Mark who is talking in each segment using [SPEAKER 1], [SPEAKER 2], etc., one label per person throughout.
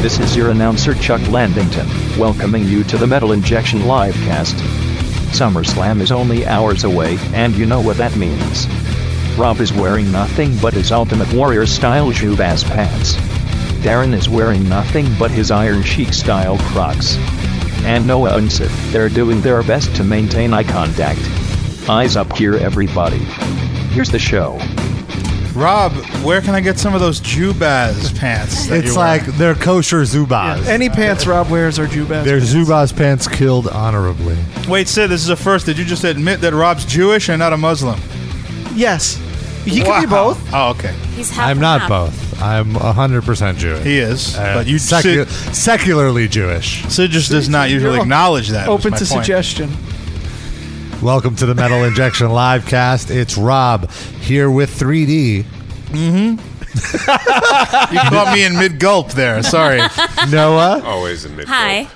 [SPEAKER 1] This is your announcer Chuck Landington, welcoming you to the Metal Injection Livecast. SummerSlam is only hours away, and you know what that means. Rob is wearing nothing but his Ultimate Warrior style Juvas pants. Darren is wearing nothing but his Iron Sheik style Crocs. And Noah and Sith, they're doing their best to maintain eye contact. Eyes up here, everybody. Here's the show.
[SPEAKER 2] Rob, where can I get some of those Jubaz pants? that
[SPEAKER 3] It's
[SPEAKER 2] you're wearing?
[SPEAKER 3] like they're kosher Zubaz.
[SPEAKER 4] Any pants Rob wears are Jew bastards.
[SPEAKER 3] They're Zubaz pants killed honorably.
[SPEAKER 2] Wait, Sid, this is a first. Did you just admit that Rob's Jewish and not a Muslim?
[SPEAKER 4] Yes. He
[SPEAKER 2] Wow.
[SPEAKER 4] can be both.
[SPEAKER 2] Oh, okay.
[SPEAKER 5] He's half
[SPEAKER 3] I'm
[SPEAKER 5] and
[SPEAKER 3] not
[SPEAKER 5] half.
[SPEAKER 3] both. I'm 100% Jewish.
[SPEAKER 2] He is.
[SPEAKER 3] Uh,
[SPEAKER 2] but you,
[SPEAKER 3] secu-
[SPEAKER 2] Sid,
[SPEAKER 3] secularly Jewish.
[SPEAKER 2] Sid just does not usually
[SPEAKER 4] You're
[SPEAKER 2] acknowledge that. was
[SPEAKER 4] Open
[SPEAKER 2] my
[SPEAKER 4] to
[SPEAKER 2] point.
[SPEAKER 4] suggestion.
[SPEAKER 3] Welcome to the Metal Injection Livecast. It's Rob here with 3D.
[SPEAKER 2] Mm-hmm. You caught me in mid gulp there. Sorry.
[SPEAKER 3] Noah,
[SPEAKER 6] Always in mid.
[SPEAKER 5] Hi.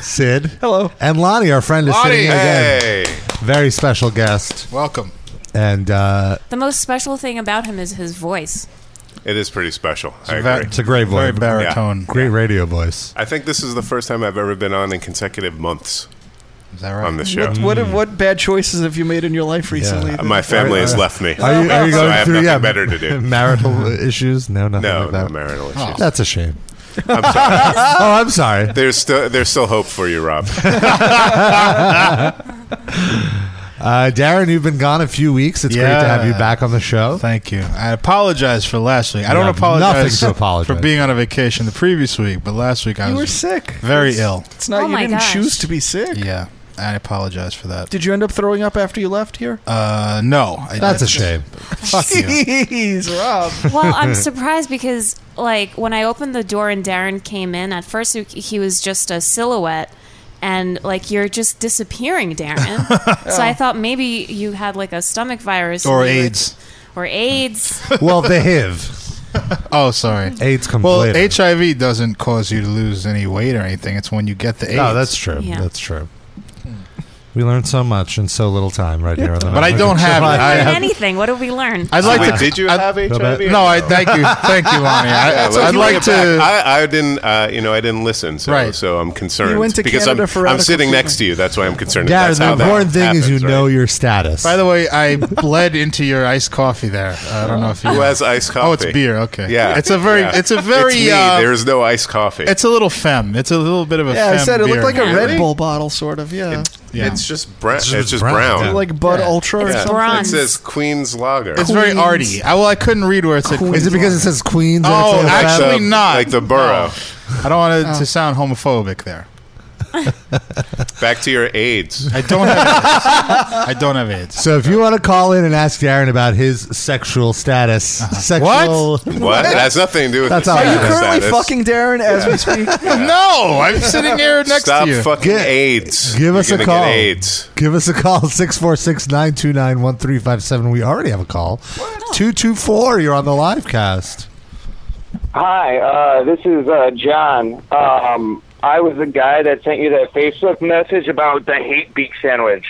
[SPEAKER 3] Sid,
[SPEAKER 4] Hello.
[SPEAKER 3] and Lonnie, our friend, is sitting here again.
[SPEAKER 6] Hey.
[SPEAKER 3] Very special guest,
[SPEAKER 2] Welcome.
[SPEAKER 3] and uh,
[SPEAKER 5] The most special thing about him is his voice.
[SPEAKER 6] It is pretty special. I
[SPEAKER 2] That-
[SPEAKER 6] agree.
[SPEAKER 3] it's a great voice,
[SPEAKER 2] Very baritone.
[SPEAKER 3] great radio voice.
[SPEAKER 6] I think this is the first time I've ever been on in consecutive months
[SPEAKER 2] Is that right?
[SPEAKER 6] on the show.
[SPEAKER 4] What what bad choices have you made in your life recently?
[SPEAKER 3] Yeah.
[SPEAKER 4] that-
[SPEAKER 6] My family has left me.
[SPEAKER 3] Are you, are you
[SPEAKER 6] so
[SPEAKER 3] going
[SPEAKER 6] I have
[SPEAKER 3] through
[SPEAKER 6] nothing
[SPEAKER 3] yeah,
[SPEAKER 6] better to do.
[SPEAKER 3] marital issues? No, nothing
[SPEAKER 6] No,
[SPEAKER 3] like that.
[SPEAKER 6] no marital issues.
[SPEAKER 3] That's a shame.
[SPEAKER 6] I'm sorry.
[SPEAKER 3] oh, I'm sorry.
[SPEAKER 6] There's still there's still hope for you, Rob.
[SPEAKER 3] Uh, Darren, you've been gone a few weeks. It's great to have you
[SPEAKER 2] Yeah.
[SPEAKER 3] back on the show.
[SPEAKER 2] Thank you. I apologize for last week. I don't
[SPEAKER 3] have nothing
[SPEAKER 2] apologize,
[SPEAKER 3] to apologize.
[SPEAKER 2] for being on a vacation the previous week, but last week I
[SPEAKER 4] You were
[SPEAKER 2] was
[SPEAKER 4] sick.
[SPEAKER 2] very
[SPEAKER 4] It's-
[SPEAKER 2] ill.
[SPEAKER 4] It's not
[SPEAKER 5] Oh
[SPEAKER 4] you
[SPEAKER 5] my
[SPEAKER 4] didn't
[SPEAKER 5] gosh.
[SPEAKER 4] choose to be sick.
[SPEAKER 2] Yeah. I apologize for that.
[SPEAKER 4] Did you end up throwing up after you left here?
[SPEAKER 2] Uh, no. I
[SPEAKER 3] That's a
[SPEAKER 2] didn't.
[SPEAKER 3] shame.
[SPEAKER 2] Fuck you.
[SPEAKER 4] Jeez, Rob.
[SPEAKER 5] Well, I'm surprised because, like, when I opened the door and Darren came in, at first he- he was just a silhouette, and, like, you're just disappearing, Darren. So I thought maybe you had, like, a stomach virus. and
[SPEAKER 2] Or
[SPEAKER 5] you were-
[SPEAKER 2] AIDS.
[SPEAKER 5] Or AIDS.
[SPEAKER 3] Well, the HIV,
[SPEAKER 2] Oh, sorry.
[SPEAKER 3] AIDS comes
[SPEAKER 2] Well,
[SPEAKER 3] later.
[SPEAKER 2] HIV doesn't cause you to lose any weight or anything. It's when you get the AIDS.
[SPEAKER 3] No, that's true.
[SPEAKER 5] Yeah.
[SPEAKER 3] That's true. We learned so much in so little time right here on the
[SPEAKER 2] But I don't have it. I
[SPEAKER 5] Learn
[SPEAKER 2] have,
[SPEAKER 5] anything. What did we learn?
[SPEAKER 2] I'd like
[SPEAKER 6] Wait,
[SPEAKER 2] to.
[SPEAKER 6] did you
[SPEAKER 2] I'd-
[SPEAKER 6] have HIV?
[SPEAKER 3] bad.
[SPEAKER 2] No, I thank you, thank you, Lonnie. I,
[SPEAKER 6] Yeah, let's
[SPEAKER 2] I'd
[SPEAKER 6] bring
[SPEAKER 2] like
[SPEAKER 6] it
[SPEAKER 2] to.
[SPEAKER 6] back. I, I didn't. Uh, you know, I didn't listen. So,
[SPEAKER 2] Right.
[SPEAKER 6] so I'm concerned
[SPEAKER 4] You went to
[SPEAKER 6] because
[SPEAKER 4] Canada
[SPEAKER 6] I'm,
[SPEAKER 4] for
[SPEAKER 6] I'm
[SPEAKER 4] radical
[SPEAKER 6] sitting next
[SPEAKER 4] treatment.
[SPEAKER 6] to you. That's why I'm concerned.
[SPEAKER 3] Yeah,
[SPEAKER 6] that's
[SPEAKER 3] the
[SPEAKER 6] how that
[SPEAKER 3] important thing is you
[SPEAKER 6] happens,
[SPEAKER 3] know
[SPEAKER 6] right?
[SPEAKER 3] your status.
[SPEAKER 2] by the way, I bled into your iced coffee there. I don't know if you.
[SPEAKER 6] Who has iced coffee?
[SPEAKER 2] Oh, it's beer. Okay.
[SPEAKER 6] Yeah,
[SPEAKER 2] It's a very.
[SPEAKER 6] Yeah.
[SPEAKER 2] It's a very.
[SPEAKER 6] It's me.
[SPEAKER 2] uh,
[SPEAKER 6] there is no iced coffee.
[SPEAKER 2] it's a little femme. It's a little bit of a.
[SPEAKER 4] Yeah, I
[SPEAKER 2] femme
[SPEAKER 4] said it
[SPEAKER 2] beer.
[SPEAKER 4] looked like a Red
[SPEAKER 6] Really?
[SPEAKER 4] Bull bottle, sort of. Yeah,
[SPEAKER 2] Yeah.
[SPEAKER 6] It's just brown. It's
[SPEAKER 3] just
[SPEAKER 6] just,
[SPEAKER 3] brown.
[SPEAKER 6] brown.
[SPEAKER 3] Yeah.
[SPEAKER 4] like Bud Ultra or
[SPEAKER 5] It's
[SPEAKER 4] something.
[SPEAKER 6] It
[SPEAKER 5] bronze.
[SPEAKER 6] says Queen's Lager.
[SPEAKER 2] It's very
[SPEAKER 4] Queens.
[SPEAKER 2] arty. I, well, I couldn't read where it said.
[SPEAKER 3] is it because it says Queens? and
[SPEAKER 2] Oh,
[SPEAKER 3] it's a-
[SPEAKER 2] actually-
[SPEAKER 6] the,
[SPEAKER 2] not. Oh.
[SPEAKER 6] Like the borough.
[SPEAKER 2] I don't want it
[SPEAKER 4] Oh.
[SPEAKER 2] to sound homophobic there.
[SPEAKER 6] Back to your AIDS.
[SPEAKER 2] I don't have. AIDS. I don't have AIDS.
[SPEAKER 3] so if you want to call in and ask Darren about his sexual status, sexual.
[SPEAKER 6] What? That has nothing to do with
[SPEAKER 3] That's
[SPEAKER 6] the
[SPEAKER 3] all
[SPEAKER 4] Uh-huh. Are
[SPEAKER 3] right.
[SPEAKER 4] you
[SPEAKER 3] Yeah,
[SPEAKER 6] status.
[SPEAKER 4] currently
[SPEAKER 6] That's-
[SPEAKER 4] fucking Darren as we speak?
[SPEAKER 2] No, I'm sitting here next
[SPEAKER 6] Stop
[SPEAKER 2] to you.
[SPEAKER 6] fucking
[SPEAKER 3] Get-
[SPEAKER 6] AIDS.
[SPEAKER 3] Give us
[SPEAKER 6] You're
[SPEAKER 3] a
[SPEAKER 6] gonna
[SPEAKER 3] call.
[SPEAKER 6] Get AIDS.
[SPEAKER 3] Give us a call 646-929-1357. We already have a call. 224, you're on the live cast.
[SPEAKER 7] Hi, uh, this is uh, John. Um, I was the guy that sent you that Facebook message about the hate beak sandwich.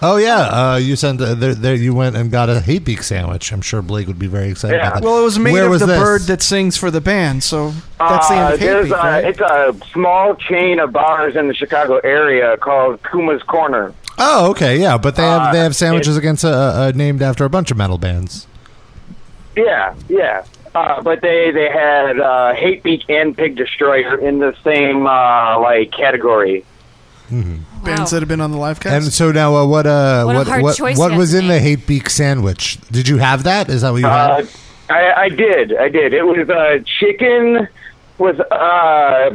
[SPEAKER 3] Oh yeah, uh, you sent uh, there, there. You went and got a hate beak sandwich. I'm sure Blake would be very excited
[SPEAKER 7] Yeah.
[SPEAKER 3] about that.
[SPEAKER 4] Well, it was made
[SPEAKER 3] Where
[SPEAKER 4] of
[SPEAKER 3] was
[SPEAKER 4] the
[SPEAKER 3] this?
[SPEAKER 4] bird that sings for the band, so that's the
[SPEAKER 7] uh,
[SPEAKER 4] end of hate
[SPEAKER 7] there's
[SPEAKER 4] beat,
[SPEAKER 7] a,
[SPEAKER 4] right?
[SPEAKER 7] It's a small chain of bars in the Chicago area called Kuma's Corner.
[SPEAKER 3] Oh, okay, yeah, but they have
[SPEAKER 7] Uh,
[SPEAKER 3] they have sandwiches against uh, uh, named after a bunch of metal bands.
[SPEAKER 7] Yeah, yeah. Uh, but they they had uh, hate beak and pig destroyer in the same uh, like category.
[SPEAKER 4] Bands that have been on the live
[SPEAKER 3] And
[SPEAKER 4] cast.
[SPEAKER 3] so now, uh, what uh,
[SPEAKER 5] What a
[SPEAKER 3] what
[SPEAKER 5] hard
[SPEAKER 3] what,
[SPEAKER 5] choice
[SPEAKER 3] what
[SPEAKER 5] you
[SPEAKER 3] was
[SPEAKER 5] have to
[SPEAKER 3] in the
[SPEAKER 5] make.
[SPEAKER 3] hate beak sandwich? Did you have that? Is that what you
[SPEAKER 7] Uh,
[SPEAKER 3] had?
[SPEAKER 7] I, I did, I did. It was uh, chicken with uh,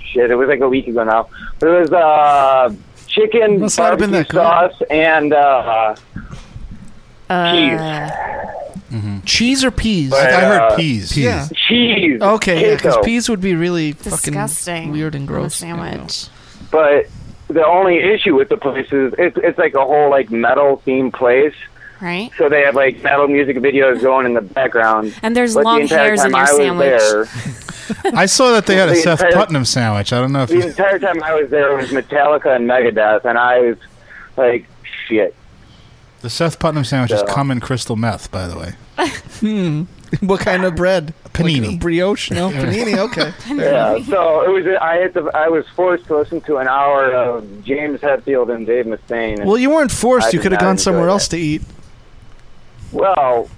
[SPEAKER 7] shit. It was like a week ago now. It was uh, chicken
[SPEAKER 4] Must not have been
[SPEAKER 7] barbecue
[SPEAKER 4] that
[SPEAKER 7] sauce and uh, cheese.
[SPEAKER 5] Uh.
[SPEAKER 4] cheese or peas?
[SPEAKER 7] But,
[SPEAKER 2] I heard
[SPEAKER 7] uh,
[SPEAKER 2] peas.
[SPEAKER 4] Yeah.
[SPEAKER 7] Cheese.
[SPEAKER 4] Okay, yeah, because
[SPEAKER 7] queso.
[SPEAKER 4] peas would be really
[SPEAKER 5] Disgusting.
[SPEAKER 4] fucking weird and
[SPEAKER 5] On a
[SPEAKER 4] gross. you know.
[SPEAKER 5] sandwich.
[SPEAKER 7] But the only issue with the place is it's it's like a whole like metal themed place.
[SPEAKER 5] Right?
[SPEAKER 7] So they have like metal music videos going in the background.
[SPEAKER 5] And there's
[SPEAKER 7] But the
[SPEAKER 5] long
[SPEAKER 7] entire
[SPEAKER 5] hairs in
[SPEAKER 7] time
[SPEAKER 5] your
[SPEAKER 7] I was
[SPEAKER 5] sandwich.
[SPEAKER 7] there,
[SPEAKER 2] I saw that they had a
[SPEAKER 7] The
[SPEAKER 2] Seth
[SPEAKER 7] entire-
[SPEAKER 2] Putnam sandwich. I don't know if
[SPEAKER 7] the
[SPEAKER 2] you.
[SPEAKER 7] entire time I was there was Metallica and Megadeth, and I was like, shit.
[SPEAKER 2] The Seth Putnam sandwiches
[SPEAKER 7] Yeah.
[SPEAKER 2] come in crystal meth, by the way.
[SPEAKER 4] Hmm. what kind of bread? Panini, brioche? No, panini. Okay.
[SPEAKER 8] Yeah, so it was. I had to. I was forced to listen to an hour of James Hetfield and Dave Mustaine. and
[SPEAKER 4] Well, you weren't
[SPEAKER 8] I
[SPEAKER 4] forced. you
[SPEAKER 8] did
[SPEAKER 4] could have
[SPEAKER 8] not
[SPEAKER 4] gone
[SPEAKER 8] enjoy
[SPEAKER 4] somewhere
[SPEAKER 8] that.
[SPEAKER 4] else to eat.
[SPEAKER 8] Well,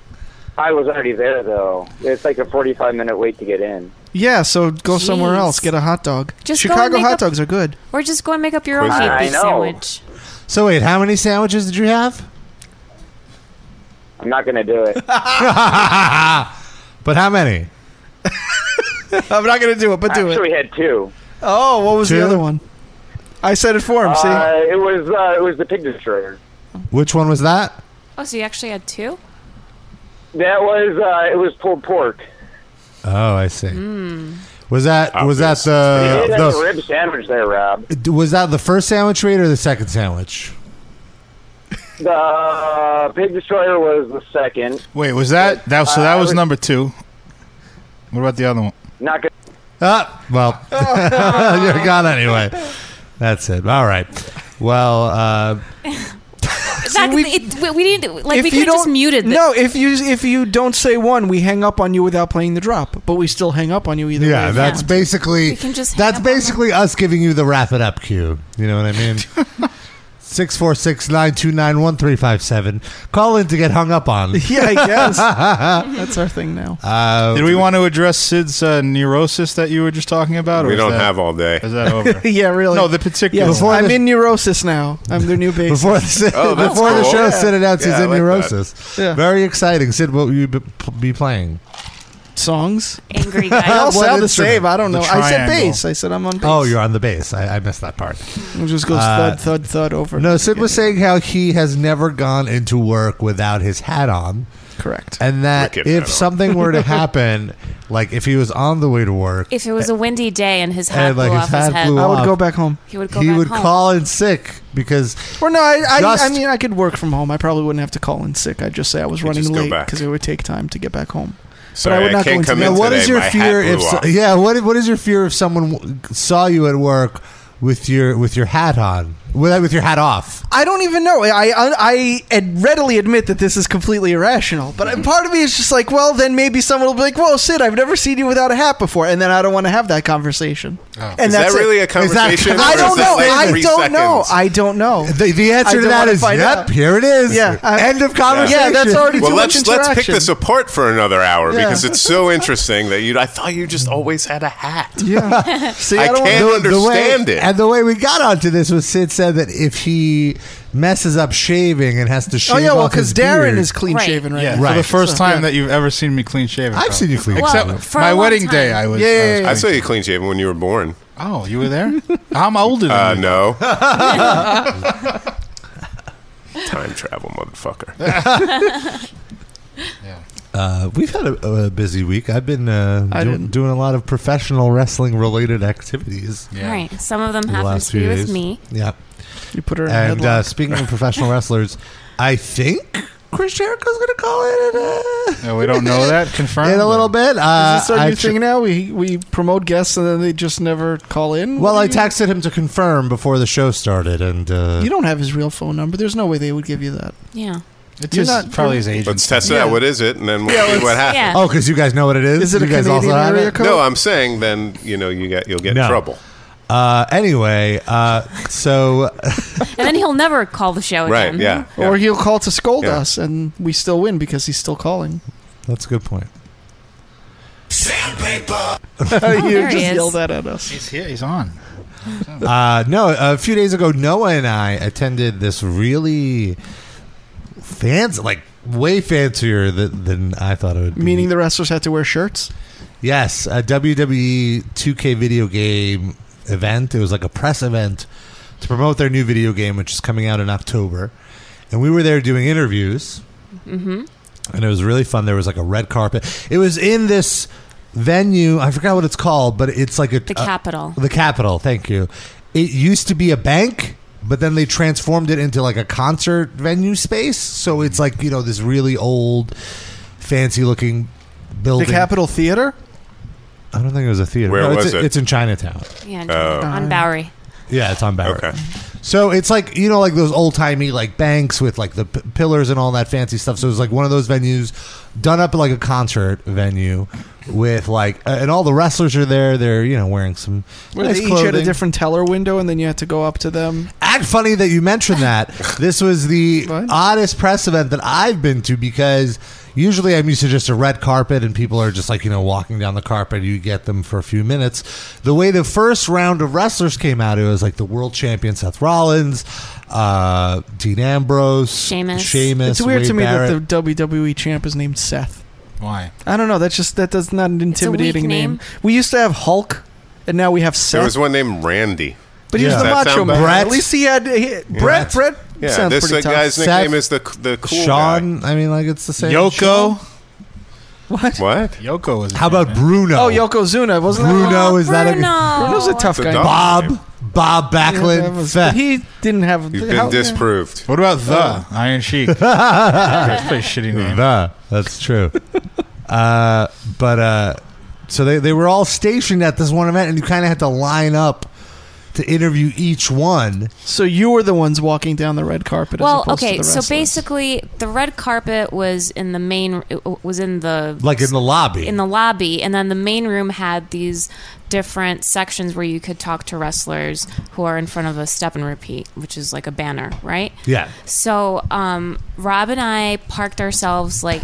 [SPEAKER 8] I was already there though. It's like a forty-five minute wait to get in.
[SPEAKER 4] Yeah, so go somewhere
[SPEAKER 5] Jeez.
[SPEAKER 4] else. Get a hot dog.
[SPEAKER 5] Just go and
[SPEAKER 4] Chicago
[SPEAKER 5] make
[SPEAKER 4] hot
[SPEAKER 5] up-
[SPEAKER 4] dogs are good.
[SPEAKER 5] Or just go and make up your own
[SPEAKER 6] Quizzes.
[SPEAKER 5] meat
[SPEAKER 8] I
[SPEAKER 5] beef
[SPEAKER 8] know.
[SPEAKER 5] sandwich.
[SPEAKER 3] So wait, how many sandwiches did you have?
[SPEAKER 8] I'm not gonna do it.
[SPEAKER 3] But how many?
[SPEAKER 4] I'm not gonna do it, but do
[SPEAKER 8] I actually
[SPEAKER 4] it.
[SPEAKER 8] had two.
[SPEAKER 4] Oh, what was
[SPEAKER 3] Two?
[SPEAKER 4] the other one? I said it for him.
[SPEAKER 8] Uh,
[SPEAKER 4] see,
[SPEAKER 8] it was uh, it was the pig destroyer.
[SPEAKER 3] Which one was that?
[SPEAKER 5] Oh, so you actually had two?
[SPEAKER 8] That was uh, it was pulled pork.
[SPEAKER 3] Oh, I see.
[SPEAKER 5] Hmm.
[SPEAKER 3] Was that was that
[SPEAKER 8] They did have a
[SPEAKER 3] the,
[SPEAKER 8] rib sandwich there, Rob.
[SPEAKER 3] the was that the first sandwich rate or the second sandwich?
[SPEAKER 8] The uh, pig destroyer was the second.
[SPEAKER 2] Wait, was that that? So that
[SPEAKER 8] Uh,
[SPEAKER 2] was
[SPEAKER 8] I-
[SPEAKER 2] number two. What about the other one?
[SPEAKER 8] Not gonna.
[SPEAKER 3] Ah, well, you're gone anyway. That's it. All right. Well, uh,
[SPEAKER 5] Back we,
[SPEAKER 4] we-
[SPEAKER 5] it, we, we didn't like we
[SPEAKER 4] if you
[SPEAKER 5] could
[SPEAKER 4] don't
[SPEAKER 5] just muted. The,
[SPEAKER 4] no, if you if you don't say one, we hang up on you without playing the drop. But we still hang up on you either.
[SPEAKER 3] yeah,
[SPEAKER 4] way.
[SPEAKER 3] that's basically
[SPEAKER 5] We can just hang
[SPEAKER 3] that's
[SPEAKER 5] up on
[SPEAKER 3] basically us giving you the wrap it up cue. You know what I mean? Six four six nine two nine one three five seven. Call in to get hung up on.
[SPEAKER 4] yeah, I guess that's our thing now.
[SPEAKER 3] Uh,
[SPEAKER 2] Did we want to address Sid's uh, neurosis that you were just talking about? Or
[SPEAKER 6] We
[SPEAKER 2] is
[SPEAKER 6] don't
[SPEAKER 2] that-
[SPEAKER 6] have all day.
[SPEAKER 2] Is that over?
[SPEAKER 4] yeah, really.
[SPEAKER 2] No, the particular.
[SPEAKER 4] Yes,
[SPEAKER 3] Before
[SPEAKER 4] I'm
[SPEAKER 3] the-
[SPEAKER 4] in neurosis now. I'm their new bass.
[SPEAKER 3] before the,
[SPEAKER 6] Oh, that's
[SPEAKER 3] before the
[SPEAKER 6] cool.
[SPEAKER 3] show,
[SPEAKER 6] Yeah.
[SPEAKER 3] Sid announced
[SPEAKER 6] Yeah,
[SPEAKER 3] he's
[SPEAKER 6] I
[SPEAKER 3] in
[SPEAKER 6] like that.
[SPEAKER 3] neurosis.
[SPEAKER 4] Yeah.
[SPEAKER 3] Very exciting. Sid, what will you be, be playing?
[SPEAKER 4] songs.
[SPEAKER 5] angry
[SPEAKER 4] They all
[SPEAKER 5] guy.
[SPEAKER 3] What
[SPEAKER 4] sound the
[SPEAKER 3] instrument?
[SPEAKER 4] same. I don't
[SPEAKER 2] The
[SPEAKER 4] know. I said
[SPEAKER 2] triangle.
[SPEAKER 4] bass. I said I'm on bass.
[SPEAKER 3] Oh, you're on the bass. I, I missed that part.
[SPEAKER 4] It just goes
[SPEAKER 3] Uh,
[SPEAKER 4] thud, thud, thud over.
[SPEAKER 3] No, Sid was saying how he has never gone into work without his hat on,
[SPEAKER 4] correct.
[SPEAKER 3] and that
[SPEAKER 6] Wicked hat
[SPEAKER 3] if
[SPEAKER 6] on.
[SPEAKER 3] something were to happen, like if he was on the way to work,
[SPEAKER 5] if it was a windy day and his hat
[SPEAKER 3] and like
[SPEAKER 5] blew
[SPEAKER 3] his
[SPEAKER 5] off
[SPEAKER 3] hat
[SPEAKER 5] his head,
[SPEAKER 3] blew
[SPEAKER 4] I
[SPEAKER 3] off,
[SPEAKER 4] would go back home.
[SPEAKER 5] he would go
[SPEAKER 3] he
[SPEAKER 5] back
[SPEAKER 3] would
[SPEAKER 5] home.
[SPEAKER 3] call in sick because
[SPEAKER 4] Or no, I, I, I
[SPEAKER 3] Oh. Just-
[SPEAKER 4] mean, I could work from home. I probably wouldn't have to call in sick. I'd just say I was running
[SPEAKER 6] just go
[SPEAKER 4] late
[SPEAKER 6] back.
[SPEAKER 4] because it would take time to get back home.
[SPEAKER 6] Sorry,
[SPEAKER 4] I would
[SPEAKER 6] I,
[SPEAKER 4] not go
[SPEAKER 6] can't
[SPEAKER 4] into-
[SPEAKER 6] come
[SPEAKER 4] Yeah,
[SPEAKER 6] in
[SPEAKER 3] what
[SPEAKER 6] today.
[SPEAKER 3] is your
[SPEAKER 6] My
[SPEAKER 3] fear
[SPEAKER 6] hat
[SPEAKER 3] if
[SPEAKER 6] blew
[SPEAKER 3] so,
[SPEAKER 6] off.
[SPEAKER 3] yeah what what is your fear if someone w- saw you at work with your with your hat on with with your hat off
[SPEAKER 4] I don't even know. I, I, I ad- readily admit that this is completely irrational, but I- part of me is just like, well, then maybe someone will be like, whoa, Sid, I've never seen you without a hat before, and then I don't want to have that conversation. And
[SPEAKER 6] Is that
[SPEAKER 4] that's it.
[SPEAKER 6] really a conversation?
[SPEAKER 4] I
[SPEAKER 6] or
[SPEAKER 4] don't
[SPEAKER 6] is that
[SPEAKER 4] know.
[SPEAKER 6] like
[SPEAKER 4] I
[SPEAKER 6] three
[SPEAKER 4] don't know.
[SPEAKER 6] seconds?
[SPEAKER 4] I don't know.
[SPEAKER 3] the, the
[SPEAKER 4] I
[SPEAKER 3] answer to
[SPEAKER 4] don't
[SPEAKER 3] that
[SPEAKER 4] wanna
[SPEAKER 3] is
[SPEAKER 4] find
[SPEAKER 3] yep
[SPEAKER 4] out.
[SPEAKER 3] here it is
[SPEAKER 4] Yeah, I-
[SPEAKER 3] end of conversation
[SPEAKER 4] Yeah, that's already
[SPEAKER 6] well,
[SPEAKER 4] too
[SPEAKER 6] let's
[SPEAKER 4] much
[SPEAKER 6] let's pick
[SPEAKER 4] interaction.
[SPEAKER 6] this apart for another hour
[SPEAKER 4] Yeah.
[SPEAKER 6] because it's so interesting that you. I thought you just always had a hat.
[SPEAKER 4] Yeah. See, I,
[SPEAKER 6] I
[SPEAKER 4] don't
[SPEAKER 6] can't
[SPEAKER 4] know.
[SPEAKER 6] understand
[SPEAKER 3] way,
[SPEAKER 6] it.
[SPEAKER 3] and the way we got onto this was Sid said that if he messes up shaving and has to shave
[SPEAKER 4] Oh yeah, well,
[SPEAKER 3] off his
[SPEAKER 4] because Darren
[SPEAKER 3] beard-
[SPEAKER 4] is clean shaven right,
[SPEAKER 2] Yeah,
[SPEAKER 4] now.
[SPEAKER 2] for
[SPEAKER 3] Right.
[SPEAKER 2] the first time that you've ever seen me clean shaven.
[SPEAKER 3] I've
[SPEAKER 2] bro.
[SPEAKER 3] seen you clean
[SPEAKER 2] Except
[SPEAKER 5] Well, for a
[SPEAKER 2] my
[SPEAKER 5] long
[SPEAKER 2] wedding
[SPEAKER 5] time.
[SPEAKER 2] day, I was.
[SPEAKER 4] Yeah, yeah,
[SPEAKER 2] I was
[SPEAKER 4] yeah.
[SPEAKER 6] I
[SPEAKER 2] clean.
[SPEAKER 6] saw you clean shaven when you were born.
[SPEAKER 2] Oh, you were there? I'm older than
[SPEAKER 6] Uh,
[SPEAKER 2] you.
[SPEAKER 6] no. Time travel, motherfucker.
[SPEAKER 3] Uh, we've had a, a busy week. I've been uh,
[SPEAKER 4] I
[SPEAKER 3] do,
[SPEAKER 4] didn't-
[SPEAKER 3] doing a lot of professional wrestling related activities.
[SPEAKER 2] Yeah.
[SPEAKER 5] Right. Some of them
[SPEAKER 3] the
[SPEAKER 5] happen
[SPEAKER 3] last
[SPEAKER 5] to
[SPEAKER 3] few
[SPEAKER 5] be
[SPEAKER 3] days.
[SPEAKER 5] with me.
[SPEAKER 3] Yeah.
[SPEAKER 4] You put her in
[SPEAKER 3] And
[SPEAKER 4] a
[SPEAKER 3] uh, speaking of professional wrestlers, I think Chris Jericho's going to call it in,
[SPEAKER 2] No, we don't know that.
[SPEAKER 3] uh,
[SPEAKER 2] Confirmed.
[SPEAKER 3] in a little bit. Uh,
[SPEAKER 4] Is this our
[SPEAKER 3] I
[SPEAKER 4] new
[SPEAKER 3] tr-
[SPEAKER 4] thing now? We we promote guests and then they just never call in.
[SPEAKER 3] Well, I texted him to confirm before the show started, and uh,
[SPEAKER 4] you don't have his real phone number. There's no way they would give you that.
[SPEAKER 5] Yeah.
[SPEAKER 2] It's
[SPEAKER 4] You're
[SPEAKER 2] his,
[SPEAKER 4] not-
[SPEAKER 2] probably his agent.
[SPEAKER 6] Let's test it
[SPEAKER 4] Yeah.
[SPEAKER 6] out. What is it? And then we'll see what happens.
[SPEAKER 5] Yeah.
[SPEAKER 3] oh, because you guys know what it is.
[SPEAKER 4] Is it
[SPEAKER 3] you
[SPEAKER 4] a
[SPEAKER 3] guys
[SPEAKER 4] Canadian
[SPEAKER 3] have
[SPEAKER 4] area
[SPEAKER 3] it?
[SPEAKER 4] code?
[SPEAKER 6] No, I'm saying then you know you got you'll get
[SPEAKER 3] No.
[SPEAKER 6] in trouble.
[SPEAKER 3] Uh, anyway, uh, so
[SPEAKER 5] And then he'll never call the show
[SPEAKER 6] Right?
[SPEAKER 5] again.
[SPEAKER 6] Yeah. yeah.
[SPEAKER 4] Or he'll call to scold
[SPEAKER 6] Yeah.
[SPEAKER 4] us, and we still win because he's still calling.
[SPEAKER 3] that's a good point.
[SPEAKER 4] you
[SPEAKER 5] there he
[SPEAKER 4] just
[SPEAKER 5] is.
[SPEAKER 4] yelled that at us.
[SPEAKER 2] He's here. He's on.
[SPEAKER 3] Uh, no, a few days ago, Noah and I attended this really fancy, like way fancier than, than I thought it would be.
[SPEAKER 6] Mm-hmm.
[SPEAKER 4] Meaning the wrestlers had to wear shirts.
[SPEAKER 3] Yes, a WWE 2K video game event. It was like a press event to promote their new video game, which is coming out in October. And we were there doing interviews. Mm-hmm. And it was really fun. There was like a red carpet. It was in this venue. I forgot what it's called, but it's like a
[SPEAKER 5] The
[SPEAKER 3] uh,
[SPEAKER 5] Capitol.
[SPEAKER 3] the Capitol, thank you. It used to be a bank, but then they transformed it into like a concert venue space. So it's like, you know, this really old, fancy looking
[SPEAKER 4] The
[SPEAKER 3] building.
[SPEAKER 4] Capitol Theater.
[SPEAKER 3] I don't think it was a theater.
[SPEAKER 6] Where
[SPEAKER 3] No, it's,
[SPEAKER 6] was it?
[SPEAKER 5] Oh.
[SPEAKER 3] It's in Chinatown.
[SPEAKER 5] Yeah. on Bowery.
[SPEAKER 3] Yeah, it's on Bowery.
[SPEAKER 6] Okay.
[SPEAKER 3] So it's like you know, like those old timey like banks with like the p- pillars and all that fancy stuff. So it's like one of those venues done up like a concert venue with like, uh, and all the wrestlers are there. They're you know wearing some
[SPEAKER 4] Where
[SPEAKER 3] nice
[SPEAKER 4] they each had a
[SPEAKER 3] clothing.
[SPEAKER 4] different teller window, and then you had to go up to them.
[SPEAKER 3] Act funny that you mentioned that. This was the
[SPEAKER 4] What?
[SPEAKER 3] oddest press event that I've been to because usually I'm used to just a red carpet and people are just like, you know, walking down the carpet. You get them for a few minutes. The way the first round of wrestlers came out, it was like the world champion Seth Rollins, uh, Dean Ambrose,
[SPEAKER 5] Sheamus.
[SPEAKER 3] Sheamus
[SPEAKER 4] it's weird
[SPEAKER 3] Wade
[SPEAKER 4] to me
[SPEAKER 3] Barrett.
[SPEAKER 4] that the WWE champ is named Seth.
[SPEAKER 2] Why?
[SPEAKER 4] I don't know. That's just that does not
[SPEAKER 5] a
[SPEAKER 4] an
[SPEAKER 5] weak
[SPEAKER 4] intimidating name.
[SPEAKER 5] name.
[SPEAKER 4] We used to have Hulk, and now we have
[SPEAKER 6] There
[SPEAKER 4] Seth.
[SPEAKER 6] was one named Randy.
[SPEAKER 4] but he was
[SPEAKER 3] Yeah.
[SPEAKER 4] the
[SPEAKER 6] Does that
[SPEAKER 4] Macho
[SPEAKER 6] sound
[SPEAKER 4] Man.
[SPEAKER 3] bad?
[SPEAKER 4] At least he had he, Brett. Brett
[SPEAKER 6] Yeah,
[SPEAKER 4] sounds
[SPEAKER 6] this
[SPEAKER 4] pretty
[SPEAKER 6] uh,
[SPEAKER 4] tough.
[SPEAKER 6] guy's nickname
[SPEAKER 3] Seth-
[SPEAKER 6] is the the cool
[SPEAKER 3] Sean. I mean, like it's the same.
[SPEAKER 2] Yoko.
[SPEAKER 4] what?
[SPEAKER 6] guy. What?
[SPEAKER 2] Yoko was.
[SPEAKER 3] How about Bruno?
[SPEAKER 4] Oh, Yokozuna wasn't that-
[SPEAKER 3] Bruno
[SPEAKER 5] Oh,
[SPEAKER 3] is that a-
[SPEAKER 5] Bruno.
[SPEAKER 4] Bruno's a tough
[SPEAKER 6] The
[SPEAKER 4] guy.
[SPEAKER 6] dog.
[SPEAKER 3] Bob. Bob
[SPEAKER 4] Yeah,
[SPEAKER 3] Backlund.
[SPEAKER 4] that was-
[SPEAKER 3] Fett.
[SPEAKER 4] but he didn't have.
[SPEAKER 6] You've been
[SPEAKER 4] how- Oh.
[SPEAKER 6] disproved.
[SPEAKER 2] What about the Iron Sheik? That's a pretty shitty name.
[SPEAKER 3] The, that's true. uh, but uh, so they, they were all stationed at this one event, and you kind of had to line up to interview each one.
[SPEAKER 4] So you were the ones walking down the red carpet.
[SPEAKER 5] Well,
[SPEAKER 4] as opposed
[SPEAKER 5] okay,
[SPEAKER 4] to the
[SPEAKER 5] so
[SPEAKER 4] wrestlers.
[SPEAKER 5] basically, the red carpet was in the main, it was in the
[SPEAKER 3] Like in the lobby.
[SPEAKER 5] in the lobby, and then the main room had these different sections where you could talk to wrestlers who are in front of a step and repeat, which is like a banner, right?
[SPEAKER 3] yeah.
[SPEAKER 5] So um, Rob and I parked ourselves like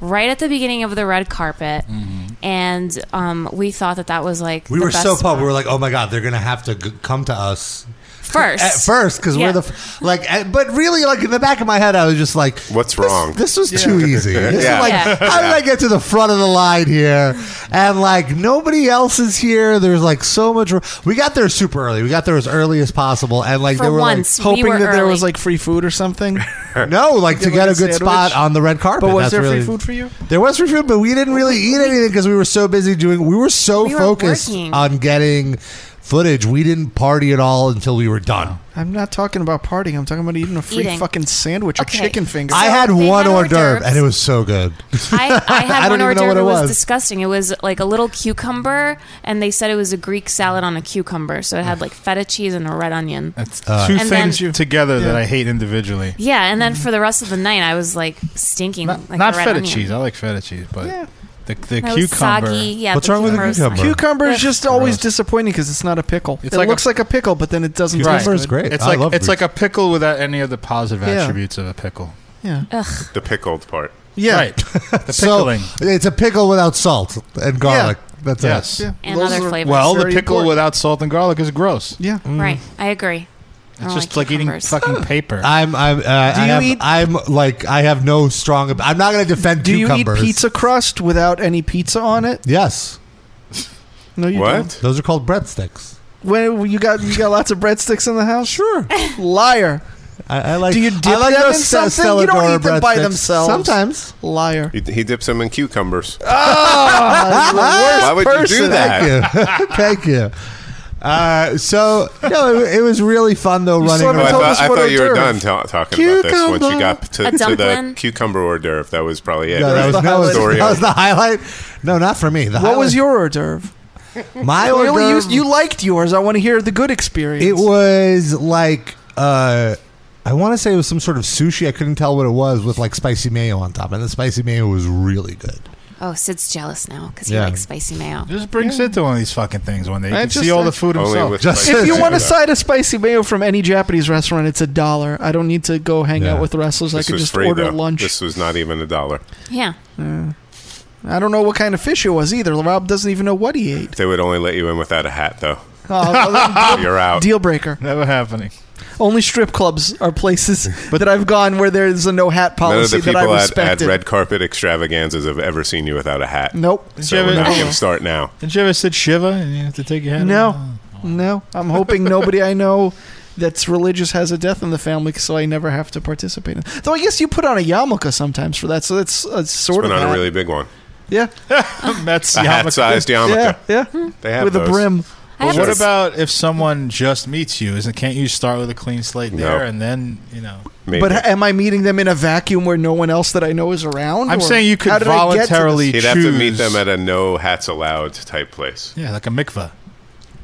[SPEAKER 5] right at the beginning of the red carpet,
[SPEAKER 2] Mm-hmm.
[SPEAKER 5] and um, we thought that that was like
[SPEAKER 3] Mm-hmm. We
[SPEAKER 5] the
[SPEAKER 3] were so
[SPEAKER 5] best
[SPEAKER 3] pumped. We were like, oh my God, they're going to have to g- come to us.
[SPEAKER 5] first
[SPEAKER 3] At first, because
[SPEAKER 5] Yeah.
[SPEAKER 3] we're the f- like, at- but really, like in the back of my head, I was just like,
[SPEAKER 6] What's
[SPEAKER 3] this-
[SPEAKER 6] wrong?
[SPEAKER 3] This was too easy. This
[SPEAKER 6] Yeah.
[SPEAKER 3] is like,
[SPEAKER 5] Yeah.
[SPEAKER 3] how did I get to the front of the line here? And like nobody else is here. There's like so much. We got there super early. We got there as early as possible, and like
[SPEAKER 5] For
[SPEAKER 3] there were like,
[SPEAKER 5] once,
[SPEAKER 4] hoping
[SPEAKER 5] we were
[SPEAKER 4] that there
[SPEAKER 5] early.
[SPEAKER 4] was like free food or something.
[SPEAKER 3] No, like to
[SPEAKER 4] Get,
[SPEAKER 3] get
[SPEAKER 4] like,
[SPEAKER 3] a
[SPEAKER 4] a
[SPEAKER 3] good
[SPEAKER 4] sandwich?
[SPEAKER 3] spot on the red carpet.
[SPEAKER 4] But was
[SPEAKER 3] That's
[SPEAKER 4] there
[SPEAKER 3] really-
[SPEAKER 4] free food for you?
[SPEAKER 3] There was free food, but we didn't really eat anything because we were so busy doing. We were so
[SPEAKER 5] We were
[SPEAKER 3] focused
[SPEAKER 5] working.
[SPEAKER 3] on getting footage. We didn't party at all until we were done.
[SPEAKER 4] I'm not talking about partying. I'm talking about eating a free
[SPEAKER 5] Eating.
[SPEAKER 4] fucking sandwich
[SPEAKER 5] Okay.
[SPEAKER 4] or chicken finger.
[SPEAKER 3] I had
[SPEAKER 5] they had
[SPEAKER 3] one hors
[SPEAKER 5] hors
[SPEAKER 3] d'oeuvre,
[SPEAKER 5] d'oeuvres.
[SPEAKER 3] and it was so good.
[SPEAKER 5] I, I
[SPEAKER 3] I
[SPEAKER 5] had
[SPEAKER 3] don't
[SPEAKER 5] one hors
[SPEAKER 3] even know
[SPEAKER 5] d'oeuvre
[SPEAKER 3] what it
[SPEAKER 5] that was.
[SPEAKER 3] was.
[SPEAKER 5] disgusting. It was like a little cucumber, and they said it was a Greek salad on a cucumber. So it had like feta cheese and a red onion.
[SPEAKER 2] That's uh, two
[SPEAKER 5] Uh, And
[SPEAKER 2] things
[SPEAKER 5] then-
[SPEAKER 2] together that I hate individually.
[SPEAKER 5] Yeah, and then for the rest of the night, I was like stinking.
[SPEAKER 2] Not,
[SPEAKER 5] like
[SPEAKER 2] not
[SPEAKER 5] a red
[SPEAKER 2] feta
[SPEAKER 5] onion.
[SPEAKER 2] cheese. I like feta cheese, but
[SPEAKER 4] Yeah.
[SPEAKER 2] the, the
[SPEAKER 5] That was
[SPEAKER 2] cucumber.
[SPEAKER 5] soggy. Yeah,
[SPEAKER 3] What's
[SPEAKER 5] the
[SPEAKER 3] wrong with a
[SPEAKER 5] cucumber was
[SPEAKER 3] cucumber?
[SPEAKER 5] soggy.
[SPEAKER 4] Cucumber is
[SPEAKER 5] Yeah.
[SPEAKER 4] just always
[SPEAKER 2] Gross.
[SPEAKER 4] disappointing because it's not a pickle.
[SPEAKER 2] It's
[SPEAKER 4] it
[SPEAKER 2] like a-
[SPEAKER 4] looks like a pickle, but then it doesn't.
[SPEAKER 3] Cucumber
[SPEAKER 4] taste
[SPEAKER 3] is
[SPEAKER 4] good.
[SPEAKER 3] great.
[SPEAKER 2] It's
[SPEAKER 3] I
[SPEAKER 2] like
[SPEAKER 3] love
[SPEAKER 2] it's
[SPEAKER 3] Greek.
[SPEAKER 2] like a pickle without any of the positive
[SPEAKER 4] Yeah.
[SPEAKER 2] attributes of a pickle.
[SPEAKER 4] Yeah,
[SPEAKER 6] The pickled part.
[SPEAKER 4] yeah,
[SPEAKER 2] Right. The
[SPEAKER 3] So
[SPEAKER 2] pickling.
[SPEAKER 3] it's a pickle without salt and garlic. That's
[SPEAKER 2] yes.
[SPEAKER 3] it. Oh,
[SPEAKER 4] yeah.
[SPEAKER 5] And
[SPEAKER 4] Those
[SPEAKER 5] other
[SPEAKER 4] are-
[SPEAKER 5] flavors.
[SPEAKER 2] Well, the
[SPEAKER 4] Very
[SPEAKER 2] pickle
[SPEAKER 4] important.
[SPEAKER 2] without salt and garlic is gross.
[SPEAKER 4] Yeah.
[SPEAKER 3] Mm.
[SPEAKER 5] right? I agree. I
[SPEAKER 2] It's
[SPEAKER 5] don't
[SPEAKER 2] just like, eating
[SPEAKER 5] cucumbers.
[SPEAKER 2] fucking paper.
[SPEAKER 3] I'm I'm uh, I
[SPEAKER 4] you
[SPEAKER 3] have,
[SPEAKER 4] eat-
[SPEAKER 3] I'm like I have no strong. I'm not going to defend
[SPEAKER 4] Do you
[SPEAKER 3] cucumbers.
[SPEAKER 4] eat pizza crust without any pizza on it?
[SPEAKER 3] Yes,
[SPEAKER 4] No, you don't.
[SPEAKER 6] What?
[SPEAKER 3] those are called breadsticks.
[SPEAKER 4] When you got you got lots of breadsticks in the house?
[SPEAKER 3] Sure.
[SPEAKER 4] Liar,
[SPEAKER 3] I, I like.
[SPEAKER 4] Do you dip
[SPEAKER 3] I like
[SPEAKER 4] them
[SPEAKER 3] those
[SPEAKER 4] in
[SPEAKER 3] Sa-
[SPEAKER 4] something? You don't
[SPEAKER 3] Celadora
[SPEAKER 4] eat them by
[SPEAKER 3] breadsticks.
[SPEAKER 4] themselves.
[SPEAKER 3] Sometimes.
[SPEAKER 4] liar.
[SPEAKER 6] He, he dips them in cucumbers.
[SPEAKER 3] Oh,
[SPEAKER 4] Why
[SPEAKER 6] Why would you do that?
[SPEAKER 3] Thank you. Thank you. Uh, so no, it, it was really fun though running.
[SPEAKER 4] saw me
[SPEAKER 6] Oh, I
[SPEAKER 3] around.
[SPEAKER 4] Tell
[SPEAKER 6] thought,
[SPEAKER 4] us
[SPEAKER 6] I
[SPEAKER 4] what
[SPEAKER 6] thought
[SPEAKER 4] hors
[SPEAKER 6] you were done
[SPEAKER 4] d'oeuvres.
[SPEAKER 6] ta- talking about this once you got to,
[SPEAKER 5] A
[SPEAKER 6] to the
[SPEAKER 5] dumpling?
[SPEAKER 6] cucumber hors d'oeuvre. That was probably it.
[SPEAKER 3] No, that was,
[SPEAKER 4] the
[SPEAKER 3] that was-
[SPEAKER 6] highlight.
[SPEAKER 3] that was the highlight. No, not for me. The
[SPEAKER 4] What
[SPEAKER 3] highlight-
[SPEAKER 4] was your hors d'oeuvre?
[SPEAKER 3] my hors
[SPEAKER 4] Clearly, you,
[SPEAKER 3] d'oeuvre-
[SPEAKER 4] you liked yours. I want to hear the good experience.
[SPEAKER 3] It was like uh, I want to say it was some sort of sushi. I couldn't tell what it was with like spicy mayo on top, and the spicy mayo was really good.
[SPEAKER 5] Oh, Sid's jealous now because
[SPEAKER 3] Yeah.
[SPEAKER 5] he likes spicy mayo.
[SPEAKER 2] Just bring Sid to one of these fucking things one day. You
[SPEAKER 4] I
[SPEAKER 2] can
[SPEAKER 4] just- Oh,
[SPEAKER 2] see all
[SPEAKER 4] I-
[SPEAKER 2] the food
[SPEAKER 6] Only
[SPEAKER 2] himself.
[SPEAKER 6] with
[SPEAKER 3] Just-
[SPEAKER 6] like,
[SPEAKER 4] If you
[SPEAKER 3] Yeah.
[SPEAKER 4] want a side of spicy mayo from any Japanese restaurant, it's a dollar. I don't need to go hang
[SPEAKER 3] Yeah.
[SPEAKER 4] out with wrestlers.
[SPEAKER 6] this
[SPEAKER 4] I could
[SPEAKER 6] was
[SPEAKER 4] just
[SPEAKER 6] free,
[SPEAKER 4] order
[SPEAKER 6] though.
[SPEAKER 4] lunch.
[SPEAKER 6] This was not even a dollar.
[SPEAKER 5] Yeah,
[SPEAKER 4] I don't know what kind of fish it was either. Rob doesn't even know what he ate.
[SPEAKER 6] They would only let you in without a hat, though.
[SPEAKER 4] Oh, well, then
[SPEAKER 6] You're out.
[SPEAKER 4] deal breaker.
[SPEAKER 2] Never happening.
[SPEAKER 4] Only strip clubs are places that I've gone where there's a no hat
[SPEAKER 6] None of
[SPEAKER 4] policy
[SPEAKER 6] the
[SPEAKER 4] that I
[SPEAKER 6] people at, at
[SPEAKER 4] respected.
[SPEAKER 6] red carpet extravaganzas have ever seen you without a hat.
[SPEAKER 4] nope.
[SPEAKER 6] So we're
[SPEAKER 2] Jimmy-
[SPEAKER 6] not going to start now.
[SPEAKER 2] Did you ever sit Shiva and you have to take your uh, hat off?
[SPEAKER 4] No,
[SPEAKER 6] Oh.
[SPEAKER 4] no. I'm hoping nobody I know that's religious has a death in the family, so I never have to participate. in Though I guess you put on a yarmulke sometimes for that, so that's uh, sort
[SPEAKER 6] Put
[SPEAKER 4] of
[SPEAKER 6] on a
[SPEAKER 4] that.
[SPEAKER 6] really big one.
[SPEAKER 4] yeah,
[SPEAKER 2] That's
[SPEAKER 6] A
[SPEAKER 2] yarmulke.
[SPEAKER 6] hat sized yarmulke.
[SPEAKER 4] yeah, yeah,
[SPEAKER 6] They have
[SPEAKER 4] with
[SPEAKER 6] those.
[SPEAKER 4] a brim.
[SPEAKER 5] I have
[SPEAKER 2] What
[SPEAKER 5] to-
[SPEAKER 2] about if someone just meets you? Isn't can't you start with a clean slate there
[SPEAKER 6] No.
[SPEAKER 2] and then you know?
[SPEAKER 6] Maybe.
[SPEAKER 4] But am I meeting them in a vacuum where no one else that I know is around?
[SPEAKER 2] I'm
[SPEAKER 4] or
[SPEAKER 2] saying you could
[SPEAKER 4] how did I get to this?
[SPEAKER 2] voluntarily-
[SPEAKER 6] He'd have to meet
[SPEAKER 2] choose-
[SPEAKER 6] them at a no hats allowed type place.
[SPEAKER 2] Yeah, like a mikvah.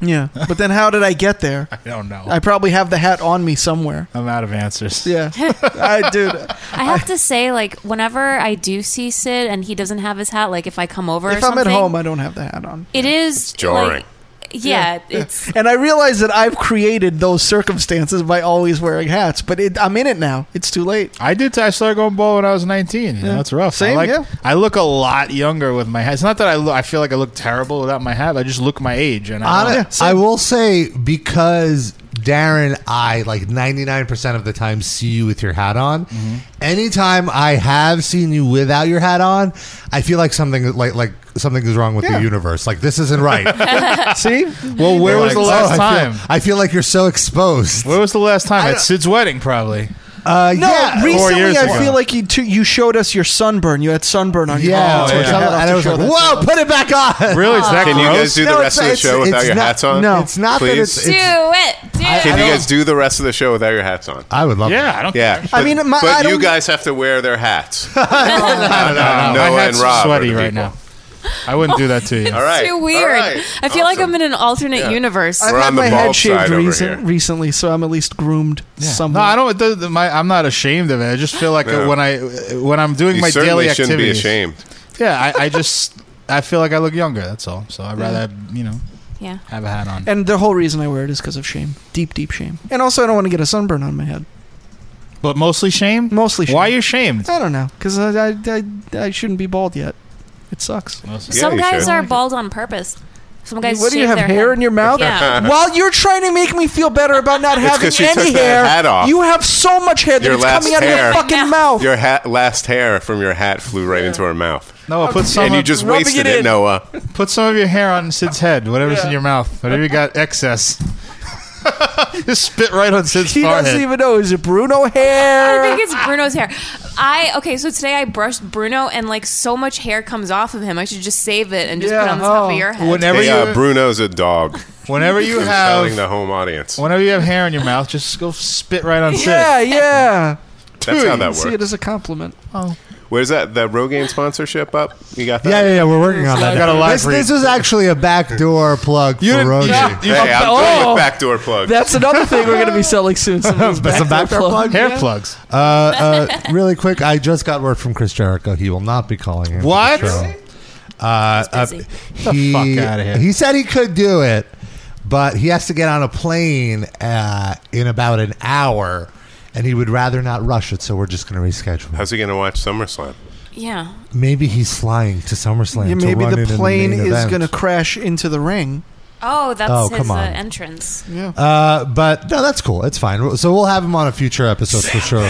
[SPEAKER 4] Yeah. But then how did I get there?
[SPEAKER 2] I don't know.
[SPEAKER 4] I probably have the hat on me somewhere.
[SPEAKER 2] I'm out of answers.
[SPEAKER 4] Yeah. I dude.
[SPEAKER 5] I have to say, like, whenever I do see Sid and he doesn't have his hat, like, if I come over, or
[SPEAKER 4] If I'm at
[SPEAKER 5] something,
[SPEAKER 4] home, I don't have the hat on.
[SPEAKER 5] it is
[SPEAKER 6] jarring.
[SPEAKER 5] like, yeah, it's
[SPEAKER 4] And I realize that I've created those circumstances by always wearing hats, but it, I'm in it now. It's too late.
[SPEAKER 2] I did. I started going bald when I was 19. You know, that's rough.
[SPEAKER 4] Same,
[SPEAKER 2] I like,
[SPEAKER 4] yeah.
[SPEAKER 2] I look a lot younger with my hat. It's not that I look, I feel like I look terrible without my hat. I just look my age. And I,
[SPEAKER 3] Hon-
[SPEAKER 2] don't-
[SPEAKER 3] I will say because Darren, I like 99% of the time see you with your hat on.
[SPEAKER 2] Mm-hmm.
[SPEAKER 3] Anytime I have seen you without your hat on, I feel like something like like something is wrong with
[SPEAKER 4] Yeah.
[SPEAKER 3] the universe. Like this isn't right.
[SPEAKER 4] See?
[SPEAKER 2] well, where was
[SPEAKER 3] Like,
[SPEAKER 2] the
[SPEAKER 3] oh, I
[SPEAKER 2] last
[SPEAKER 3] feel-
[SPEAKER 2] time?
[SPEAKER 3] I feel, like you're so exposed.
[SPEAKER 2] Where was the last time? At
[SPEAKER 3] don't-
[SPEAKER 2] Sid's wedding, probably.
[SPEAKER 3] Uh,
[SPEAKER 4] No,
[SPEAKER 3] yeah,
[SPEAKER 2] years
[SPEAKER 4] recently I
[SPEAKER 2] ago.
[SPEAKER 4] feel like you too, you showed us your sunburn. You had sunburn on
[SPEAKER 3] yeah,
[SPEAKER 4] your
[SPEAKER 2] Oh,
[SPEAKER 3] or
[SPEAKER 2] yeah.
[SPEAKER 4] arms.
[SPEAKER 3] something. and I was like, "Whoa, put it back on."
[SPEAKER 2] Really? Is that
[SPEAKER 6] Can you guys
[SPEAKER 2] gross?
[SPEAKER 6] do the
[SPEAKER 3] No,
[SPEAKER 6] rest of
[SPEAKER 3] it's-
[SPEAKER 6] the show
[SPEAKER 3] it's-
[SPEAKER 6] without
[SPEAKER 3] it's
[SPEAKER 6] your
[SPEAKER 3] not-
[SPEAKER 6] hats on?
[SPEAKER 3] No, it's not that
[SPEAKER 6] Please?
[SPEAKER 3] it's.
[SPEAKER 5] do
[SPEAKER 3] it's-
[SPEAKER 5] it, do
[SPEAKER 6] Can
[SPEAKER 3] I
[SPEAKER 5] it.
[SPEAKER 6] you
[SPEAKER 3] don't-
[SPEAKER 6] guys do the rest of the show without your hats on?
[SPEAKER 3] I would love.
[SPEAKER 2] Yeah, I don't.
[SPEAKER 6] Yeah.
[SPEAKER 4] I
[SPEAKER 6] but-
[SPEAKER 4] mean, my-
[SPEAKER 6] but
[SPEAKER 4] I
[SPEAKER 6] you
[SPEAKER 4] don't-
[SPEAKER 6] guys have to wear their hats. no,
[SPEAKER 2] No, no,
[SPEAKER 6] Noah
[SPEAKER 2] my
[SPEAKER 6] and
[SPEAKER 2] hat's
[SPEAKER 6] Rob are
[SPEAKER 2] sweaty
[SPEAKER 6] the
[SPEAKER 2] right
[SPEAKER 6] people.
[SPEAKER 2] now. I wouldn't do that to you.
[SPEAKER 6] All right.
[SPEAKER 5] Too
[SPEAKER 6] All
[SPEAKER 5] weird.
[SPEAKER 6] right.
[SPEAKER 5] I feel like
[SPEAKER 6] Awesome.
[SPEAKER 5] I'm in an alternate universe.
[SPEAKER 4] I've
[SPEAKER 6] We're
[SPEAKER 4] had
[SPEAKER 6] on the
[SPEAKER 4] my head
[SPEAKER 6] bald
[SPEAKER 4] shaved
[SPEAKER 6] side over
[SPEAKER 4] recent,
[SPEAKER 6] here.
[SPEAKER 4] recently, so I'm at least groomed
[SPEAKER 2] Yeah.
[SPEAKER 4] somewhat.
[SPEAKER 2] No, I don't. The, the, my, I'm not ashamed of it. I just feel like
[SPEAKER 6] Yeah.
[SPEAKER 2] when I when I'm doing
[SPEAKER 6] You
[SPEAKER 2] my
[SPEAKER 6] certainly
[SPEAKER 2] daily
[SPEAKER 6] shouldn't
[SPEAKER 2] activities,
[SPEAKER 6] be ashamed.
[SPEAKER 2] Yeah, I, I just I feel like I look younger. That's all. So I'd rather you know
[SPEAKER 5] yeah.
[SPEAKER 2] have a hat on.
[SPEAKER 4] And the whole reason I wear it is because of shame. Deep, deep shame. And also, I don't want to get a sunburn on my head.
[SPEAKER 2] But mostly shame.
[SPEAKER 4] Mostly shame.
[SPEAKER 2] Why are you shamed?
[SPEAKER 4] I don't know, because I, I, I, I shouldn't be bald yet. It sucks.
[SPEAKER 6] Yeah,
[SPEAKER 5] Some
[SPEAKER 6] you
[SPEAKER 5] guys
[SPEAKER 6] should.
[SPEAKER 5] are bald on purpose. Some guys
[SPEAKER 4] what do you
[SPEAKER 5] shave
[SPEAKER 4] have
[SPEAKER 5] their
[SPEAKER 4] hair
[SPEAKER 5] head.
[SPEAKER 4] in your mouth?
[SPEAKER 5] Yeah.
[SPEAKER 4] While you're trying to make me feel better about not having
[SPEAKER 6] 'cause you
[SPEAKER 4] any
[SPEAKER 6] took that
[SPEAKER 4] hair,
[SPEAKER 6] hat off.
[SPEAKER 4] you have so much hair that
[SPEAKER 6] Your
[SPEAKER 4] it's
[SPEAKER 6] last
[SPEAKER 4] coming out of your
[SPEAKER 6] hair.
[SPEAKER 4] fucking
[SPEAKER 5] Yeah.
[SPEAKER 4] mouth.
[SPEAKER 6] Your hat, last hair from your hat flew right into her mouth.
[SPEAKER 2] Noah, put some
[SPEAKER 6] and you
[SPEAKER 2] of,
[SPEAKER 6] just
[SPEAKER 4] rubbing
[SPEAKER 6] wasted
[SPEAKER 4] it
[SPEAKER 6] it,
[SPEAKER 4] in.
[SPEAKER 6] Noah.
[SPEAKER 2] put some of your hair on Sid's head. Whatever's in your mouth, whatever you got excess, just spit right on Sid's
[SPEAKER 4] he
[SPEAKER 2] forehead.
[SPEAKER 4] doesn't even know. Is it Bruno hair?
[SPEAKER 5] I think it's Bruno's hair. I okay, so today I brushed Bruno and like so much hair comes off of him. I should just save it and just
[SPEAKER 4] Yeah,
[SPEAKER 5] put on the top
[SPEAKER 4] oh.
[SPEAKER 5] of your head.
[SPEAKER 2] whenever
[SPEAKER 6] Hey,
[SPEAKER 2] you
[SPEAKER 6] uh, Bruno's a dog.
[SPEAKER 2] whenever you
[SPEAKER 6] I'm telling the
[SPEAKER 2] have
[SPEAKER 6] home audience.
[SPEAKER 2] whenever you have hair in your mouth, just go spit right on Sid.
[SPEAKER 4] yeah, yeah.
[SPEAKER 6] That's how that
[SPEAKER 4] See it
[SPEAKER 6] works.
[SPEAKER 4] as a compliment.
[SPEAKER 2] Oh.
[SPEAKER 6] Where's that? The Rogaine sponsorship up? You got that?
[SPEAKER 3] Yeah, yeah, yeah, we're working on that.
[SPEAKER 2] I got a live
[SPEAKER 3] this,
[SPEAKER 2] read.
[SPEAKER 3] this is actually a backdoor plug
[SPEAKER 2] You
[SPEAKER 3] for
[SPEAKER 2] didn't-
[SPEAKER 3] Rogan.
[SPEAKER 2] yeah. You-
[SPEAKER 6] Hey, I'm
[SPEAKER 4] Oh.
[SPEAKER 6] doing with backdoor plugs.
[SPEAKER 4] That's another thing we're going to be selling soon. Some of those
[SPEAKER 3] But some
[SPEAKER 4] backdoor
[SPEAKER 3] backdoor
[SPEAKER 4] plugs.
[SPEAKER 2] Hair plugs.
[SPEAKER 3] Uh, uh, really quick, I just got word from Chris Jericho. He will not be calling in. for the
[SPEAKER 2] What?
[SPEAKER 3] show. Uh, uh,
[SPEAKER 5] He's busy.
[SPEAKER 3] he,
[SPEAKER 2] fuck outta here.
[SPEAKER 3] He said he could do it, but he has to get on a plane uh, in about an hour, and he would rather not rush it. So we're just going to reschedule.
[SPEAKER 6] How's he going to watch SummerSlam?
[SPEAKER 5] yeah.
[SPEAKER 3] Maybe he's flying to SummerSlam.
[SPEAKER 4] Yeah,
[SPEAKER 3] to
[SPEAKER 4] maybe
[SPEAKER 3] run
[SPEAKER 4] the
[SPEAKER 3] in in
[SPEAKER 4] plane
[SPEAKER 3] main
[SPEAKER 4] is
[SPEAKER 3] event.
[SPEAKER 4] going to crash into the ring.
[SPEAKER 5] Oh, that's
[SPEAKER 3] Oh,
[SPEAKER 5] his
[SPEAKER 3] come
[SPEAKER 5] uh,
[SPEAKER 3] on.
[SPEAKER 5] entrance.
[SPEAKER 3] Uh, but no, that's cool. It's fine. So we'll have him on a future episode for sure.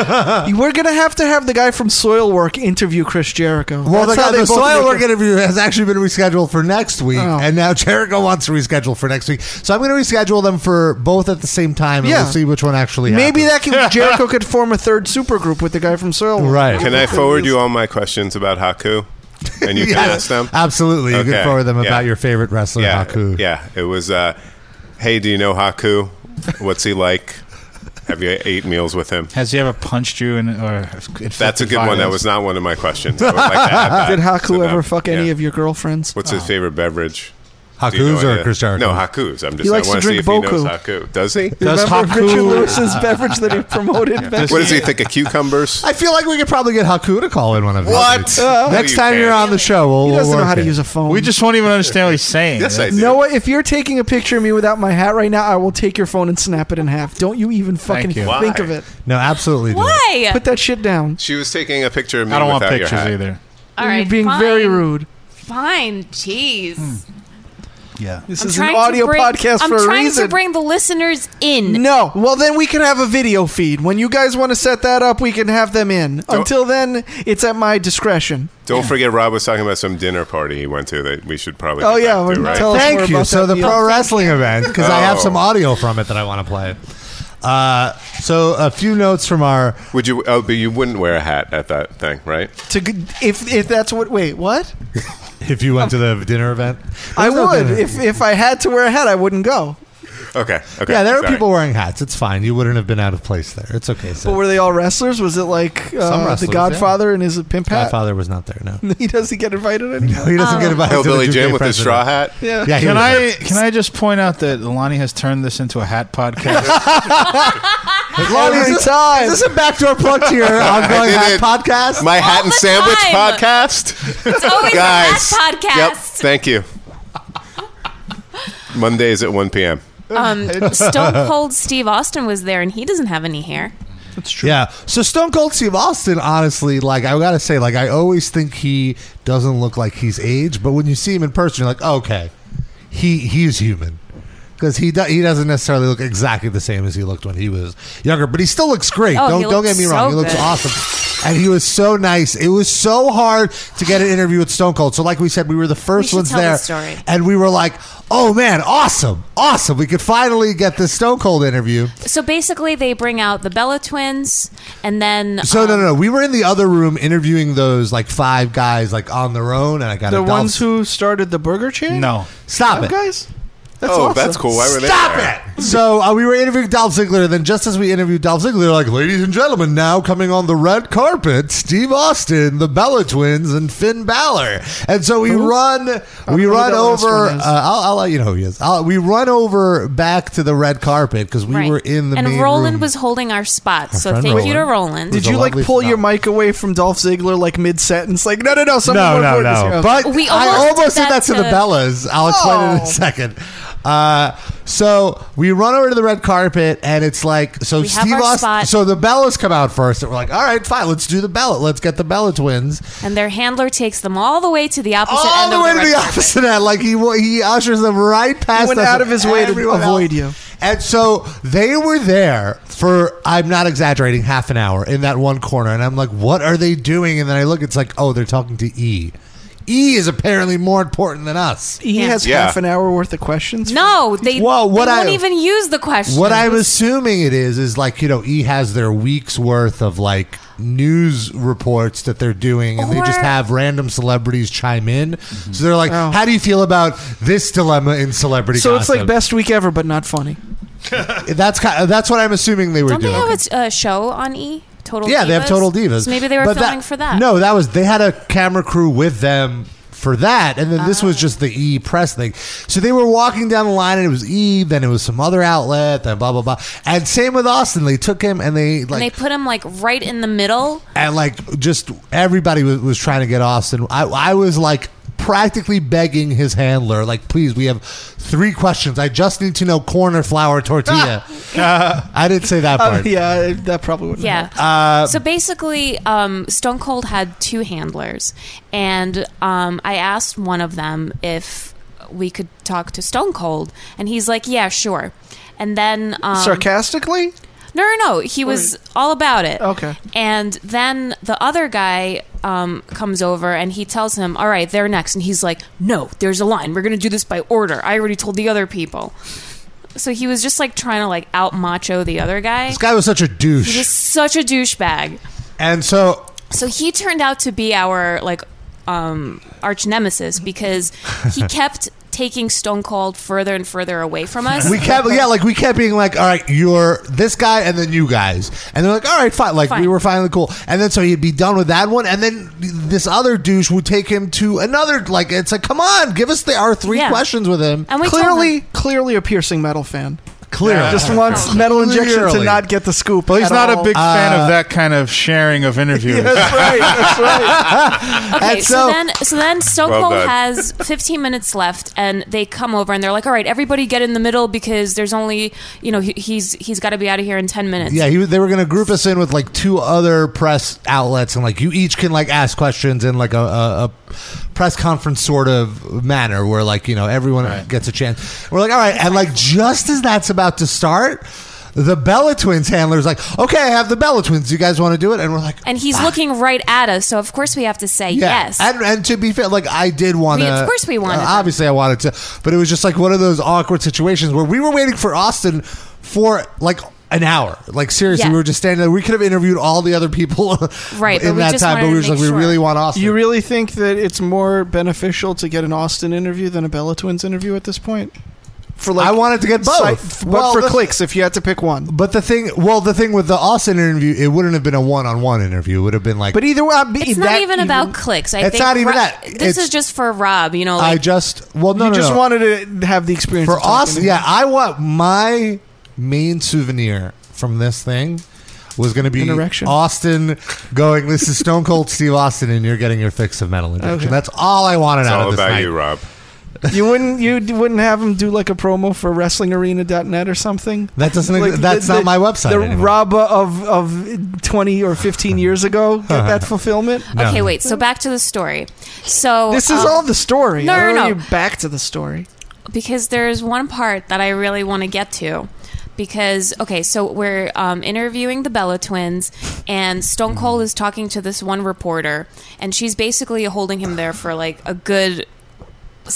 [SPEAKER 4] We're going to have to have the guy from Soil Work interview Chris Jericho.
[SPEAKER 3] Well, the,
[SPEAKER 4] That's how
[SPEAKER 3] the
[SPEAKER 4] they both
[SPEAKER 3] soil
[SPEAKER 4] make
[SPEAKER 3] work
[SPEAKER 4] it-
[SPEAKER 3] interview has actually been rescheduled for next week,
[SPEAKER 4] Oh.
[SPEAKER 3] and now Jericho wants to reschedule for next week. So I'm going to reschedule them for both at the same time, and
[SPEAKER 4] Yeah.
[SPEAKER 3] we'll see which one actually.
[SPEAKER 4] Maybe
[SPEAKER 3] happens.
[SPEAKER 4] that could, Jericho could form a third supergroup with the guy from Soil Work.
[SPEAKER 3] right.
[SPEAKER 6] Can I forward you all my questions about Haku? And you can
[SPEAKER 3] Yeah,
[SPEAKER 6] ask them?
[SPEAKER 3] Absolutely, you can
[SPEAKER 6] Okay,
[SPEAKER 3] forward them
[SPEAKER 6] yeah.
[SPEAKER 3] about your favorite wrestler,
[SPEAKER 6] yeah,
[SPEAKER 3] Haku.
[SPEAKER 6] Yeah, it was. Uh, hey, do you know Haku? What's he like? Have you ate meals with him?
[SPEAKER 2] Has he ever punched you in or
[SPEAKER 6] That's a good one. That was not one of my questions. I would like to add that
[SPEAKER 4] Did
[SPEAKER 6] to
[SPEAKER 4] Haku
[SPEAKER 6] them.
[SPEAKER 4] ever fuck any
[SPEAKER 6] Yeah.
[SPEAKER 4] of your girlfriends?
[SPEAKER 6] What's his favorite beverage? Do you
[SPEAKER 3] Haku's
[SPEAKER 6] know
[SPEAKER 3] or
[SPEAKER 6] any-
[SPEAKER 3] Chris Jericho?
[SPEAKER 6] No, Haku's. I'm just.
[SPEAKER 4] He likes
[SPEAKER 6] I
[SPEAKER 4] to
[SPEAKER 6] want to see
[SPEAKER 4] drink
[SPEAKER 6] if he knows
[SPEAKER 4] Boku.
[SPEAKER 6] Haku. Does he?
[SPEAKER 2] Does
[SPEAKER 4] Remember
[SPEAKER 2] Haku-
[SPEAKER 4] Richard Lewis's beverage that he promoted back
[SPEAKER 6] What does he think of cucumbers?
[SPEAKER 3] I feel like we could probably get Haku to call in one of these.
[SPEAKER 6] What?
[SPEAKER 3] Uh,
[SPEAKER 6] No,
[SPEAKER 3] Next
[SPEAKER 6] you
[SPEAKER 3] time
[SPEAKER 6] can't.
[SPEAKER 3] you're on the show, we'll.
[SPEAKER 4] He doesn't
[SPEAKER 3] we'll
[SPEAKER 4] know how
[SPEAKER 3] work
[SPEAKER 4] to
[SPEAKER 3] it.
[SPEAKER 4] use a phone.
[SPEAKER 2] We just won't even understand what he's saying.
[SPEAKER 6] yes, I do.
[SPEAKER 4] Noah, if you're taking a picture of me without my hat right now, I will take your phone and snap it in half. Don't you even fucking
[SPEAKER 2] you.
[SPEAKER 4] think
[SPEAKER 6] Why?
[SPEAKER 4] of it.
[SPEAKER 3] No, absolutely. not.
[SPEAKER 5] Why?
[SPEAKER 4] Put that shit down.
[SPEAKER 6] She was taking a picture of me
[SPEAKER 2] I don't want
[SPEAKER 6] without
[SPEAKER 2] pictures
[SPEAKER 6] your hat.
[SPEAKER 2] either.
[SPEAKER 5] All right,
[SPEAKER 4] You're being
[SPEAKER 5] fine,
[SPEAKER 4] very rude.
[SPEAKER 5] Fine, jeez.
[SPEAKER 3] Hmm.
[SPEAKER 2] Yeah.
[SPEAKER 4] This
[SPEAKER 5] I'm
[SPEAKER 4] is
[SPEAKER 5] trying
[SPEAKER 4] an
[SPEAKER 5] to
[SPEAKER 4] audio
[SPEAKER 5] bring-
[SPEAKER 4] podcast
[SPEAKER 5] I'm
[SPEAKER 4] for a
[SPEAKER 5] trying
[SPEAKER 4] reason.
[SPEAKER 5] to bring the listeners in.
[SPEAKER 4] no, well then we can have a video feed. When you guys want to set that up, we can have them in. Until then, it's at my discretion.
[SPEAKER 6] Don't forget, Rob was talking about some dinner party he went to that we should probably.
[SPEAKER 4] Oh
[SPEAKER 6] get
[SPEAKER 4] yeah,
[SPEAKER 6] back to,
[SPEAKER 4] we're-
[SPEAKER 6] right?
[SPEAKER 4] tell us more
[SPEAKER 3] Thank you.
[SPEAKER 4] about
[SPEAKER 3] So
[SPEAKER 4] that
[SPEAKER 3] the
[SPEAKER 4] deal.
[SPEAKER 3] pro wrestling event because I have
[SPEAKER 6] Oh.
[SPEAKER 3] some audio from it that I want to play. Uh, so a few notes from our
[SPEAKER 6] Would you? Oh, but you wouldn't wear a hat at that thing, right?
[SPEAKER 4] to g- if if that's what wait what
[SPEAKER 3] if you went to the dinner event.
[SPEAKER 4] I
[SPEAKER 3] There's no
[SPEAKER 4] would
[SPEAKER 3] dinner.
[SPEAKER 4] if if I had to wear a hat I wouldn't go.
[SPEAKER 6] Okay. Okay.
[SPEAKER 3] yeah, there are
[SPEAKER 6] Sorry.
[SPEAKER 3] people wearing hats. It's fine. You wouldn't have been out of place there. It's okay.
[SPEAKER 4] But
[SPEAKER 3] So
[SPEAKER 4] were they all wrestlers? Was it like
[SPEAKER 3] Some
[SPEAKER 4] uh, the
[SPEAKER 3] wrestlers, yeah.
[SPEAKER 4] Godfather and his pimp
[SPEAKER 3] my
[SPEAKER 4] hat?
[SPEAKER 3] father was not there. No,
[SPEAKER 4] He doesn't get invited anymore.
[SPEAKER 3] he
[SPEAKER 5] Oh.
[SPEAKER 3] doesn't
[SPEAKER 5] Um,
[SPEAKER 3] get invited.
[SPEAKER 6] Hillbilly
[SPEAKER 3] to the
[SPEAKER 6] Jim
[SPEAKER 3] 2K
[SPEAKER 6] with his straw
[SPEAKER 3] president.
[SPEAKER 6] hat.
[SPEAKER 4] Yeah.
[SPEAKER 3] Yeah, he
[SPEAKER 2] Can
[SPEAKER 3] was there.
[SPEAKER 2] I can I just point out that Lonnie has turned this into a hat podcast?
[SPEAKER 4] Lonnie,
[SPEAKER 3] Is this-
[SPEAKER 4] time.
[SPEAKER 3] Is this a backdoor plug to your um,
[SPEAKER 6] I
[SPEAKER 3] ongoing
[SPEAKER 6] did
[SPEAKER 3] hat
[SPEAKER 6] it.
[SPEAKER 3] podcast?
[SPEAKER 6] My hat
[SPEAKER 5] All
[SPEAKER 6] and
[SPEAKER 5] the
[SPEAKER 6] sandwich
[SPEAKER 5] time.
[SPEAKER 6] podcast.
[SPEAKER 5] It's always
[SPEAKER 6] Guys.
[SPEAKER 5] a hat podcast.
[SPEAKER 6] Yep. Thank you. Mondays at 1 p.m.
[SPEAKER 5] Um, Stone Cold Steve Austin was there, and he doesn't have any hair.
[SPEAKER 3] Yeah. So Stone Cold Steve Austin, honestly, like I gotta say, like I always think he doesn't look like he's aged, but when you see him in person, you're like, okay, he he's human. Because he do, he doesn't necessarily look exactly the same as he looked when he was younger, but he still looks great.
[SPEAKER 5] Oh,
[SPEAKER 3] don't
[SPEAKER 5] he
[SPEAKER 3] don't get
[SPEAKER 5] looks
[SPEAKER 3] me wrong,
[SPEAKER 5] so
[SPEAKER 3] he looks
[SPEAKER 5] good.
[SPEAKER 3] awesome, and he was so nice. It was so hard to get an interview with Stone Cold. So like we said, we were the first
[SPEAKER 5] should
[SPEAKER 3] ones
[SPEAKER 5] tell
[SPEAKER 3] there,
[SPEAKER 5] this story.
[SPEAKER 3] and we were like, oh man, awesome, awesome. We could finally get this Stone Cold interview.
[SPEAKER 5] So basically, they bring out the Bella twins, and then
[SPEAKER 3] So
[SPEAKER 5] um,
[SPEAKER 3] no, no, no. We were in the other room interviewing those like five guys like on their own, and I got
[SPEAKER 4] The
[SPEAKER 3] a
[SPEAKER 4] ones who started the burger chain?
[SPEAKER 2] no.
[SPEAKER 3] stop it.
[SPEAKER 4] Guys? That's
[SPEAKER 6] oh,
[SPEAKER 4] awesome.
[SPEAKER 6] that's cool. Why were they
[SPEAKER 3] Stop
[SPEAKER 6] there?
[SPEAKER 3] it! So uh, we were interviewing Dolph Ziggler, and then just as we interviewed Dolph Ziggler, they're like, ladies and gentlemen, now coming on the red carpet, Steve Austin, the Bella Twins, and Finn Balor. And so we run, we
[SPEAKER 4] know
[SPEAKER 3] run
[SPEAKER 4] who that last
[SPEAKER 3] over.
[SPEAKER 4] one
[SPEAKER 3] Uh,
[SPEAKER 4] is.
[SPEAKER 3] I'll, I'll let you know who he is. I'll, we run over back to the red carpet because we
[SPEAKER 5] Right.
[SPEAKER 3] were in the
[SPEAKER 5] and
[SPEAKER 3] main
[SPEAKER 5] Roland
[SPEAKER 3] room.
[SPEAKER 5] was holding our spot. so
[SPEAKER 3] friend
[SPEAKER 5] thank you to Roland.
[SPEAKER 4] Did
[SPEAKER 3] a
[SPEAKER 4] you like
[SPEAKER 3] lovely
[SPEAKER 4] pull your
[SPEAKER 3] smell.
[SPEAKER 4] mic away from Dolph Ziggler like mid sentence? Like, no, no, no, someone
[SPEAKER 3] no,
[SPEAKER 4] would
[SPEAKER 3] no,
[SPEAKER 4] avoid this
[SPEAKER 3] no.
[SPEAKER 4] here.
[SPEAKER 3] Oh. But
[SPEAKER 5] We
[SPEAKER 3] I
[SPEAKER 5] almost
[SPEAKER 3] almost
[SPEAKER 5] did
[SPEAKER 3] said that
[SPEAKER 5] that
[SPEAKER 3] to the
[SPEAKER 5] to-
[SPEAKER 3] Bellas. I'll explain it in
[SPEAKER 4] Oh.
[SPEAKER 3] a second. Uh, so we run over to the red carpet, and it's like so.
[SPEAKER 5] We have
[SPEAKER 3] Steve
[SPEAKER 5] our
[SPEAKER 3] Austin.
[SPEAKER 5] spot.
[SPEAKER 3] So the Bellas come out first, and we're like, "All right, fine, let's do the Bella. Let's get the Bella twins."
[SPEAKER 5] and their handler takes them all the way to the opposite
[SPEAKER 3] all
[SPEAKER 5] end
[SPEAKER 3] the
[SPEAKER 5] of
[SPEAKER 3] way
[SPEAKER 5] the
[SPEAKER 3] to the
[SPEAKER 5] red carpet.
[SPEAKER 3] opposite end. Like he wa- he ushers them right past.
[SPEAKER 4] went
[SPEAKER 3] us
[SPEAKER 4] out
[SPEAKER 3] and
[SPEAKER 4] of his way to
[SPEAKER 3] everyone else.
[SPEAKER 4] avoid you.
[SPEAKER 3] And so they were there for I'm not exaggerating half an hour in that one corner, and I'm like, what are they doing? And then I look, it's like, oh, they're talking to E. E is apparently more important than us.
[SPEAKER 4] he has
[SPEAKER 6] Yeah.
[SPEAKER 4] half an hour worth of questions.
[SPEAKER 5] No, they,
[SPEAKER 3] Whoa, what
[SPEAKER 5] they
[SPEAKER 3] I-
[SPEAKER 5] won't even use the question.
[SPEAKER 3] What I'm assuming it is is like you know E has their week's worth of like news reports that they're doing, and they just
[SPEAKER 5] Or-
[SPEAKER 3] have random celebrities chime in. So they're like, "How do you feel about this dilemma in celebrity?"
[SPEAKER 4] Oh. So it's like
[SPEAKER 3] gossip?"
[SPEAKER 4] best week ever, but not funny.
[SPEAKER 3] that's ki that's what I'm assuming they were
[SPEAKER 5] Don't they
[SPEAKER 3] doing.
[SPEAKER 5] have a t- a show on E? Total
[SPEAKER 3] yeah,
[SPEAKER 5] Divas?
[SPEAKER 3] they have total divas.
[SPEAKER 5] So maybe they were
[SPEAKER 3] But
[SPEAKER 5] filming for that.
[SPEAKER 3] No, that was they had a camera crew with them for that, and then this
[SPEAKER 5] Ah.
[SPEAKER 3] was just the E press thing. So they were walking down the line, and it was E, then it was some other outlet, then blah blah blah. And same with Austin, they took him and they like
[SPEAKER 5] and they put him like right in the middle.
[SPEAKER 3] and like just everybody was, was trying to get Austin. I, I was like practically begging his handler, like, please, we have three questions. I just need to know corn or flour tortilla. I didn't say that
[SPEAKER 4] Uh,
[SPEAKER 3] part. Uh,
[SPEAKER 4] yeah, that probably wouldn't
[SPEAKER 5] Yeah.
[SPEAKER 4] help.
[SPEAKER 5] so basically, um, Stone Cold had two handlers, and um, I asked one of them if we could talk to Stone Cold, and he's like, "Yeah, sure." And then um,
[SPEAKER 4] Sarcastically?
[SPEAKER 5] No, no, no. He was all about it.
[SPEAKER 4] Okay.
[SPEAKER 5] And then the other guy um, comes over and he tells him, "All right, they're next." And he's like, "No, there's a line. We're gonna do this by order. I already told the other people." So he was just like trying to like out macho the other guy.
[SPEAKER 3] This guy was such a douche.
[SPEAKER 5] He was such a douchebag.
[SPEAKER 3] and so
[SPEAKER 5] So he turned out to be our like um, arch nemesis because he kept taking Stone Cold further and further away from us.
[SPEAKER 3] we kept, yeah, like we kept being like, all right, you're this guy and then you guys. And they're like, all right, fine. Like we
[SPEAKER 5] Fine.
[SPEAKER 3] were finally cool. And then so he'd be done with that one. And then this other douche would take him to another, like, it's like, come on, give us the, our three
[SPEAKER 5] Yeah.
[SPEAKER 3] questions with him.
[SPEAKER 5] and we told him-
[SPEAKER 4] Clearly, clearly a piercing metal fan.
[SPEAKER 3] Clearly.
[SPEAKER 4] Just wants metal injection to
[SPEAKER 3] Clearly.
[SPEAKER 4] not get the scoop.
[SPEAKER 2] Well, he's
[SPEAKER 4] at
[SPEAKER 2] not a
[SPEAKER 4] all.
[SPEAKER 2] big fan
[SPEAKER 3] Uh,
[SPEAKER 2] of that kind of sharing of interviews.
[SPEAKER 4] Uh, That's right. That's right.
[SPEAKER 5] Okay,
[SPEAKER 3] And
[SPEAKER 5] so,
[SPEAKER 3] so-
[SPEAKER 5] then so then Stone
[SPEAKER 6] Well
[SPEAKER 5] Cold
[SPEAKER 6] done.
[SPEAKER 5] has 15 minutes left, and they come over and they're like, "All right, everybody get in the middle because there's only you know he, he's he's got to be out of here in 10 minutes."
[SPEAKER 3] Yeah, he, was- they were going to group us in with like two other press outlets, and like you each can like ask questions in like a, a, a press conference sort of manner, where like you know everyone gets a chance. We're like, all right, and like just as that's about to start, the Bella Twins handler's like, okay, I have the Bella Twins. You guys want to do it? And we're like,
[SPEAKER 5] And he's looking right at us, so of course we have to say
[SPEAKER 3] Ah. yeah.
[SPEAKER 5] yes.
[SPEAKER 3] And, and to be fair, like I did want
[SPEAKER 5] We-
[SPEAKER 3] to.
[SPEAKER 5] of course we wanted
[SPEAKER 3] Uh,
[SPEAKER 5] them.
[SPEAKER 3] obviously, I wanted to, but it was just like one of those awkward situations where we were waiting for Austin for like an hour. Like seriously,
[SPEAKER 5] Yeah.
[SPEAKER 3] we were just standing there. We could have interviewed all the other people
[SPEAKER 5] Right,
[SPEAKER 3] in
[SPEAKER 5] but we
[SPEAKER 3] that
[SPEAKER 5] just
[SPEAKER 3] time, but
[SPEAKER 5] wanted
[SPEAKER 3] we
[SPEAKER 5] to
[SPEAKER 3] were just like,
[SPEAKER 5] make
[SPEAKER 3] we
[SPEAKER 5] sure.
[SPEAKER 3] really want Austin.
[SPEAKER 4] You really think that it's more beneficial to get an Austin interview than a Bella Twins interview at this point? for like
[SPEAKER 3] I wanted to get both.
[SPEAKER 4] site- f- but
[SPEAKER 3] Well,
[SPEAKER 4] for
[SPEAKER 3] that's-
[SPEAKER 4] clicks if you had to pick one.
[SPEAKER 3] But the thing, well, the thing with the Austin interview, it wouldn't have been a one-on-one interview. It would have been like,
[SPEAKER 4] But either way, I'd be-
[SPEAKER 5] It's not
[SPEAKER 4] that-
[SPEAKER 5] even
[SPEAKER 4] you-
[SPEAKER 5] about clicks. I
[SPEAKER 3] It's
[SPEAKER 5] think
[SPEAKER 3] not even
[SPEAKER 5] Ro-
[SPEAKER 3] that.
[SPEAKER 5] This
[SPEAKER 3] It's-
[SPEAKER 5] is just for Rob. You know,
[SPEAKER 3] I
[SPEAKER 5] like
[SPEAKER 3] just, well, no,
[SPEAKER 4] You
[SPEAKER 3] no,
[SPEAKER 4] just
[SPEAKER 3] no.
[SPEAKER 4] wanted to have the experience
[SPEAKER 3] for
[SPEAKER 4] of talking
[SPEAKER 3] us.
[SPEAKER 4] to
[SPEAKER 3] Yeah,
[SPEAKER 4] him.
[SPEAKER 3] I want my main souvenir from this thing was going to be
[SPEAKER 4] An erection?
[SPEAKER 3] Austin going. This is Stone Cold Steve Austin, and you're getting your fix of metal injection.
[SPEAKER 4] Okay.
[SPEAKER 3] That's all I wanted
[SPEAKER 6] It's
[SPEAKER 3] out
[SPEAKER 6] all
[SPEAKER 3] of this
[SPEAKER 6] about
[SPEAKER 3] night.
[SPEAKER 6] you, Rob.
[SPEAKER 4] you wouldn't you d- wouldn't have him do like a promo for WrestlingArena.net or something.
[SPEAKER 3] That doesn't.
[SPEAKER 4] Like,
[SPEAKER 3] that's
[SPEAKER 4] the-
[SPEAKER 3] not
[SPEAKER 4] the-
[SPEAKER 3] my website.
[SPEAKER 4] The
[SPEAKER 3] anymore.
[SPEAKER 4] Raba of of twenty or fifteen years ago get that fulfillment.
[SPEAKER 3] No.
[SPEAKER 5] okay, wait. So back to the story. So
[SPEAKER 4] This is
[SPEAKER 5] um,
[SPEAKER 4] all the story.
[SPEAKER 5] no,
[SPEAKER 4] I
[SPEAKER 5] no,
[SPEAKER 4] don't
[SPEAKER 5] no.
[SPEAKER 4] want you Back to the story.
[SPEAKER 5] because there's one part that I really want to get to. Because okay, so we're um, interviewing the Bella twins, and
[SPEAKER 3] Mm-hmm.
[SPEAKER 5] Stone Cold is talking to this one reporter, and she's basically holding him there for like a good,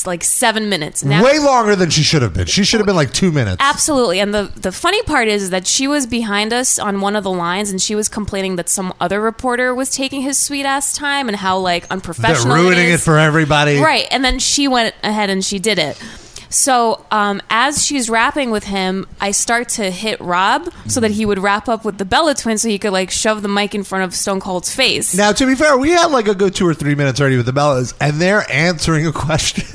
[SPEAKER 5] like seven minutes. And after-
[SPEAKER 3] Way longer than she should have been. She should have been like two minutes.
[SPEAKER 5] Absolutely. And the, the funny part is that she was behind us on one of the lines and she was complaining that some other reporter was taking his sweet ass time and how like
[SPEAKER 3] They're
[SPEAKER 5] unprofessional.
[SPEAKER 3] ruining it
[SPEAKER 5] is.
[SPEAKER 3] for everybody.
[SPEAKER 5] Right. And then she went ahead and she did it. So um, as she's rapping with him, I start to hit Rob so that he would wrap up with the Bella twin so he could like shove the mic in front of Stone Cold's face.
[SPEAKER 3] Now, to be fair, we had like a good two or three minutes already with the Bellas, and they're answering a question,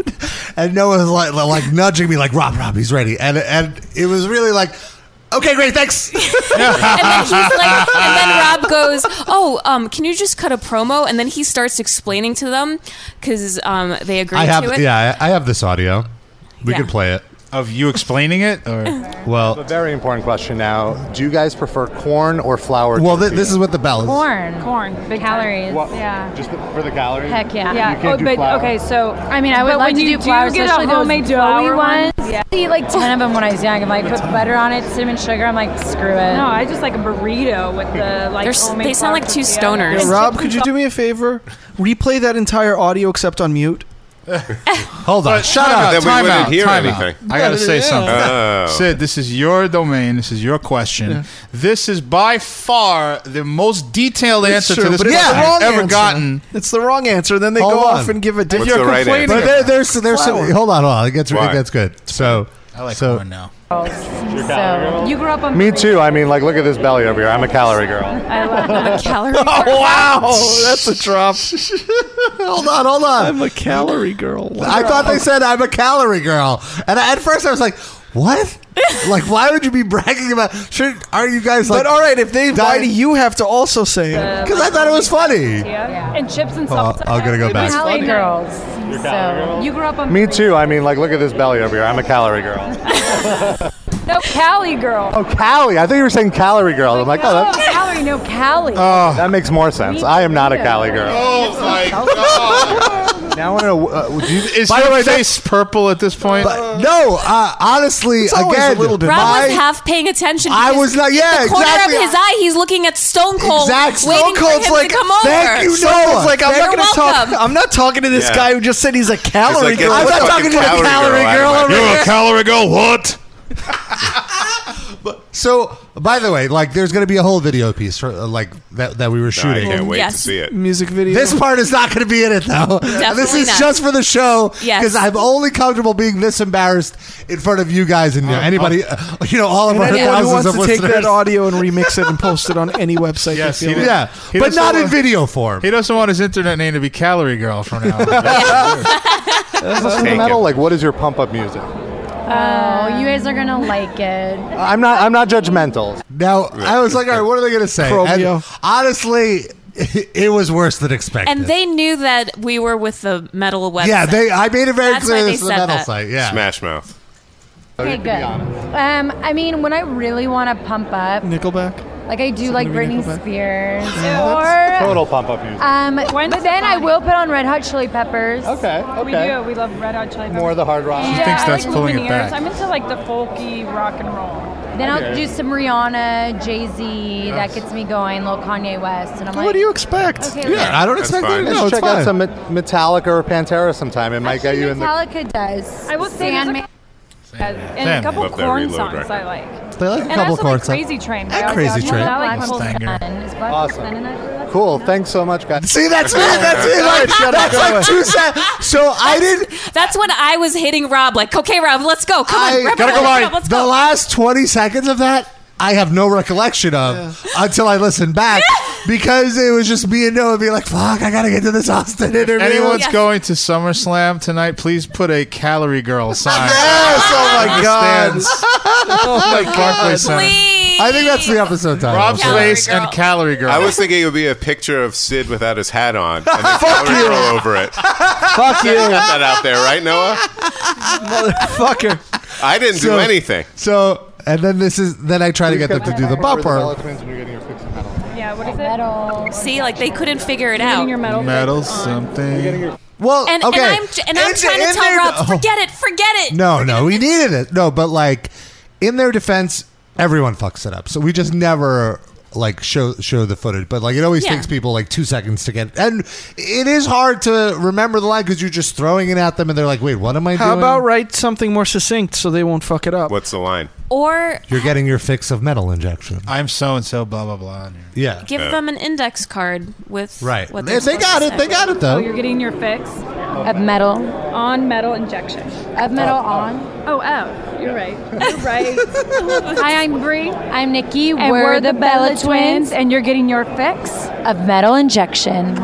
[SPEAKER 3] and no one's like like nudging me, like Rob, Rob, he's ready, and and it was really like, okay, great, thanks.
[SPEAKER 5] and then he's like, and then Rob goes, "Oh, um, can you just cut a promo?" And then he starts explaining to them because um, they agree
[SPEAKER 3] I
[SPEAKER 5] to
[SPEAKER 3] have
[SPEAKER 5] it.
[SPEAKER 3] yeah, I I have this audio. We
[SPEAKER 5] Yeah.
[SPEAKER 3] could play it.
[SPEAKER 2] Of you explaining it? Or?
[SPEAKER 3] Well,
[SPEAKER 9] Very important question now. Do you guys prefer corn or flour?
[SPEAKER 3] well, thi- this is what the Bellas.
[SPEAKER 10] Corn. Corn. Big calories.
[SPEAKER 9] Well,
[SPEAKER 10] Yeah.
[SPEAKER 9] Just for the gallery?
[SPEAKER 10] Heck yeah. Oh,
[SPEAKER 9] You can't do
[SPEAKER 10] but
[SPEAKER 9] flour.
[SPEAKER 10] okay, so
[SPEAKER 11] I mean, I would
[SPEAKER 10] but
[SPEAKER 11] like
[SPEAKER 10] when
[SPEAKER 11] to
[SPEAKER 10] you
[SPEAKER 11] do flour,
[SPEAKER 10] get
[SPEAKER 11] especially
[SPEAKER 10] a
[SPEAKER 11] those
[SPEAKER 10] homemade
[SPEAKER 11] flour
[SPEAKER 10] doughy
[SPEAKER 11] ones.
[SPEAKER 10] Yeah.
[SPEAKER 11] I eat like 10 of them when I was young. I'm like, put butter on it, cinnamon sugar. I'm like, screw it.
[SPEAKER 10] No, I just like a burrito with the like.
[SPEAKER 5] They're s-
[SPEAKER 10] homemade
[SPEAKER 5] they sound
[SPEAKER 10] flour
[SPEAKER 5] like two
[SPEAKER 10] tortilla.
[SPEAKER 5] stoners.
[SPEAKER 10] And
[SPEAKER 4] Rob,
[SPEAKER 10] chips
[SPEAKER 4] could
[SPEAKER 10] and
[SPEAKER 4] you do me a favor? Replay that entire audio except on mute.
[SPEAKER 3] Hold on, shut
[SPEAKER 2] Time
[SPEAKER 3] up.
[SPEAKER 2] out,
[SPEAKER 6] Then we
[SPEAKER 2] time
[SPEAKER 6] wouldn't
[SPEAKER 2] out,
[SPEAKER 6] hear
[SPEAKER 2] time
[SPEAKER 6] anything.
[SPEAKER 2] out. I got to say something.
[SPEAKER 6] Oh.
[SPEAKER 2] Sid, this is your domain. This is your question. This is by far the most detailed answer to
[SPEAKER 4] It's true,
[SPEAKER 2] this
[SPEAKER 4] but it's
[SPEAKER 2] question
[SPEAKER 4] the wrong
[SPEAKER 2] I've ever
[SPEAKER 4] answer.
[SPEAKER 2] gotten.
[SPEAKER 4] It's the wrong answer. Then they
[SPEAKER 3] Hold
[SPEAKER 4] go
[SPEAKER 3] on.
[SPEAKER 4] off and give a
[SPEAKER 6] What's
[SPEAKER 4] different.
[SPEAKER 6] the right
[SPEAKER 2] complaining.
[SPEAKER 6] answer?
[SPEAKER 3] But there, there's there's some,
[SPEAKER 4] Flour.
[SPEAKER 3] hold on, hold on. It gets
[SPEAKER 6] Why?
[SPEAKER 3] it gets good. So
[SPEAKER 2] I like
[SPEAKER 3] so
[SPEAKER 2] corn now.
[SPEAKER 11] So you grew up on
[SPEAKER 9] Me too. I mean, like, look at this belly over here. I'm a calorie girl.
[SPEAKER 11] I love
[SPEAKER 5] I'm a calorie.
[SPEAKER 4] Wow, Oh, that's a drop.
[SPEAKER 3] hold on, hold on.
[SPEAKER 4] I'm a calorie girl.
[SPEAKER 3] I thought they said I'm a calorie girl, and I, at first I was like, "What? like, why would you be bragging about? Should are you guys like?"
[SPEAKER 4] but all right, if they Uh, lie
[SPEAKER 3] diet-
[SPEAKER 4] to you, have to also say it.
[SPEAKER 3] because I thought it was funny.
[SPEAKER 10] Yeah. And chips and
[SPEAKER 3] Hold
[SPEAKER 10] salsa.
[SPEAKER 3] on, I'm gonna go back.
[SPEAKER 11] Cali girls. So
[SPEAKER 10] You grew up
[SPEAKER 4] uh,
[SPEAKER 10] on
[SPEAKER 9] Me too. I mean, like, look at this belly over here. I'm a calorie girl.
[SPEAKER 11] no Cali girl.
[SPEAKER 9] Oh, Cali. I thought you were saying calorie girl. I'm like, oh,
[SPEAKER 11] No
[SPEAKER 9] that,
[SPEAKER 11] Cali, no Cali.
[SPEAKER 9] Oh,
[SPEAKER 3] oh.
[SPEAKER 9] that makes more sense. I am not a Cali girl.
[SPEAKER 2] Oh my god!
[SPEAKER 9] Now I want to know. Uh, do you,
[SPEAKER 2] Is your face purple at this point?
[SPEAKER 3] But no, uh, honestly,
[SPEAKER 4] always
[SPEAKER 3] again,
[SPEAKER 4] a little bit
[SPEAKER 5] Rob was
[SPEAKER 3] my,
[SPEAKER 5] half paying attention.
[SPEAKER 3] I
[SPEAKER 5] because
[SPEAKER 3] was not- yeah,
[SPEAKER 5] the corner
[SPEAKER 3] exactly.
[SPEAKER 5] of his eye, he's looking at Stone Cold,
[SPEAKER 3] Exact-
[SPEAKER 5] Oh,
[SPEAKER 3] Stone
[SPEAKER 5] waiting for
[SPEAKER 3] Cold's
[SPEAKER 5] him
[SPEAKER 3] like,
[SPEAKER 5] to come over.
[SPEAKER 3] "Thank you, Noah."
[SPEAKER 4] Someone's like, I'm
[SPEAKER 3] You're
[SPEAKER 4] not going to
[SPEAKER 5] welcome.
[SPEAKER 4] talk. I'm not talking to this
[SPEAKER 6] Yeah.
[SPEAKER 4] guy who just said he's a
[SPEAKER 6] He's
[SPEAKER 4] calorie
[SPEAKER 6] like,
[SPEAKER 4] girl.
[SPEAKER 6] "Get
[SPEAKER 3] I'm
[SPEAKER 6] the
[SPEAKER 3] not
[SPEAKER 6] fucking
[SPEAKER 3] talking to the calorie
[SPEAKER 6] out of
[SPEAKER 3] girl
[SPEAKER 6] my
[SPEAKER 3] over
[SPEAKER 6] face."
[SPEAKER 3] here.
[SPEAKER 2] calorie girl. What?
[SPEAKER 3] So, by the way, like, there's going to be a whole video piece for uh, like that that we were
[SPEAKER 6] I
[SPEAKER 3] shooting.
[SPEAKER 6] can't wait to
[SPEAKER 5] Yes.
[SPEAKER 6] see it.
[SPEAKER 4] music video.
[SPEAKER 3] This part is not going to be in it, though. this is
[SPEAKER 5] not.
[SPEAKER 3] just for the show because
[SPEAKER 5] Yes.
[SPEAKER 3] I'm only comfortable being this embarrassed in front of you guys and you know, anybody, uh, you know, all of
[SPEAKER 4] and
[SPEAKER 3] our
[SPEAKER 4] anyone
[SPEAKER 3] thousands
[SPEAKER 4] who wants
[SPEAKER 3] of
[SPEAKER 4] to take
[SPEAKER 3] listeners.
[SPEAKER 4] that audio and remix it and post it on any website.
[SPEAKER 2] Yes,
[SPEAKER 4] they
[SPEAKER 2] he
[SPEAKER 4] feel
[SPEAKER 2] did.
[SPEAKER 4] like.
[SPEAKER 3] yeah,
[SPEAKER 2] He
[SPEAKER 3] but
[SPEAKER 2] doesn't
[SPEAKER 3] not in
[SPEAKER 2] want-
[SPEAKER 3] video form.
[SPEAKER 2] He doesn't want his internet name to be Calorie Girl from now. on.
[SPEAKER 9] listen to
[SPEAKER 6] Take
[SPEAKER 9] metal?
[SPEAKER 6] it.
[SPEAKER 9] Like, what is your pump up music?
[SPEAKER 11] Oh, you guys are gonna like it.
[SPEAKER 9] I'm not. I'm not judgmental.
[SPEAKER 3] Now I was like, all right, what are they going to say?
[SPEAKER 4] Chromio.
[SPEAKER 3] And honestly, it was worse than expected.
[SPEAKER 5] And they knew that we were with the metal website.
[SPEAKER 3] yeah, they. I made it very
[SPEAKER 5] That's
[SPEAKER 3] clear
[SPEAKER 5] why they
[SPEAKER 3] this is a
[SPEAKER 5] said
[SPEAKER 3] metal
[SPEAKER 5] that.
[SPEAKER 3] site. Yeah,
[SPEAKER 6] Smash Mouth.
[SPEAKER 2] Oh,
[SPEAKER 11] Okay, good. Um, I mean, when I really want to pump up,
[SPEAKER 4] Nickelback.
[SPEAKER 11] like I do, like
[SPEAKER 4] gonna be
[SPEAKER 11] Britney
[SPEAKER 4] Nickelback.
[SPEAKER 11] Spears, or
[SPEAKER 9] Total pump up music.
[SPEAKER 11] um, but then I will put on Red Hot Chili Peppers.
[SPEAKER 9] Okay.
[SPEAKER 10] We do.
[SPEAKER 9] Okay.
[SPEAKER 10] We love red hot chili peppers.
[SPEAKER 9] More of the hard rock.
[SPEAKER 10] yeah,
[SPEAKER 2] thinks
[SPEAKER 10] I
[SPEAKER 2] that's
[SPEAKER 10] like
[SPEAKER 2] pulling it
[SPEAKER 10] Lumineers.
[SPEAKER 2] back.
[SPEAKER 10] I'm into like the folky rock and roll.
[SPEAKER 11] Then I'll do some Rihanna, Jay Z. That gets me going. Little Kanye West, and I'm like,
[SPEAKER 4] What do you expect?
[SPEAKER 11] Okay,
[SPEAKER 3] yeah. I don't
[SPEAKER 6] That's
[SPEAKER 3] expect
[SPEAKER 6] fine.
[SPEAKER 3] that.
[SPEAKER 6] Let's
[SPEAKER 3] No,
[SPEAKER 9] Let's
[SPEAKER 3] it's
[SPEAKER 9] check
[SPEAKER 3] fine.
[SPEAKER 9] out some Met- Metallica or Pantera sometime. It might
[SPEAKER 11] Actually,
[SPEAKER 9] get you in the.
[SPEAKER 11] Metallica does.
[SPEAKER 10] I will say there's a
[SPEAKER 11] Sandman.
[SPEAKER 10] As, and
[SPEAKER 3] Sam.
[SPEAKER 10] a couple
[SPEAKER 3] Love that
[SPEAKER 10] corn
[SPEAKER 3] Reload
[SPEAKER 10] songs
[SPEAKER 3] record.
[SPEAKER 10] I like.
[SPEAKER 3] They like a
[SPEAKER 10] and
[SPEAKER 3] couple
[SPEAKER 10] I also
[SPEAKER 3] corn
[SPEAKER 10] like
[SPEAKER 3] songs.
[SPEAKER 10] Crazy Train. but
[SPEAKER 3] And
[SPEAKER 10] I like
[SPEAKER 3] Crazy
[SPEAKER 10] Outlaw.
[SPEAKER 3] Train.
[SPEAKER 10] I like
[SPEAKER 3] Black
[SPEAKER 10] Wolf's
[SPEAKER 3] Mustanger.
[SPEAKER 10] Den. Is Black
[SPEAKER 9] Awesome.
[SPEAKER 10] Wolf's Den in it?
[SPEAKER 9] Cool. Thanks so much, guys.
[SPEAKER 3] See, that's
[SPEAKER 5] it, that's it.
[SPEAKER 9] All right, shut up.
[SPEAKER 5] That's like two
[SPEAKER 3] sec- So I didn't.
[SPEAKER 5] That's when I was hitting Rob, like, okay, Rob, let's go. Come on, wrap it up, wrap it up, let's
[SPEAKER 3] The last 20 seconds of that, I have no recollection of until I listened back because it was just me and Noah being like, fuck, I got to get to this Austin
[SPEAKER 2] If
[SPEAKER 3] interview.
[SPEAKER 2] anyone's going to SummerSlam tonight, please put a Calorie Girl sign.
[SPEAKER 3] Yes, oh my
[SPEAKER 2] on the
[SPEAKER 3] God.
[SPEAKER 2] stands.
[SPEAKER 3] oh
[SPEAKER 2] Like Barclays Center.
[SPEAKER 3] I think that's the episode title.
[SPEAKER 2] Rob's face and Calorie Girl.
[SPEAKER 6] I was thinking it would be a picture of Sid without his hat on and then
[SPEAKER 2] Fuck
[SPEAKER 6] Calorie
[SPEAKER 2] you.
[SPEAKER 6] Girl over it.
[SPEAKER 4] Fuck
[SPEAKER 6] you. Got that out there, right, Noah?
[SPEAKER 4] Motherfucker.
[SPEAKER 6] I didn't
[SPEAKER 3] So-
[SPEAKER 6] do anything.
[SPEAKER 3] So, and then this is, then I try to get them to do the bumper.
[SPEAKER 10] Yeah, what is it?
[SPEAKER 11] Metal.
[SPEAKER 5] See, like, they couldn't figure it out.
[SPEAKER 2] Metal something.
[SPEAKER 3] Well,
[SPEAKER 5] And,
[SPEAKER 3] okay.
[SPEAKER 5] and I'm, and I'm
[SPEAKER 3] In-
[SPEAKER 5] trying to
[SPEAKER 3] in
[SPEAKER 5] tell
[SPEAKER 3] their-
[SPEAKER 5] Rob,
[SPEAKER 3] oh.
[SPEAKER 5] forget it, forget it.
[SPEAKER 3] No, no, we needed it. No, but like in their defense, everyone fucks it up. So we just never like show show the footage. But like it always
[SPEAKER 5] Yeah.
[SPEAKER 3] takes people like two seconds to get, and it is hard to remember the line because you're just throwing it at them, and they're like, "Wait, what am I
[SPEAKER 4] How
[SPEAKER 3] doing?"
[SPEAKER 4] about write something more succinct so they won't fuck it up?
[SPEAKER 6] What's the line?
[SPEAKER 5] Or
[SPEAKER 3] you're getting your fix of metal injection?
[SPEAKER 2] I'm so and so, blah, blah, blah.
[SPEAKER 3] Yeah.
[SPEAKER 5] give them an index card with
[SPEAKER 3] Right.
[SPEAKER 5] What
[SPEAKER 3] They- they got it, they got it, though.
[SPEAKER 10] Oh, you're getting your fix
[SPEAKER 11] Of metal.
[SPEAKER 10] on metal injection.
[SPEAKER 11] Of metal on.
[SPEAKER 10] Oh, oh, you're right. You're right.
[SPEAKER 11] Hi, I'm Bree. I'm Nikki.
[SPEAKER 10] and we're, the Bella twins, and you're getting your fix.
[SPEAKER 11] of metal injection.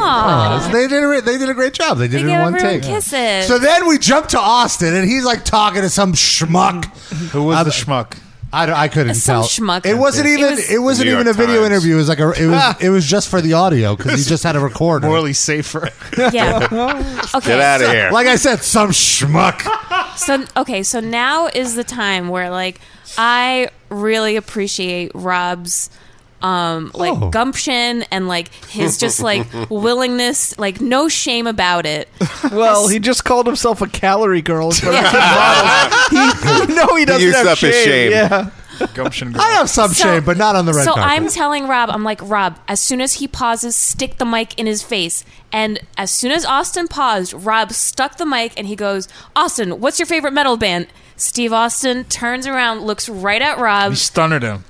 [SPEAKER 3] Oh, so they did a, re- they did a great job. They did
[SPEAKER 5] They
[SPEAKER 3] it
[SPEAKER 5] gave
[SPEAKER 3] in one
[SPEAKER 5] everyone
[SPEAKER 3] take.
[SPEAKER 5] kisses.
[SPEAKER 3] So then we jump to Austin, and he's like talking to some schmuck. Uh,
[SPEAKER 2] Who was the schmuck?
[SPEAKER 3] I, don't- I couldn't
[SPEAKER 5] Some
[SPEAKER 3] tell.
[SPEAKER 5] schmuck.
[SPEAKER 3] It wasn't
[SPEAKER 5] It
[SPEAKER 3] even. It, was,
[SPEAKER 5] was-
[SPEAKER 3] not
[SPEAKER 6] New
[SPEAKER 3] even a
[SPEAKER 6] York
[SPEAKER 3] video
[SPEAKER 6] Times.
[SPEAKER 3] interview. It was like a. It was. it was just for the audio because he just had a recorder.
[SPEAKER 2] Morley Safer.
[SPEAKER 5] Yeah. okay.
[SPEAKER 6] Get out
[SPEAKER 5] so,
[SPEAKER 6] of here.
[SPEAKER 3] Like I said, some schmuck.
[SPEAKER 5] So okay, so now is the time where like I really appreciate Rob's um like
[SPEAKER 3] Oh.
[SPEAKER 5] gumption and like his just like willingness, like no shame about it.
[SPEAKER 4] Well, he just called himself a calorie girl. in front of two models. He, no, he doesn't
[SPEAKER 6] used
[SPEAKER 4] have
[SPEAKER 6] up
[SPEAKER 4] shame.
[SPEAKER 6] his shame.
[SPEAKER 4] Yeah.
[SPEAKER 2] Gumption Girl.
[SPEAKER 3] I have some
[SPEAKER 5] So-
[SPEAKER 3] shame, but not on the red
[SPEAKER 5] So
[SPEAKER 3] carpet.
[SPEAKER 5] I'm telling Rob, I'm like, Rob, as soon as he pauses, stick the mic in his face. And as soon as Austin paused, Rob stuck the mic and he goes, Austin, what's your favorite metal band? Steve Austin turns around, looks right at Rob.
[SPEAKER 2] He stunned him.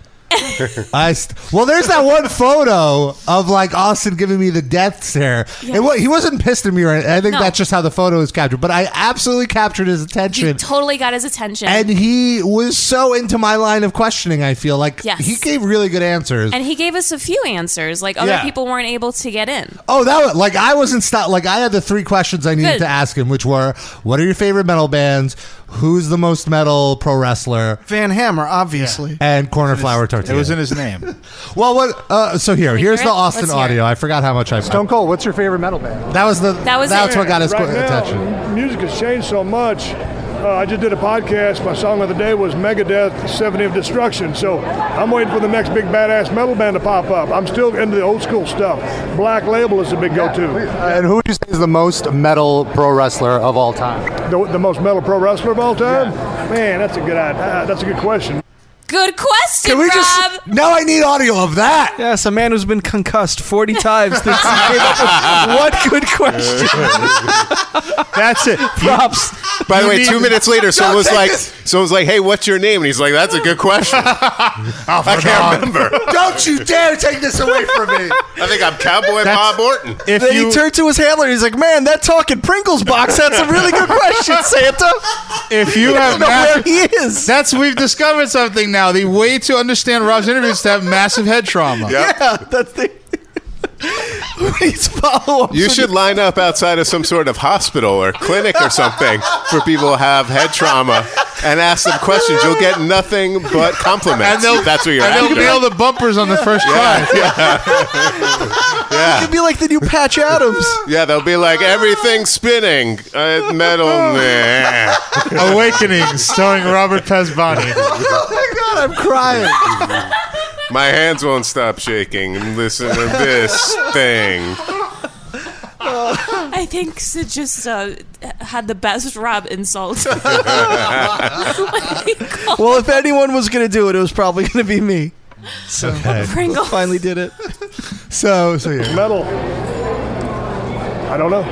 [SPEAKER 3] I st- well, there's that one photo of like Austin giving me the death stare. It wa- he wasn't pissed at me, or anything. I think
[SPEAKER 5] No.
[SPEAKER 3] that's just how the photo is captured. But I absolutely captured his
[SPEAKER 5] He
[SPEAKER 3] attention.
[SPEAKER 5] totally got his attention.
[SPEAKER 3] and he was so into my line of questioning. I feel like
[SPEAKER 5] Yes.
[SPEAKER 3] he gave really good answers.
[SPEAKER 5] And he gave us a few answers. Like other
[SPEAKER 3] Yeah.
[SPEAKER 5] people weren't able to get in.
[SPEAKER 3] Oh, that was like I wasn't stop. Like I had the three questions I needed
[SPEAKER 5] Good.
[SPEAKER 3] to ask him, which were: What are your favorite metal bands? Who's the most metal pro wrestler?
[SPEAKER 4] Van Hammer, obviously.
[SPEAKER 3] And corner flower
[SPEAKER 2] It
[SPEAKER 3] tortilla.
[SPEAKER 2] was in his name.
[SPEAKER 3] well, what? Uh, so here, here's
[SPEAKER 5] hear
[SPEAKER 3] the
[SPEAKER 5] it?
[SPEAKER 3] Austin
[SPEAKER 5] Let's hear
[SPEAKER 3] audio. I forgot how much I.
[SPEAKER 9] Stone Cold, what's your favorite metal band?
[SPEAKER 3] That was the.
[SPEAKER 5] That was
[SPEAKER 3] That's
[SPEAKER 5] it.
[SPEAKER 3] what got his
[SPEAKER 12] right now,
[SPEAKER 3] attention.
[SPEAKER 12] Music has changed so much. Uh, I just did a podcast. My song of the day was Megadeth, 70 of Destruction. So I'm waiting for the next big badass metal band to pop up. I'm still into the old school stuff. Black Label is a big go to.
[SPEAKER 9] And who would you say is the most metal pro wrestler of all time?
[SPEAKER 12] The, the most metal pro wrestler of all time? Man, that's a good idea. Uh, that's a good question.
[SPEAKER 5] Good question,
[SPEAKER 3] Can we
[SPEAKER 5] Rob.
[SPEAKER 3] just? Now I need audio of that.
[SPEAKER 4] Yes, a man who's been concussed 40 times thinks he came up with what good question.
[SPEAKER 2] That's it.
[SPEAKER 4] Props.
[SPEAKER 6] By the way,
[SPEAKER 2] need-
[SPEAKER 6] two minutes later, someone was
[SPEAKER 3] take
[SPEAKER 6] like,
[SPEAKER 3] this.
[SPEAKER 6] someone was like, "Hey, what's your name?" And he's like, "That's a good question. I can't remember.
[SPEAKER 3] Don't you dare take this away from me.
[SPEAKER 6] I think I'm Cowboy Bob Orton."
[SPEAKER 2] If
[SPEAKER 4] Then
[SPEAKER 2] you
[SPEAKER 4] he turned to his handler and he's like, man, that talking Pringles box, that's a really good question, Santa.
[SPEAKER 2] if you
[SPEAKER 4] I
[SPEAKER 2] have
[SPEAKER 4] don't know where
[SPEAKER 2] massive,
[SPEAKER 4] he is.
[SPEAKER 2] that's we've discovered something now. The way to understand Rob's interview is to have massive head trauma.
[SPEAKER 6] Yeah.
[SPEAKER 4] yeah, that's the. Please follow up.
[SPEAKER 6] You should line up outside of some sort of hospital or clinic or something for people who have head trauma and ask them questions. You'll get nothing but compliments.
[SPEAKER 2] they'll-
[SPEAKER 6] That's what you're
[SPEAKER 2] And they'll
[SPEAKER 6] after.
[SPEAKER 2] be all the bumpers on the first try.
[SPEAKER 4] It'd be like the new Patch Adams.
[SPEAKER 6] yeah, they'll be like everything's spinning, uh, metal. nah."
[SPEAKER 2] Awakening, starring Robert Pesbani.
[SPEAKER 3] Oh my god, I'm crying.
[SPEAKER 6] My hands won't stop shaking. Listen to this thing.
[SPEAKER 5] I think Sid just uh, had the best Rob insult.
[SPEAKER 4] Well, if anyone was going to do it, it was probably going to be me. So
[SPEAKER 5] Pringle.
[SPEAKER 4] finally did it.
[SPEAKER 3] So so yeah.
[SPEAKER 12] Metal. I don't know.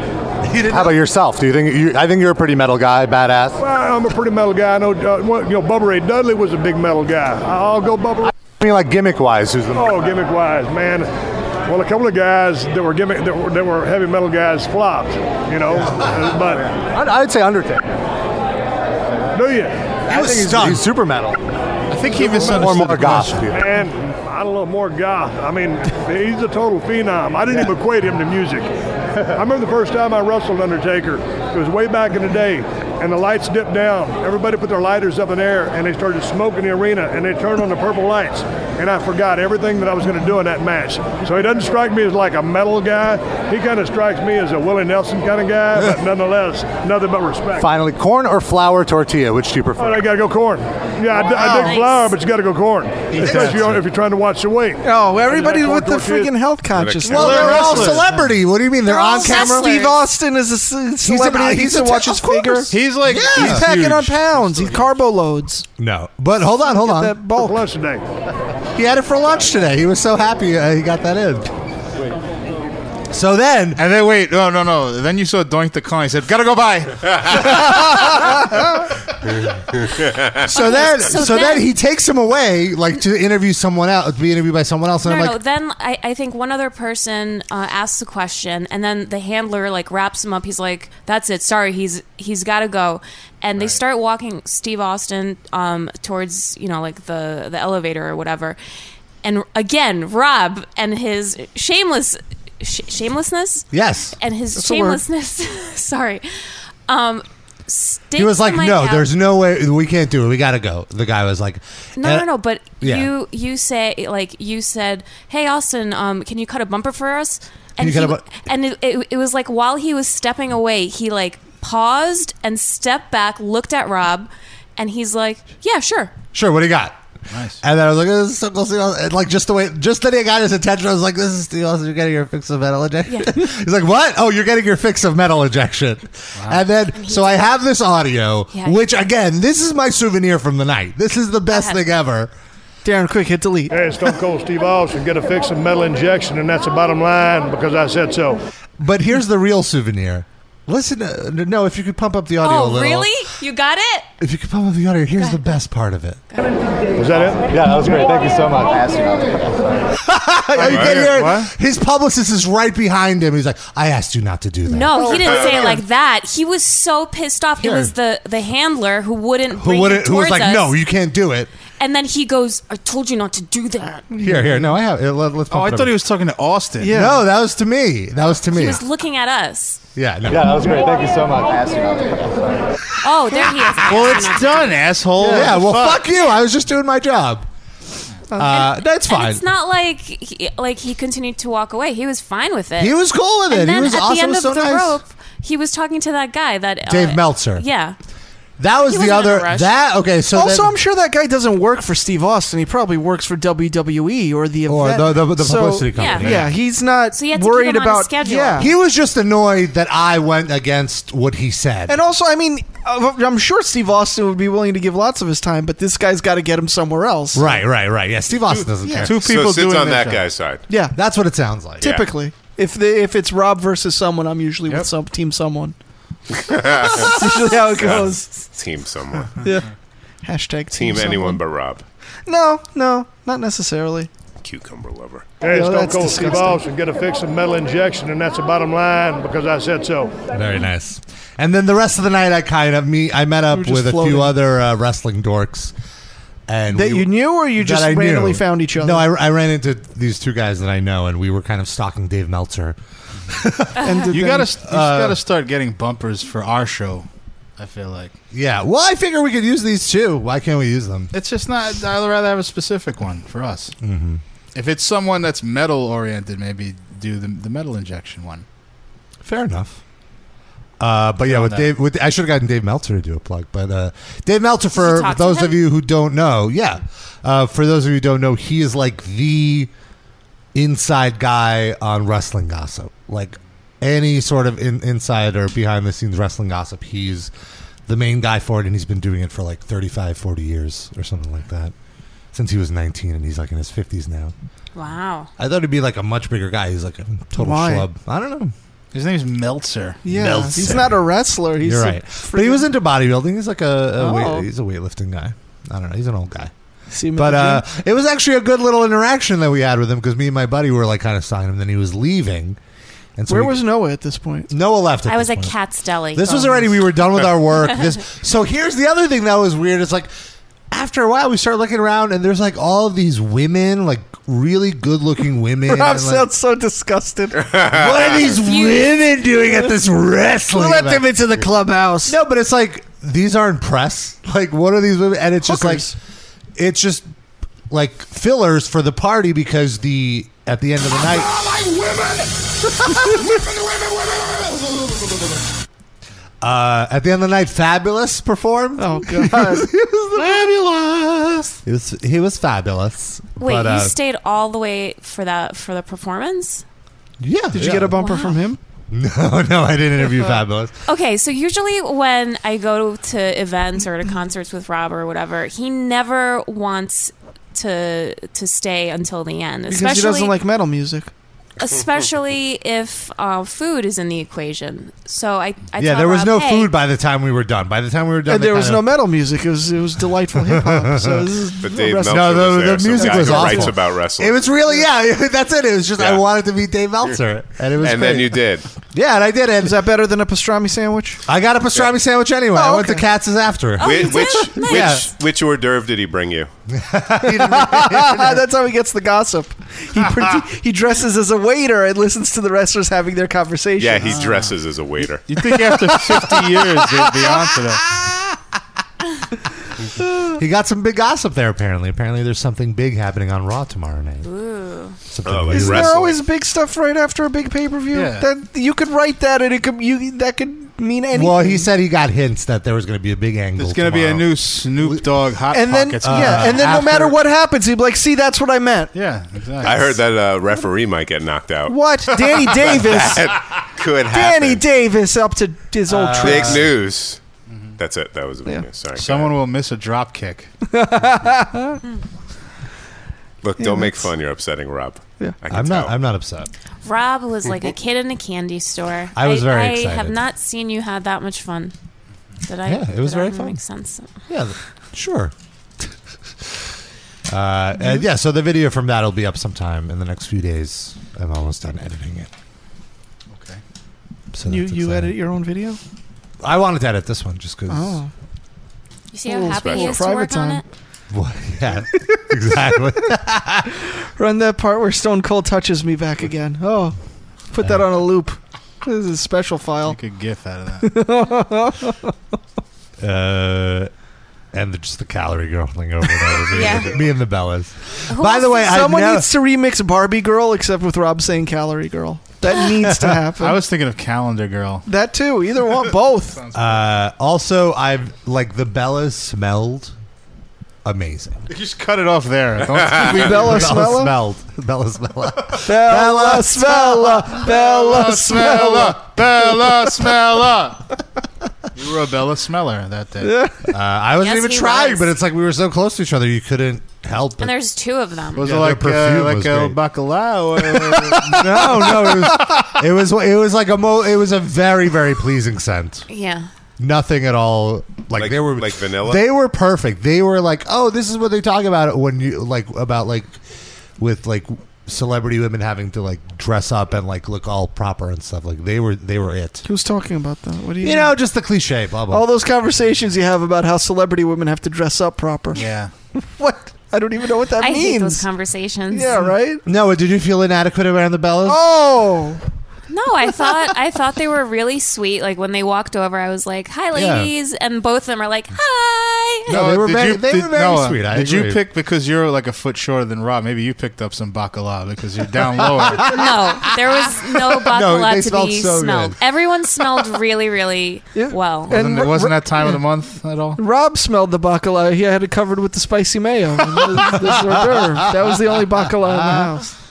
[SPEAKER 9] How about yourself? Do you think you? I think you're a pretty metal guy, badass.
[SPEAKER 12] Well, I'm a pretty metal guy. I know, uh, well, you know, Bubba Ray Dudley was a big metal guy. I'll go Bubba Ray.
[SPEAKER 9] I mean, like gimmick wise, who's the?
[SPEAKER 12] Oh, gimmick wise, man. Well, a couple of guys that were gimmick that were, that were heavy metal guys flopped, you know. Uh, but
[SPEAKER 9] I'd, I'd say Undertaker.
[SPEAKER 12] Do you?
[SPEAKER 9] I think he's, he's super metal.
[SPEAKER 12] I
[SPEAKER 9] think he misunderstood Or more the goth. question.
[SPEAKER 12] Man, I don't know, more goth. I mean, he's a total phenom. I didn't even equate him to music. I remember the first time I wrestled Undertaker. It was way back in the day, and the lights dipped down. Everybody put their lighters up in the air, and they started smoking the arena, and they turned on the purple lights. And I forgot everything that I was going to do in that match. So he doesn't strike me as like a metal guy. He kind of strikes me as a Willie Nelson kind of guy, but nonetheless, nothing but respect.
[SPEAKER 9] Finally, corn or flour tortilla? Which do you prefer?
[SPEAKER 12] Oh, they gotta go corn. Yeah, I, d- I
[SPEAKER 9] Wow.
[SPEAKER 12] dig flour, but you gotta go corn. Especially if you're, if you're trying to watch the weight.
[SPEAKER 4] Oh, everybody with the freaking health consciousness.
[SPEAKER 12] Well, they're all
[SPEAKER 3] celebrity. What do you mean
[SPEAKER 9] Oh,
[SPEAKER 12] They're all wrestlers.
[SPEAKER 4] Steve Austin is a ce-
[SPEAKER 3] an-
[SPEAKER 4] celebrity. He
[SPEAKER 3] he's
[SPEAKER 4] can
[SPEAKER 3] a-
[SPEAKER 4] watch
[SPEAKER 3] of
[SPEAKER 4] his figure.
[SPEAKER 3] course. He's like-
[SPEAKER 4] yeah.
[SPEAKER 3] he's
[SPEAKER 4] he's packing on
[SPEAKER 3] huge.
[SPEAKER 4] pounds. He's carbo loads.
[SPEAKER 3] No, but hold on, hold
[SPEAKER 4] Get
[SPEAKER 3] on.
[SPEAKER 4] That bulk.
[SPEAKER 12] Lunch today.
[SPEAKER 3] He had it for lunch today. He was so happy uh, he got that in. So then,
[SPEAKER 2] and then wait, no, no, no. Then you saw Doink the Clown. He said, "Gotta go by."
[SPEAKER 3] So then, so,
[SPEAKER 5] So
[SPEAKER 3] then,
[SPEAKER 5] then-
[SPEAKER 3] he takes him away, like to interview someone else, be interviewed by someone else, and
[SPEAKER 5] No,
[SPEAKER 3] I'm
[SPEAKER 5] no.
[SPEAKER 3] like,
[SPEAKER 5] Then I, I think one other person uh, asks the question, and then the handler like wraps him up. He's like, "That's it. Sorry, he's he's got to go." And they start walking Steve Austin um, towards you know like the the elevator or whatever. And again, Rob and his shameless sh- shamelessness
[SPEAKER 3] yes.
[SPEAKER 5] and his
[SPEAKER 3] That's a word.
[SPEAKER 5] shamelessness. sorry, um,
[SPEAKER 3] He was like, no,
[SPEAKER 5] there's
[SPEAKER 3] there's no way we can't do it. We gotta go. The guy was like,
[SPEAKER 5] No,
[SPEAKER 3] and-
[SPEAKER 5] no, no. But
[SPEAKER 3] Yeah.
[SPEAKER 5] you you say like you said, "Hey, Austin, um, can you cut a bumper for us?"
[SPEAKER 3] Can
[SPEAKER 5] And
[SPEAKER 3] you cut
[SPEAKER 5] he
[SPEAKER 3] a
[SPEAKER 5] w- and it, it, it was like while he was stepping away, he like paused and stepped back, looked at Rob, and he's like, "Yeah, sure."
[SPEAKER 3] Sure, what do you got? Nice. And then I was like, this is so cool. Steve Austin." And, like just the way, just that he got his attention, I was like, this is Steve Austin. You're getting your fix of metal injection. He's like, what? Oh, you're getting your fix of metal injection. And then, so I have this audio,
[SPEAKER 4] Yeah.
[SPEAKER 3] which again, this is my souvenir from the night. This is the best thing ever.
[SPEAKER 4] Darren, quick, hit delete.
[SPEAKER 12] Hey, Stone Cold Steve Austin, get a fix of metal injection, and that's the bottom line because I said so.
[SPEAKER 3] But here's the real souvenir. Listen, uh, no, if you could pump up the audio a
[SPEAKER 5] oh,
[SPEAKER 3] little.
[SPEAKER 5] really? You got it?
[SPEAKER 3] If you could pump up the audio, here's the best part of it.
[SPEAKER 12] Was that it?
[SPEAKER 9] Yeah, that was great. Thank you so much.
[SPEAKER 3] Oh, you
[SPEAKER 9] Right.
[SPEAKER 3] can hear it.
[SPEAKER 9] What?
[SPEAKER 3] His publicist is right behind him. He's like, I asked you not to do that.
[SPEAKER 5] No, he didn't say it like that. He was so pissed off.
[SPEAKER 3] Here.
[SPEAKER 5] It was the the handler who wouldn't bring
[SPEAKER 3] Who, wouldn't,
[SPEAKER 5] him
[SPEAKER 3] who was
[SPEAKER 5] towards
[SPEAKER 3] like,
[SPEAKER 5] us.
[SPEAKER 3] no, you can't do it.
[SPEAKER 5] And then he goes, "I told you not to do that."
[SPEAKER 3] Here, here. No, I have. It. Let, us
[SPEAKER 2] Oh, I thought he was talking to Austin.
[SPEAKER 3] Yeah. No, that was to me. That was to me.
[SPEAKER 5] He was looking at us.
[SPEAKER 3] yeah. No.
[SPEAKER 9] Yeah, that was great. Thank you so much.
[SPEAKER 5] Oh, there he is.
[SPEAKER 2] Well, it's done, asshole.
[SPEAKER 3] Yeah.
[SPEAKER 2] What the
[SPEAKER 3] well, fuck? you. I was just doing my job. Uh, that's
[SPEAKER 5] And
[SPEAKER 3] fine.
[SPEAKER 5] it's not like he, like he continued to walk away. He was fine with it.
[SPEAKER 3] He was cool with
[SPEAKER 5] and
[SPEAKER 3] it. He
[SPEAKER 5] Then
[SPEAKER 3] was
[SPEAKER 5] at
[SPEAKER 3] awesome.
[SPEAKER 5] the end
[SPEAKER 3] It was
[SPEAKER 5] of
[SPEAKER 3] so
[SPEAKER 5] the
[SPEAKER 3] nice.
[SPEAKER 5] rope, he was talking to that guy, that uh,
[SPEAKER 3] Dave Meltzer.
[SPEAKER 5] Yeah,
[SPEAKER 3] That was
[SPEAKER 5] He
[SPEAKER 3] the
[SPEAKER 5] wasn't in a
[SPEAKER 3] other.
[SPEAKER 5] rush.
[SPEAKER 3] That okay. So
[SPEAKER 4] also,
[SPEAKER 3] then-
[SPEAKER 4] I'm sure that guy doesn't work for Steve Austin. He probably works for WWE or the
[SPEAKER 3] Or
[SPEAKER 4] event.
[SPEAKER 3] the- the- the
[SPEAKER 4] So-
[SPEAKER 3] publicity company.
[SPEAKER 4] Yeah,
[SPEAKER 3] Yeah.
[SPEAKER 4] he's not
[SPEAKER 5] you have to keep
[SPEAKER 4] worried
[SPEAKER 5] him on a
[SPEAKER 4] about.
[SPEAKER 5] schedule.
[SPEAKER 4] Yeah,
[SPEAKER 3] he was just annoyed that I went against what he said.
[SPEAKER 4] and also, I mean, uh, I'm sure Steve Austin would be willing to give lots of his time, but this guy's got to get him somewhere else.
[SPEAKER 3] Right, right, right. Yeah, Steve Austin doesn't care.
[SPEAKER 6] so sits on that guy's side.
[SPEAKER 4] Yeah,
[SPEAKER 3] that's what it sounds like.
[SPEAKER 6] Yeah.
[SPEAKER 4] Typically, if the, if it's Rob versus someone, I'm usually with some team someone.
[SPEAKER 6] That's
[SPEAKER 4] usually how it goes.
[SPEAKER 6] Team someone.
[SPEAKER 4] Yeah. Hashtag
[SPEAKER 6] Team,
[SPEAKER 4] team
[SPEAKER 6] anyone but Rob.
[SPEAKER 4] No, no, not necessarily.
[SPEAKER 6] Cucumber lover.
[SPEAKER 12] Hey,
[SPEAKER 4] Yo,
[SPEAKER 12] Stone
[SPEAKER 4] that's
[SPEAKER 12] Cold Steve
[SPEAKER 4] disgusting.
[SPEAKER 12] Austin, get a fix of metal injection, and that's the bottom line because I said so.
[SPEAKER 3] Very nice. And then the rest of the night, I kind of me I met up
[SPEAKER 12] were
[SPEAKER 3] with
[SPEAKER 12] just
[SPEAKER 3] a
[SPEAKER 12] floating.
[SPEAKER 3] few other uh, wrestling dorks, and
[SPEAKER 4] That
[SPEAKER 3] we-
[SPEAKER 4] you knew, or you
[SPEAKER 3] that
[SPEAKER 4] just
[SPEAKER 3] I knew.
[SPEAKER 4] randomly found each other?
[SPEAKER 3] No, I, I ran into these two guys that I know, and we were kind of stalking Dave Meltzer.
[SPEAKER 2] you
[SPEAKER 3] then-
[SPEAKER 2] gotta, you just
[SPEAKER 3] Uh,
[SPEAKER 2] gotta start getting bumpers for our show. I feel like
[SPEAKER 3] Yeah, well, I figure we could use these too. Why can't we use them?
[SPEAKER 2] it's just not. I'd rather have a specific one for us.
[SPEAKER 3] Mm-hmm.
[SPEAKER 2] If it's someone that's metal oriented, maybe do the, the metal injection one.
[SPEAKER 3] Fair enough. Uh, but yeah,
[SPEAKER 2] Found
[SPEAKER 3] with
[SPEAKER 2] that.
[SPEAKER 3] Dave, with I should have gotten Dave Meltzer to do a plug, but uh, Dave Meltzer
[SPEAKER 2] you
[SPEAKER 3] for
[SPEAKER 2] talk to
[SPEAKER 3] those
[SPEAKER 2] him?
[SPEAKER 3] of you who don't know, yeah, uh, for those of you who don't know, he is like the inside guy on wrestling gossip, like any sort of in, inside or behind the scenes wrestling gossip. He's the main guy for it, and he's been doing it for like 35, 40 years or something like that since he was nineteen, and he's like in his fifties now.
[SPEAKER 5] wow.
[SPEAKER 3] I thought he'd be like a much bigger guy. He's like a total
[SPEAKER 4] Why?
[SPEAKER 3] schlub. I don't know.
[SPEAKER 2] His name's Meltzer.
[SPEAKER 4] Yeah, he's not a wrestler. He's
[SPEAKER 3] You're
[SPEAKER 4] a
[SPEAKER 3] right. But he was into bodybuilding. He's like a, a
[SPEAKER 4] Oh.
[SPEAKER 3] weight, he's a weightlifting guy. I don't know. He's an old guy.
[SPEAKER 4] See him at
[SPEAKER 3] but
[SPEAKER 4] the
[SPEAKER 3] uh,
[SPEAKER 4] gym?
[SPEAKER 3] it was actually a good little interaction that we had with him because me and my buddy were like kind of signing him. Then he was leaving. And so
[SPEAKER 4] Where
[SPEAKER 3] we-
[SPEAKER 4] was Noah at this point?
[SPEAKER 3] Noah left. At
[SPEAKER 5] I was
[SPEAKER 3] this
[SPEAKER 5] at
[SPEAKER 3] point.
[SPEAKER 5] Cat's Deli.
[SPEAKER 3] This was already. We were done with our work. This. So here's the other thing that was weird. It's like after a while we start looking around and there's like all of these women, like really good-looking women.
[SPEAKER 4] Rob
[SPEAKER 3] and, like,
[SPEAKER 4] sounds so disgusted. what
[SPEAKER 3] what are these women doing at this wrestling?
[SPEAKER 4] Let them into the clubhouse.
[SPEAKER 3] No, but it's like these aren't press. Like, what are these women? And it's just like it's just like fillers for the party because the at the end of the night. Uh, at the end of the night, Fabulous performed. Oh
[SPEAKER 4] God,
[SPEAKER 3] fabulous! It was he was fabulous.
[SPEAKER 5] Wait,
[SPEAKER 3] but, uh,
[SPEAKER 5] you stayed all the way for that for the performance?
[SPEAKER 3] yeah.
[SPEAKER 4] Did you
[SPEAKER 3] yeah.
[SPEAKER 4] get a bumper from him?
[SPEAKER 3] No, no, I didn't interview Fabulous.
[SPEAKER 5] Okay, so usually when I go to events or to concerts with Rob or whatever, he never wants to to stay until the end,
[SPEAKER 4] Because
[SPEAKER 5] especially
[SPEAKER 4] he doesn't like metal music.
[SPEAKER 5] especially if uh, food is in the equation. So I, I
[SPEAKER 3] yeah,
[SPEAKER 5] tell
[SPEAKER 3] there was
[SPEAKER 5] Rob,
[SPEAKER 3] no
[SPEAKER 5] "Hey,
[SPEAKER 3] food by the time we were done. By the time we were done,
[SPEAKER 4] And
[SPEAKER 3] they
[SPEAKER 4] there was
[SPEAKER 3] kinda-
[SPEAKER 4] no metal music. It was it was delightful hip hop. So this is
[SPEAKER 6] But Dave
[SPEAKER 4] wrestling.
[SPEAKER 6] Meltzer was there, some
[SPEAKER 3] music
[SPEAKER 6] guy
[SPEAKER 3] was
[SPEAKER 6] who
[SPEAKER 3] awful.
[SPEAKER 6] Writes about wrestling.
[SPEAKER 3] It was really yeah. That's it. It was just I
[SPEAKER 6] Yeah.
[SPEAKER 3] wanted to meet Dave Meltzer, and it was.
[SPEAKER 6] and then
[SPEAKER 3] great.
[SPEAKER 6] you did.
[SPEAKER 3] Yeah, and I did. And
[SPEAKER 4] Is that better than a pastrami sandwich? Oh,
[SPEAKER 3] I got a pastrami sandwich anyway. I went to Katz's after.
[SPEAKER 5] Oh,
[SPEAKER 6] Whi- which which,
[SPEAKER 3] Yeah.
[SPEAKER 6] which hors d'oeuvre did he bring you?
[SPEAKER 4] That's how he gets the gossip. He pretty, he dresses as a waiter and listens to the wrestlers having their conversations.
[SPEAKER 6] Yeah, he dresses as a waiter.
[SPEAKER 2] You think after 50 years they'd be onto that?
[SPEAKER 3] He got some big gossip there. Apparently, apparently there's something big happening on Raw tomorrow night.
[SPEAKER 5] Ooh.
[SPEAKER 3] Something
[SPEAKER 6] Oh, like
[SPEAKER 3] big.
[SPEAKER 4] Isn't there always big stuff right after a big pay per view?
[SPEAKER 3] Yeah.
[SPEAKER 4] That you could write that and it could you that could mean anything.
[SPEAKER 3] Well, he said he got hints that there was going to be a big angle.
[SPEAKER 2] There's going to be a new Snoop Dogg Hot
[SPEAKER 4] and then
[SPEAKER 3] uh,
[SPEAKER 2] Pockets.
[SPEAKER 4] yeah, and then no matter what happens, he'd be like, "See, that's what I meant."
[SPEAKER 2] Yeah, exactly.
[SPEAKER 6] I heard that uh, referee might get knocked out.
[SPEAKER 4] What, Danny Davis?
[SPEAKER 6] That could happen.
[SPEAKER 4] Danny Davis up to his
[SPEAKER 3] Uh,
[SPEAKER 4] old
[SPEAKER 6] Big
[SPEAKER 4] tricks.
[SPEAKER 6] news.
[SPEAKER 3] Mm-hmm.
[SPEAKER 6] That's it. That was big news. Sorry.
[SPEAKER 2] Someone will miss a drop kick.
[SPEAKER 6] Look, don't make fun. You're upsetting Rob. Yeah. I can
[SPEAKER 3] I'm
[SPEAKER 6] tell.
[SPEAKER 3] not. I'm not upset.
[SPEAKER 5] Rob was like a kid in a candy store.
[SPEAKER 3] I was very
[SPEAKER 5] I
[SPEAKER 3] excited.
[SPEAKER 5] have not seen you have that much fun. Did I?
[SPEAKER 3] Yeah, it was
[SPEAKER 5] did I
[SPEAKER 3] very fun.
[SPEAKER 5] Make sense.
[SPEAKER 3] Yeah, th- sure. Uh, and yeah, so the video from that will be up sometime in the next few days. I'm almost done editing it.
[SPEAKER 2] Okay.
[SPEAKER 3] So
[SPEAKER 4] You
[SPEAKER 3] that's
[SPEAKER 4] you
[SPEAKER 3] exciting.
[SPEAKER 4] edit your own video?
[SPEAKER 3] I wanted to edit this one just because.
[SPEAKER 4] Oh,
[SPEAKER 5] You see
[SPEAKER 4] A
[SPEAKER 5] how
[SPEAKER 4] little
[SPEAKER 5] happy he
[SPEAKER 4] special.
[SPEAKER 5] is to
[SPEAKER 4] Private
[SPEAKER 5] work on
[SPEAKER 4] time.
[SPEAKER 5] it.
[SPEAKER 3] Yeah, exactly.
[SPEAKER 4] run that part where Stone Cold touches me back again. Oh, put that on a loop. This is a special file.
[SPEAKER 2] Make a gif out of that.
[SPEAKER 3] uh, and the, just the calorie girl thing over and over.
[SPEAKER 5] Yeah.
[SPEAKER 3] Me and the Bellas.
[SPEAKER 5] Who
[SPEAKER 3] By the
[SPEAKER 5] else
[SPEAKER 3] way,
[SPEAKER 5] is-
[SPEAKER 3] I
[SPEAKER 4] Someone
[SPEAKER 3] know.
[SPEAKER 4] needs to remix Barbie Girl, except with Rob saying Calorie Girl. That needs to happen.
[SPEAKER 2] I was thinking of Calendar Girl.
[SPEAKER 4] that too. Either one, both.
[SPEAKER 3] Uh, also, I've like the Bellas smelled amazing.
[SPEAKER 2] You just cut it off there. Don't we
[SPEAKER 4] Bella Smella?
[SPEAKER 3] smelled. Bella smella.
[SPEAKER 4] Bella Smella. Bella Smella.
[SPEAKER 2] Smella, Bella Smella. You were a Bella Smeller that day.
[SPEAKER 3] Uh, I wasn't
[SPEAKER 5] Yes,
[SPEAKER 3] even
[SPEAKER 5] he
[SPEAKER 3] trying,
[SPEAKER 5] was.
[SPEAKER 3] but it's like we were so close to each other, you couldn't help.
[SPEAKER 5] And
[SPEAKER 3] it.
[SPEAKER 5] there's two of them.
[SPEAKER 2] Was
[SPEAKER 3] Yeah,
[SPEAKER 2] it like
[SPEAKER 3] their perfume
[SPEAKER 2] uh, like
[SPEAKER 3] was
[SPEAKER 2] El
[SPEAKER 3] great.
[SPEAKER 2] Bacalao? or-
[SPEAKER 3] no, no, it was, it was it was like a mo. It was a very very pleasing scent.
[SPEAKER 5] Yeah.
[SPEAKER 3] Nothing at all. Like,
[SPEAKER 6] Like-
[SPEAKER 3] they were
[SPEAKER 6] like vanilla?
[SPEAKER 3] They were perfect. They were like, oh, this is what they talk about when you like about like with like celebrity women having to like dress up and like look all proper and stuff. Like they were they were it.
[SPEAKER 4] Who's talking about that? What do you?
[SPEAKER 3] You know, just the cliche. Blah blah.
[SPEAKER 4] all those conversations you have about how celebrity women have to dress up proper.
[SPEAKER 2] yeah.
[SPEAKER 4] What? I don't even know what that
[SPEAKER 5] I hate those
[SPEAKER 4] means.
[SPEAKER 5] conversations.
[SPEAKER 4] yeah, right.
[SPEAKER 3] no, did you feel inadequate around the Bellas?
[SPEAKER 4] Oh,
[SPEAKER 5] No, I thought I thought they were really sweet. Like when they walked over, I was like, "Hi,
[SPEAKER 3] Yeah.
[SPEAKER 5] ladies," and both of them are like, "Hi."
[SPEAKER 3] No, they were
[SPEAKER 2] did
[SPEAKER 3] very- they were very
[SPEAKER 2] Noah,
[SPEAKER 3] sweet, I
[SPEAKER 2] did
[SPEAKER 3] agree.
[SPEAKER 2] you pick because you're like a foot shorter than Rob? Maybe you picked up some bacala because you're down lower.
[SPEAKER 5] No, there was no bacala
[SPEAKER 3] they
[SPEAKER 5] to
[SPEAKER 3] smelled
[SPEAKER 5] be
[SPEAKER 3] so
[SPEAKER 5] smelled.
[SPEAKER 3] good.
[SPEAKER 5] Everyone smelled really, really
[SPEAKER 4] Yeah.
[SPEAKER 5] well.
[SPEAKER 4] And
[SPEAKER 2] Wasn't,
[SPEAKER 4] Ro-
[SPEAKER 2] it wasn't that time of the month at all?
[SPEAKER 4] Rob smelled the bacala. He had it covered with the spicy mayo. And this- this hors d'oeuvre. That was the only bacala in the house.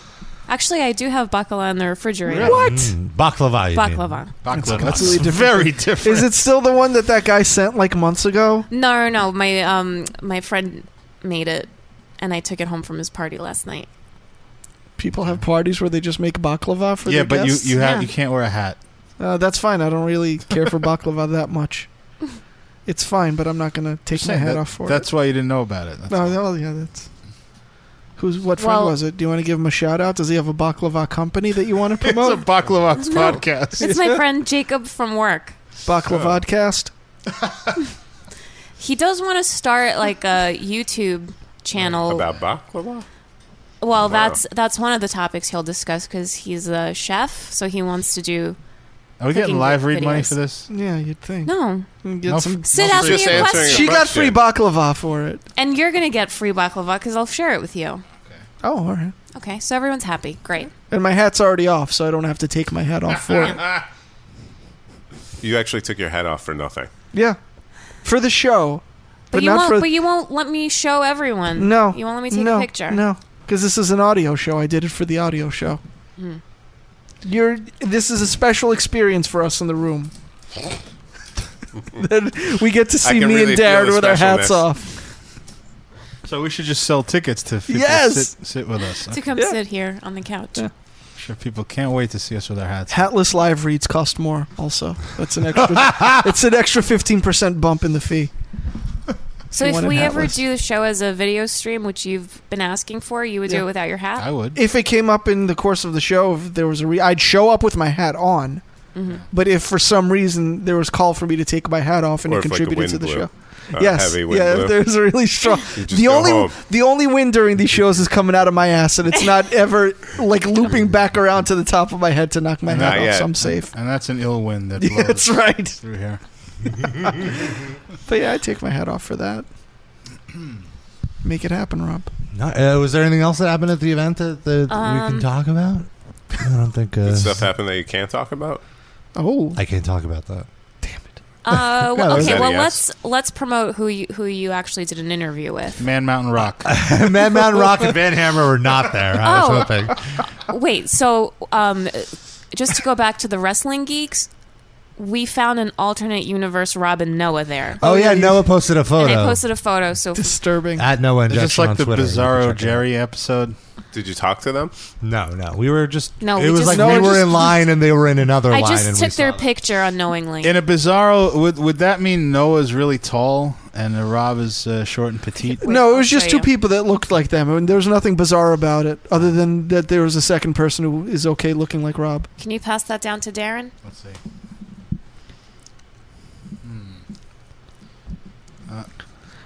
[SPEAKER 5] Actually, I do have bacala in the refrigerator.
[SPEAKER 4] What?
[SPEAKER 3] Mm, baklava. you mean.
[SPEAKER 5] Baklava.
[SPEAKER 2] Bacala.
[SPEAKER 4] completely different.
[SPEAKER 2] very different.
[SPEAKER 4] Is it still the one that that guy sent like months ago?
[SPEAKER 5] No, no, no. My um, my friend made it, and I took it home from his party last night.
[SPEAKER 4] People have parties where they just make baklava for
[SPEAKER 2] yeah,
[SPEAKER 4] their
[SPEAKER 2] but you,
[SPEAKER 4] guests.
[SPEAKER 2] you have
[SPEAKER 5] Yeah.
[SPEAKER 2] you can't wear a hat.
[SPEAKER 4] Uh, that's fine. I don't really care for baklava that much. It's fine, but I'm not gonna take my
[SPEAKER 2] Saying
[SPEAKER 4] hat
[SPEAKER 2] that-
[SPEAKER 4] off for
[SPEAKER 2] That's why you didn't know about it.
[SPEAKER 4] it. No, no, yeah, that's. Who's what friend
[SPEAKER 5] Well-
[SPEAKER 4] was it? Do you want to give him a shout out? Does he have a baklava company that you want to promote?
[SPEAKER 2] It's a baklava
[SPEAKER 5] No,
[SPEAKER 2] podcast.
[SPEAKER 5] It's my friend Jacob from work.
[SPEAKER 4] Baklavadcast.
[SPEAKER 5] He does want to start like a YouTube channel
[SPEAKER 6] About baklava?
[SPEAKER 5] Well, that's that's one of the topics he'll discuss because he's a chef, so he wants to do.
[SPEAKER 2] Are we getting
[SPEAKER 5] cooking
[SPEAKER 2] live read money
[SPEAKER 5] videos.
[SPEAKER 2] for this?
[SPEAKER 4] Yeah, you'd think.
[SPEAKER 5] No.
[SPEAKER 4] You Get
[SPEAKER 2] No,
[SPEAKER 4] some,
[SPEAKER 5] Sit no, ask just me a answering question. a
[SPEAKER 4] She got free
[SPEAKER 5] question.
[SPEAKER 4] baklava for it.
[SPEAKER 5] And you're gonna get free baklava because I'll share it with you.
[SPEAKER 4] Oh, all right.
[SPEAKER 5] Okay, so everyone's happy. Great.
[SPEAKER 4] And my hat's already off, so I don't have to take my hat off for it.
[SPEAKER 6] You actually took your hat off for nothing.
[SPEAKER 4] Yeah, for the show,
[SPEAKER 5] But,
[SPEAKER 4] but,
[SPEAKER 5] you
[SPEAKER 4] not
[SPEAKER 5] won't.
[SPEAKER 4] for.
[SPEAKER 5] But you won't let me show everyone.
[SPEAKER 4] no,
[SPEAKER 5] You won't let me take
[SPEAKER 4] no,
[SPEAKER 5] a picture.
[SPEAKER 4] No, because this is an audio show. I did it for the audio show.
[SPEAKER 5] Hmm.
[SPEAKER 4] You're. This is a special experience for us in the room. Then we get
[SPEAKER 2] I
[SPEAKER 4] to see
[SPEAKER 2] can
[SPEAKER 4] me
[SPEAKER 2] really
[SPEAKER 4] and
[SPEAKER 2] feel
[SPEAKER 4] Darren
[SPEAKER 2] the
[SPEAKER 4] with our hats
[SPEAKER 2] specialness.
[SPEAKER 4] off.
[SPEAKER 2] So we should just sell tickets to people
[SPEAKER 4] Yes!
[SPEAKER 2] sit, sit with us.
[SPEAKER 5] To come
[SPEAKER 2] Okay.
[SPEAKER 5] sit here on the couch.
[SPEAKER 2] Sure, people can't wait to see us with our hats.
[SPEAKER 4] Hatless live reads cost more. Also, that's an extra. it's an extra fifteen percent bump in the fee.
[SPEAKER 5] So
[SPEAKER 4] You
[SPEAKER 5] if
[SPEAKER 4] want it
[SPEAKER 5] we ever
[SPEAKER 4] hatless.
[SPEAKER 5] do the show as a video stream, which you've been asking for, you would
[SPEAKER 4] Yeah.
[SPEAKER 5] do it without your hat.
[SPEAKER 2] would.
[SPEAKER 4] If it came up in the course of the show, if there was a re- I'd show up with my hat on.
[SPEAKER 5] Mhm.
[SPEAKER 4] But if for some reason there was call for me to take my hat off and
[SPEAKER 6] Or
[SPEAKER 4] it
[SPEAKER 6] if, like, the
[SPEAKER 4] contributed to
[SPEAKER 6] wind
[SPEAKER 4] the
[SPEAKER 6] blew.
[SPEAKER 4] show.
[SPEAKER 6] Uh,
[SPEAKER 4] yes.
[SPEAKER 6] heavy wind
[SPEAKER 4] yeah,
[SPEAKER 6] blew.
[SPEAKER 4] if there's a really strong.
[SPEAKER 6] You just
[SPEAKER 4] the
[SPEAKER 6] go
[SPEAKER 4] only
[SPEAKER 6] home.
[SPEAKER 4] the only wind during these shows is coming out of my ass and it's not ever like looping back around to the top of my head to knock my
[SPEAKER 2] And
[SPEAKER 4] hat
[SPEAKER 2] that-
[SPEAKER 4] off. So I'm safe.
[SPEAKER 2] And that's an ill wind that
[SPEAKER 4] Yeah,
[SPEAKER 2] blows
[SPEAKER 4] that's right.
[SPEAKER 2] through here.
[SPEAKER 4] But yeah, I take my hat off for that. Make it happen, Rob.
[SPEAKER 3] No, uh, was there anything else that happened at the event that, that we
[SPEAKER 4] Um,
[SPEAKER 3] can talk about? I don't think. Uh,
[SPEAKER 6] Did stuff happen that you can't talk about?
[SPEAKER 4] Oh,
[SPEAKER 3] I can't talk about that.
[SPEAKER 5] Uh,
[SPEAKER 3] Yeah,
[SPEAKER 5] well,
[SPEAKER 3] there's
[SPEAKER 5] okay.
[SPEAKER 3] that.
[SPEAKER 5] Well,
[SPEAKER 3] Yes.
[SPEAKER 5] let's let's promote who you who you actually did an interview with.
[SPEAKER 2] Man Mountain Rock.
[SPEAKER 3] Man Mountain Rock and Van Hammer were not there. I
[SPEAKER 5] Oh.
[SPEAKER 3] was hoping.
[SPEAKER 5] Wait, so um, just to go back to the wrestling geeks, we found an alternate universe Robin Noah there.
[SPEAKER 3] Oh, yeah, Noah posted a
[SPEAKER 5] And I
[SPEAKER 3] photo
[SPEAKER 5] posted a photo. So
[SPEAKER 4] disturbing.
[SPEAKER 3] at Noah
[SPEAKER 2] It's
[SPEAKER 3] Injection
[SPEAKER 2] just like
[SPEAKER 3] Oh, on
[SPEAKER 2] the
[SPEAKER 3] Twitter.
[SPEAKER 2] Bizarro Jerry episode.
[SPEAKER 6] Did you talk to them?
[SPEAKER 3] No, no, we were just.
[SPEAKER 5] No,
[SPEAKER 3] it
[SPEAKER 5] we
[SPEAKER 3] was
[SPEAKER 5] just-
[SPEAKER 3] like
[SPEAKER 5] No,
[SPEAKER 3] we
[SPEAKER 5] I
[SPEAKER 3] were
[SPEAKER 5] just-
[SPEAKER 3] in line and they were in another
[SPEAKER 5] I
[SPEAKER 3] line. and
[SPEAKER 5] just
[SPEAKER 3] we
[SPEAKER 5] took their picture unknowingly.
[SPEAKER 2] In a Bizarro, would would that mean Noah's really tall and uh, Rob is uh, short and petite?
[SPEAKER 4] no, it was just two people that looked like them, and there was nothing bizarre about it, other than that there was a second person who is okay looking like Rob.
[SPEAKER 5] Can you pass that down to Darren?
[SPEAKER 2] Let's see. Uh,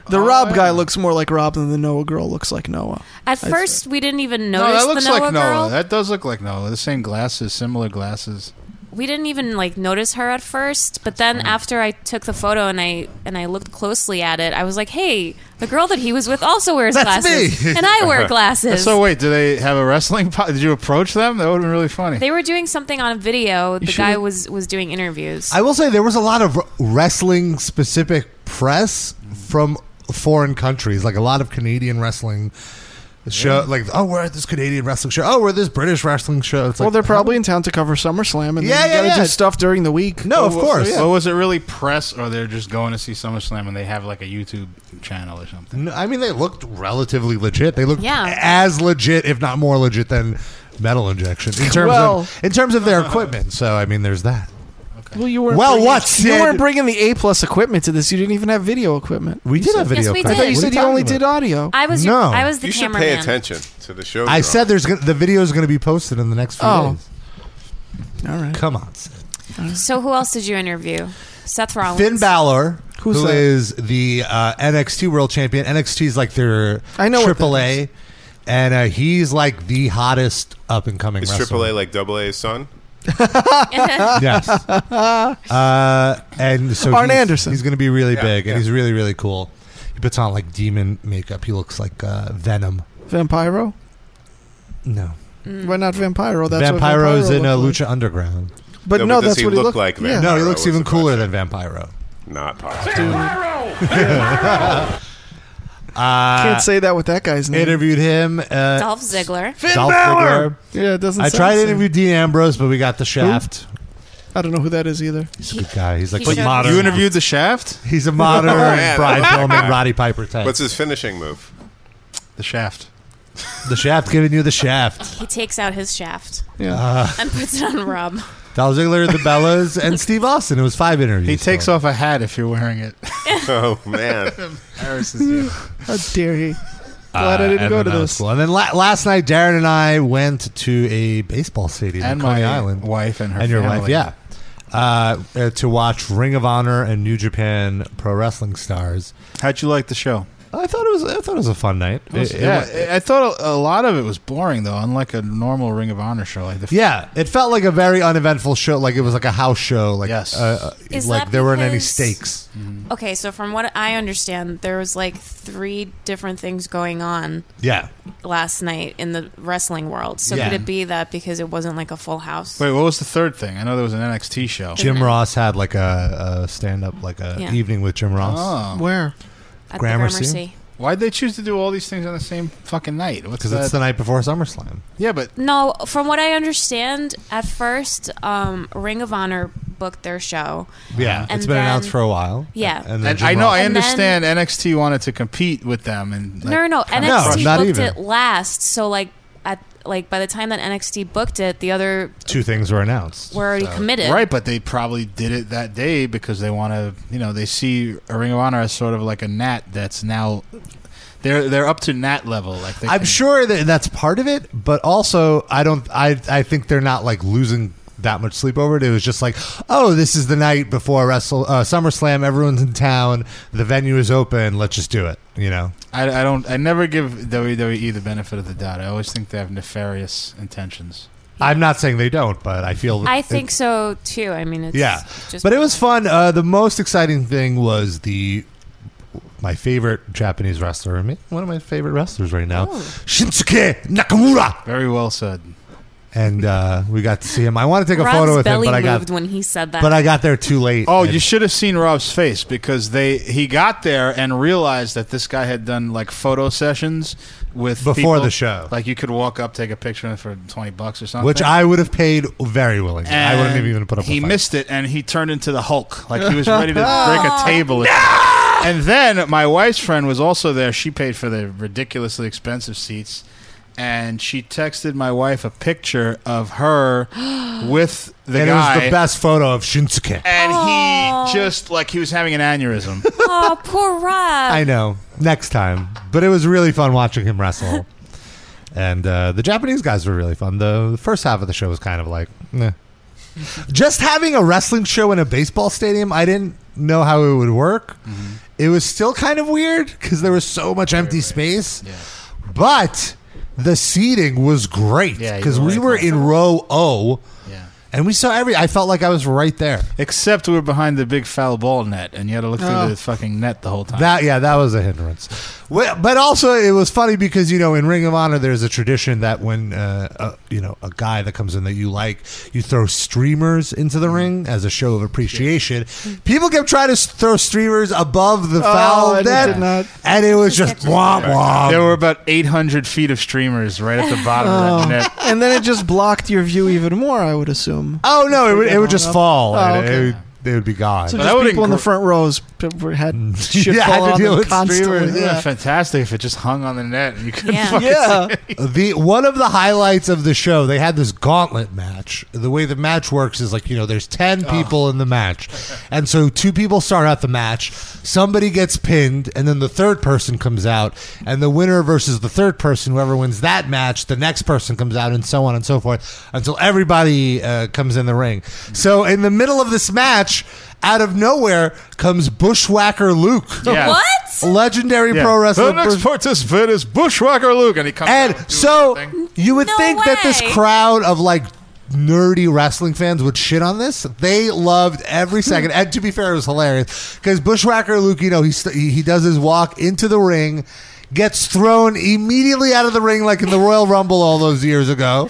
[SPEAKER 4] The Rob guy looks more like Rob than the Noah girl looks like Noah.
[SPEAKER 5] At
[SPEAKER 4] I-
[SPEAKER 5] first, we didn't even
[SPEAKER 2] no,
[SPEAKER 5] notice
[SPEAKER 2] that looks
[SPEAKER 5] the Noah
[SPEAKER 2] like
[SPEAKER 5] girl.
[SPEAKER 2] Noah. That does look like Noah. The same glasses, similar glasses.
[SPEAKER 5] We didn't even like notice her at first, but
[SPEAKER 3] Mm-hmm.
[SPEAKER 5] then after I took the photo and I and I looked closely at it, I was like, "Hey, the girl that he was with also wears
[SPEAKER 2] That's
[SPEAKER 5] glasses,
[SPEAKER 2] me.
[SPEAKER 5] and I wear glasses."
[SPEAKER 2] So wait, do they have a wrestling? Po- Did you approach them? That would have been really funny.
[SPEAKER 5] They were doing something on video. The guy
[SPEAKER 2] should've-
[SPEAKER 5] was was doing interviews.
[SPEAKER 3] I will say there was a lot of wrestling specific press from foreign countries, like a lot of Canadian wrestling show. Like, oh, we're at this Canadian wrestling show. Oh, we're at this British wrestling show. It's
[SPEAKER 4] well,
[SPEAKER 3] like,
[SPEAKER 4] they're probably in town to cover SummerSlam, and
[SPEAKER 3] Yeah,
[SPEAKER 4] yeah, you
[SPEAKER 3] yeah,
[SPEAKER 4] gotta
[SPEAKER 3] yeah.
[SPEAKER 4] do stuff during the week.
[SPEAKER 3] No, of course.
[SPEAKER 2] So was it really press, or they're just going to see SummerSlam and they have like a YouTube channel or something?
[SPEAKER 3] No, I mean, they looked relatively legit. They looked
[SPEAKER 5] Yeah.
[SPEAKER 3] as legit, if not more legit, than metal injection in terms
[SPEAKER 4] Well-
[SPEAKER 3] of in terms of their equipment. So, I mean, there's that.
[SPEAKER 4] Well, you weren't.
[SPEAKER 3] Well,
[SPEAKER 4] bringing,
[SPEAKER 3] what,
[SPEAKER 4] You
[SPEAKER 3] Sid?
[SPEAKER 4] weren't bringing the A plus equipment to this. You didn't even have video equipment.
[SPEAKER 3] We did have
[SPEAKER 5] Yes, video we
[SPEAKER 4] I
[SPEAKER 5] equipment. did.
[SPEAKER 4] thought you
[SPEAKER 5] What are
[SPEAKER 4] said
[SPEAKER 5] you
[SPEAKER 4] you only
[SPEAKER 3] talking
[SPEAKER 4] did audio.
[SPEAKER 5] I was your,
[SPEAKER 3] No.
[SPEAKER 5] I was the
[SPEAKER 6] You should
[SPEAKER 5] cameraman.
[SPEAKER 6] pay attention to the show.
[SPEAKER 3] I
[SPEAKER 6] girl.
[SPEAKER 3] said there's gonna, the video is going to be posted in the next few
[SPEAKER 5] Oh.
[SPEAKER 3] days.
[SPEAKER 4] All right.
[SPEAKER 3] Come on, Sid.
[SPEAKER 5] So who else did you interview? Seth Rollins.
[SPEAKER 3] Finn Balor,
[SPEAKER 5] Who's
[SPEAKER 3] who
[SPEAKER 5] that?
[SPEAKER 3] is the uh, NXT World Champion. NXT is like their
[SPEAKER 4] I know what that
[SPEAKER 3] AAA, and uh, he's like the hottest up and coming.
[SPEAKER 6] Is
[SPEAKER 3] wrestler.
[SPEAKER 6] AAA like AA's son?
[SPEAKER 3] yes. Uh, and so
[SPEAKER 4] Arn
[SPEAKER 3] he's,
[SPEAKER 4] Anderson.
[SPEAKER 3] He's going to be really
[SPEAKER 4] Yeah,
[SPEAKER 3] big,
[SPEAKER 4] yeah.
[SPEAKER 3] and he's really really cool. He puts on like demon makeup. He looks like uh, Venom.
[SPEAKER 4] Vampiro?
[SPEAKER 3] No.
[SPEAKER 5] Mm.
[SPEAKER 4] Why not Vampiro? That's what
[SPEAKER 3] Vampiro's in uh,
[SPEAKER 4] looked
[SPEAKER 3] Lucha Underground.
[SPEAKER 4] But No, no, but does that's he what he look looked- like yeah. Vampiro
[SPEAKER 3] No, he looks
[SPEAKER 4] was
[SPEAKER 3] even cooler than Vampiro.
[SPEAKER 6] Not possible.
[SPEAKER 3] Uh,
[SPEAKER 4] Can't say that with that guy's name.
[SPEAKER 3] Interviewed him. Uh,
[SPEAKER 5] Dolph Ziggler.
[SPEAKER 3] Dolph Ziggler.
[SPEAKER 4] Yeah, it doesn't.
[SPEAKER 3] I
[SPEAKER 4] sound
[SPEAKER 3] tried to
[SPEAKER 4] the same.
[SPEAKER 3] interview Dean Ambrose, but we got the Shaft.
[SPEAKER 4] I don't know who that is either.
[SPEAKER 3] He's a good guy. He's like
[SPEAKER 4] He showed
[SPEAKER 3] the modern.
[SPEAKER 2] You interviewed the Shaft.
[SPEAKER 3] He's a
[SPEAKER 4] Oh,
[SPEAKER 3] modern
[SPEAKER 6] Man,
[SPEAKER 3] Brian
[SPEAKER 6] I like that
[SPEAKER 3] Pillman,
[SPEAKER 6] guy.
[SPEAKER 3] Roddy Piper type.
[SPEAKER 6] What's his finishing move?
[SPEAKER 2] The Shaft.
[SPEAKER 3] The Shaft giving you the Shaft.
[SPEAKER 5] He takes out his shaft
[SPEAKER 3] Yeah.
[SPEAKER 5] and puts it on Rob.
[SPEAKER 3] Dolph Ziggler, the Bellas, and Steve Austin. It was five interviews.
[SPEAKER 2] He takes off a hat if you're wearing it.
[SPEAKER 6] oh man,
[SPEAKER 2] Embarrasses you.
[SPEAKER 4] How dare he? Glad I didn't go to those.
[SPEAKER 3] Uh, And then la- last night, Darren and I went to a baseball stadium
[SPEAKER 2] And
[SPEAKER 3] in Coney
[SPEAKER 2] my
[SPEAKER 3] Island.
[SPEAKER 2] wife and her
[SPEAKER 3] and your wife,
[SPEAKER 2] family.
[SPEAKER 3] yeah, uh, uh, to watch Ring of Honor and New Japan Pro Wrestling stars.
[SPEAKER 2] How'd you like the show?
[SPEAKER 3] I thought it was. I thought it was a fun night.
[SPEAKER 2] It was-
[SPEAKER 3] It- it
[SPEAKER 2] yeah,
[SPEAKER 3] wa-
[SPEAKER 2] I thought a, a lot of it was boring though, unlike a normal Ring of Honor show. Like the
[SPEAKER 3] Yeah, it felt like a very uneventful show. Like it was like a house show. Like uh, uh,
[SPEAKER 5] Is
[SPEAKER 3] like
[SPEAKER 5] that
[SPEAKER 3] there weren't any
[SPEAKER 5] because-
[SPEAKER 3] stakes.
[SPEAKER 5] Okay, so from what I understand, there was like three different things going on
[SPEAKER 3] Yeah.
[SPEAKER 5] last night in the wrestling world. So
[SPEAKER 2] Yeah.
[SPEAKER 5] could it be that because it wasn't like a full house?
[SPEAKER 2] Wait, what was the third thing? I know there was an NXT show.
[SPEAKER 3] Jim Ross had like a, a stand up, like a
[SPEAKER 5] Yeah.
[SPEAKER 3] evening with Jim Ross.
[SPEAKER 2] Where?
[SPEAKER 5] At the
[SPEAKER 3] Gramercy?
[SPEAKER 2] Why'd they choose to do all these things on the same fucking night? What's
[SPEAKER 3] Because it's
[SPEAKER 2] that-
[SPEAKER 3] the night before SummerSlam.
[SPEAKER 2] Yeah, but
[SPEAKER 5] No, from what I understand, at first, um, Ring of Honor booked their show.
[SPEAKER 3] Yeah,
[SPEAKER 5] And
[SPEAKER 3] it's been
[SPEAKER 5] then-
[SPEAKER 3] announced for a while.
[SPEAKER 5] Yeah.
[SPEAKER 3] and, then
[SPEAKER 2] and
[SPEAKER 3] Jim
[SPEAKER 2] I know
[SPEAKER 3] Ross-
[SPEAKER 2] I
[SPEAKER 5] And then-
[SPEAKER 2] understand NXT wanted to compete with them and like,
[SPEAKER 5] no, no, no.
[SPEAKER 2] kinda
[SPEAKER 5] NXT
[SPEAKER 2] crush-
[SPEAKER 5] booked it last. So like at like by the time that NXT booked it, the other
[SPEAKER 3] two things were announced.
[SPEAKER 5] were already committed.
[SPEAKER 2] Right, but they probably did it that day because they want to, you know, they see a Ring of Honor as sort of like a gnat that's now they're they're up to gnat level. Like they
[SPEAKER 3] I'm sure that that's part of it, but also I don't. I I think they're not like losing that much sleep over it. It was just like, oh, this is the night before Wrestle uh, SummerSlam. Everyone's in town. The venue is open. Let's just do it. You know.
[SPEAKER 2] I, I don't I never give WWE the benefit of the doubt. I always think they have nefarious intentions.
[SPEAKER 3] I'm not saying they don't, but I feel
[SPEAKER 5] I
[SPEAKER 3] it-
[SPEAKER 5] think so too. I mean, it's
[SPEAKER 3] yeah,
[SPEAKER 5] just
[SPEAKER 3] but it was fun. Uh, the most exciting thing was the my favorite Japanese wrestler, I mean, one of my favorite wrestlers right now,
[SPEAKER 5] Oh.
[SPEAKER 3] Shinsuke Nakamura.
[SPEAKER 2] Very well said.
[SPEAKER 3] And uh, we got to see him. I want to take a
[SPEAKER 5] Rob's
[SPEAKER 3] photo with him,
[SPEAKER 5] belly
[SPEAKER 3] but I
[SPEAKER 5] moved
[SPEAKER 3] got
[SPEAKER 5] when he said that.
[SPEAKER 3] but I got there too late.
[SPEAKER 2] Oh,
[SPEAKER 3] And-
[SPEAKER 2] you should have seen Rob's face because they he got there and realized that this guy had done like photo sessions with
[SPEAKER 3] Before
[SPEAKER 2] people.
[SPEAKER 3] the show.
[SPEAKER 2] Like you could walk up, take a picture for twenty bucks or something.
[SPEAKER 3] which I would have paid very willingly. I wouldn't have
[SPEAKER 2] And
[SPEAKER 3] even put up.
[SPEAKER 2] He
[SPEAKER 3] a fight.
[SPEAKER 2] missed it, and he turned into the Hulk. Like he was ready to break a table. And then my wife's friend was also there. She paid for the ridiculously expensive seats, and she texted my wife a picture of her with the
[SPEAKER 3] and
[SPEAKER 2] guy.
[SPEAKER 3] it was the best photo of Shinsuke.
[SPEAKER 2] And
[SPEAKER 5] Oh.
[SPEAKER 2] he just like he was having an aneurysm.
[SPEAKER 5] oh, poor Rob.
[SPEAKER 3] I know. Next time, but it was really fun watching him wrestle. and uh, the Japanese guys were really fun. The, the first half of the show was kind of like, meh. just having a wrestling show in a baseball stadium. I didn't know how it would work.
[SPEAKER 2] Mm-hmm.
[SPEAKER 3] It was still kind of weird because there was so much empty space, but the seating was great
[SPEAKER 2] you
[SPEAKER 3] because
[SPEAKER 2] were
[SPEAKER 3] we
[SPEAKER 2] right
[SPEAKER 3] were in row O.
[SPEAKER 2] Yeah.
[SPEAKER 3] And we saw every. I felt like I was right there.
[SPEAKER 2] Except we were behind the big foul ball net, and you had to look through
[SPEAKER 3] Oh.
[SPEAKER 2] the fucking net the whole time.
[SPEAKER 3] That yeah, that was a hindrance. Well, but also it was funny because you know in Ring of Honor there's a tradition that when uh, uh, you know a guy that comes in that you like, you throw streamers into
[SPEAKER 2] Mm.
[SPEAKER 3] the ring as a show of appreciation. People kept trying to s- throw streamers above the
[SPEAKER 2] Oh,
[SPEAKER 3] foul
[SPEAKER 2] and it
[SPEAKER 3] net,
[SPEAKER 2] did not-
[SPEAKER 3] and it was just womp womp.
[SPEAKER 2] There were about 800 feet of streamers right at the bottom
[SPEAKER 4] Oh.
[SPEAKER 2] of that net.
[SPEAKER 4] and then it just blocked your view even more, I would assume.
[SPEAKER 3] Oh no, it would, it would just fall.
[SPEAKER 4] Oh,
[SPEAKER 3] and it-
[SPEAKER 4] okay.
[SPEAKER 3] it, would, they would be gone.
[SPEAKER 4] So just people in the front rows p- were- had shit
[SPEAKER 3] Yeah, had
[SPEAKER 4] fall
[SPEAKER 3] to
[SPEAKER 4] on
[SPEAKER 3] deal
[SPEAKER 4] them
[SPEAKER 3] with
[SPEAKER 4] constantly.
[SPEAKER 2] It would have been
[SPEAKER 4] Yeah.
[SPEAKER 2] fantastic if it just hung on the net and you couldn't fucking see it.
[SPEAKER 3] the one of the highlights of the show, they had this gauntlet match. The way the match works is like you know, there's ten people in the match, and so two people start out the match. Somebody gets pinned, and then the third person comes out, and the winner versus the third person, whoever wins that match, the next person comes out, and so on and so forth until everybody uh, comes in the ring. So in the middle of this match. Out of nowhere comes Bushwhacker Luke.
[SPEAKER 2] Yeah. What?
[SPEAKER 3] Legendary
[SPEAKER 2] Yeah.
[SPEAKER 3] pro wrestler.
[SPEAKER 2] The next
[SPEAKER 3] Bush-
[SPEAKER 2] participant is Bushwhacker Luke, and he comes out
[SPEAKER 3] and
[SPEAKER 2] doing his
[SPEAKER 3] so
[SPEAKER 2] thing.
[SPEAKER 3] Oh, you would think that this
[SPEAKER 2] way.
[SPEAKER 3] crowd of like nerdy wrestling fans would shit on this. They loved every
[SPEAKER 2] Hmm.
[SPEAKER 3] second. and to be fair, it was hilarious because Bushwhacker Luke, you know, he, st- he he does his walk into the ring, gets thrown immediately out of the ring like in the Royal Rumble all those years ago,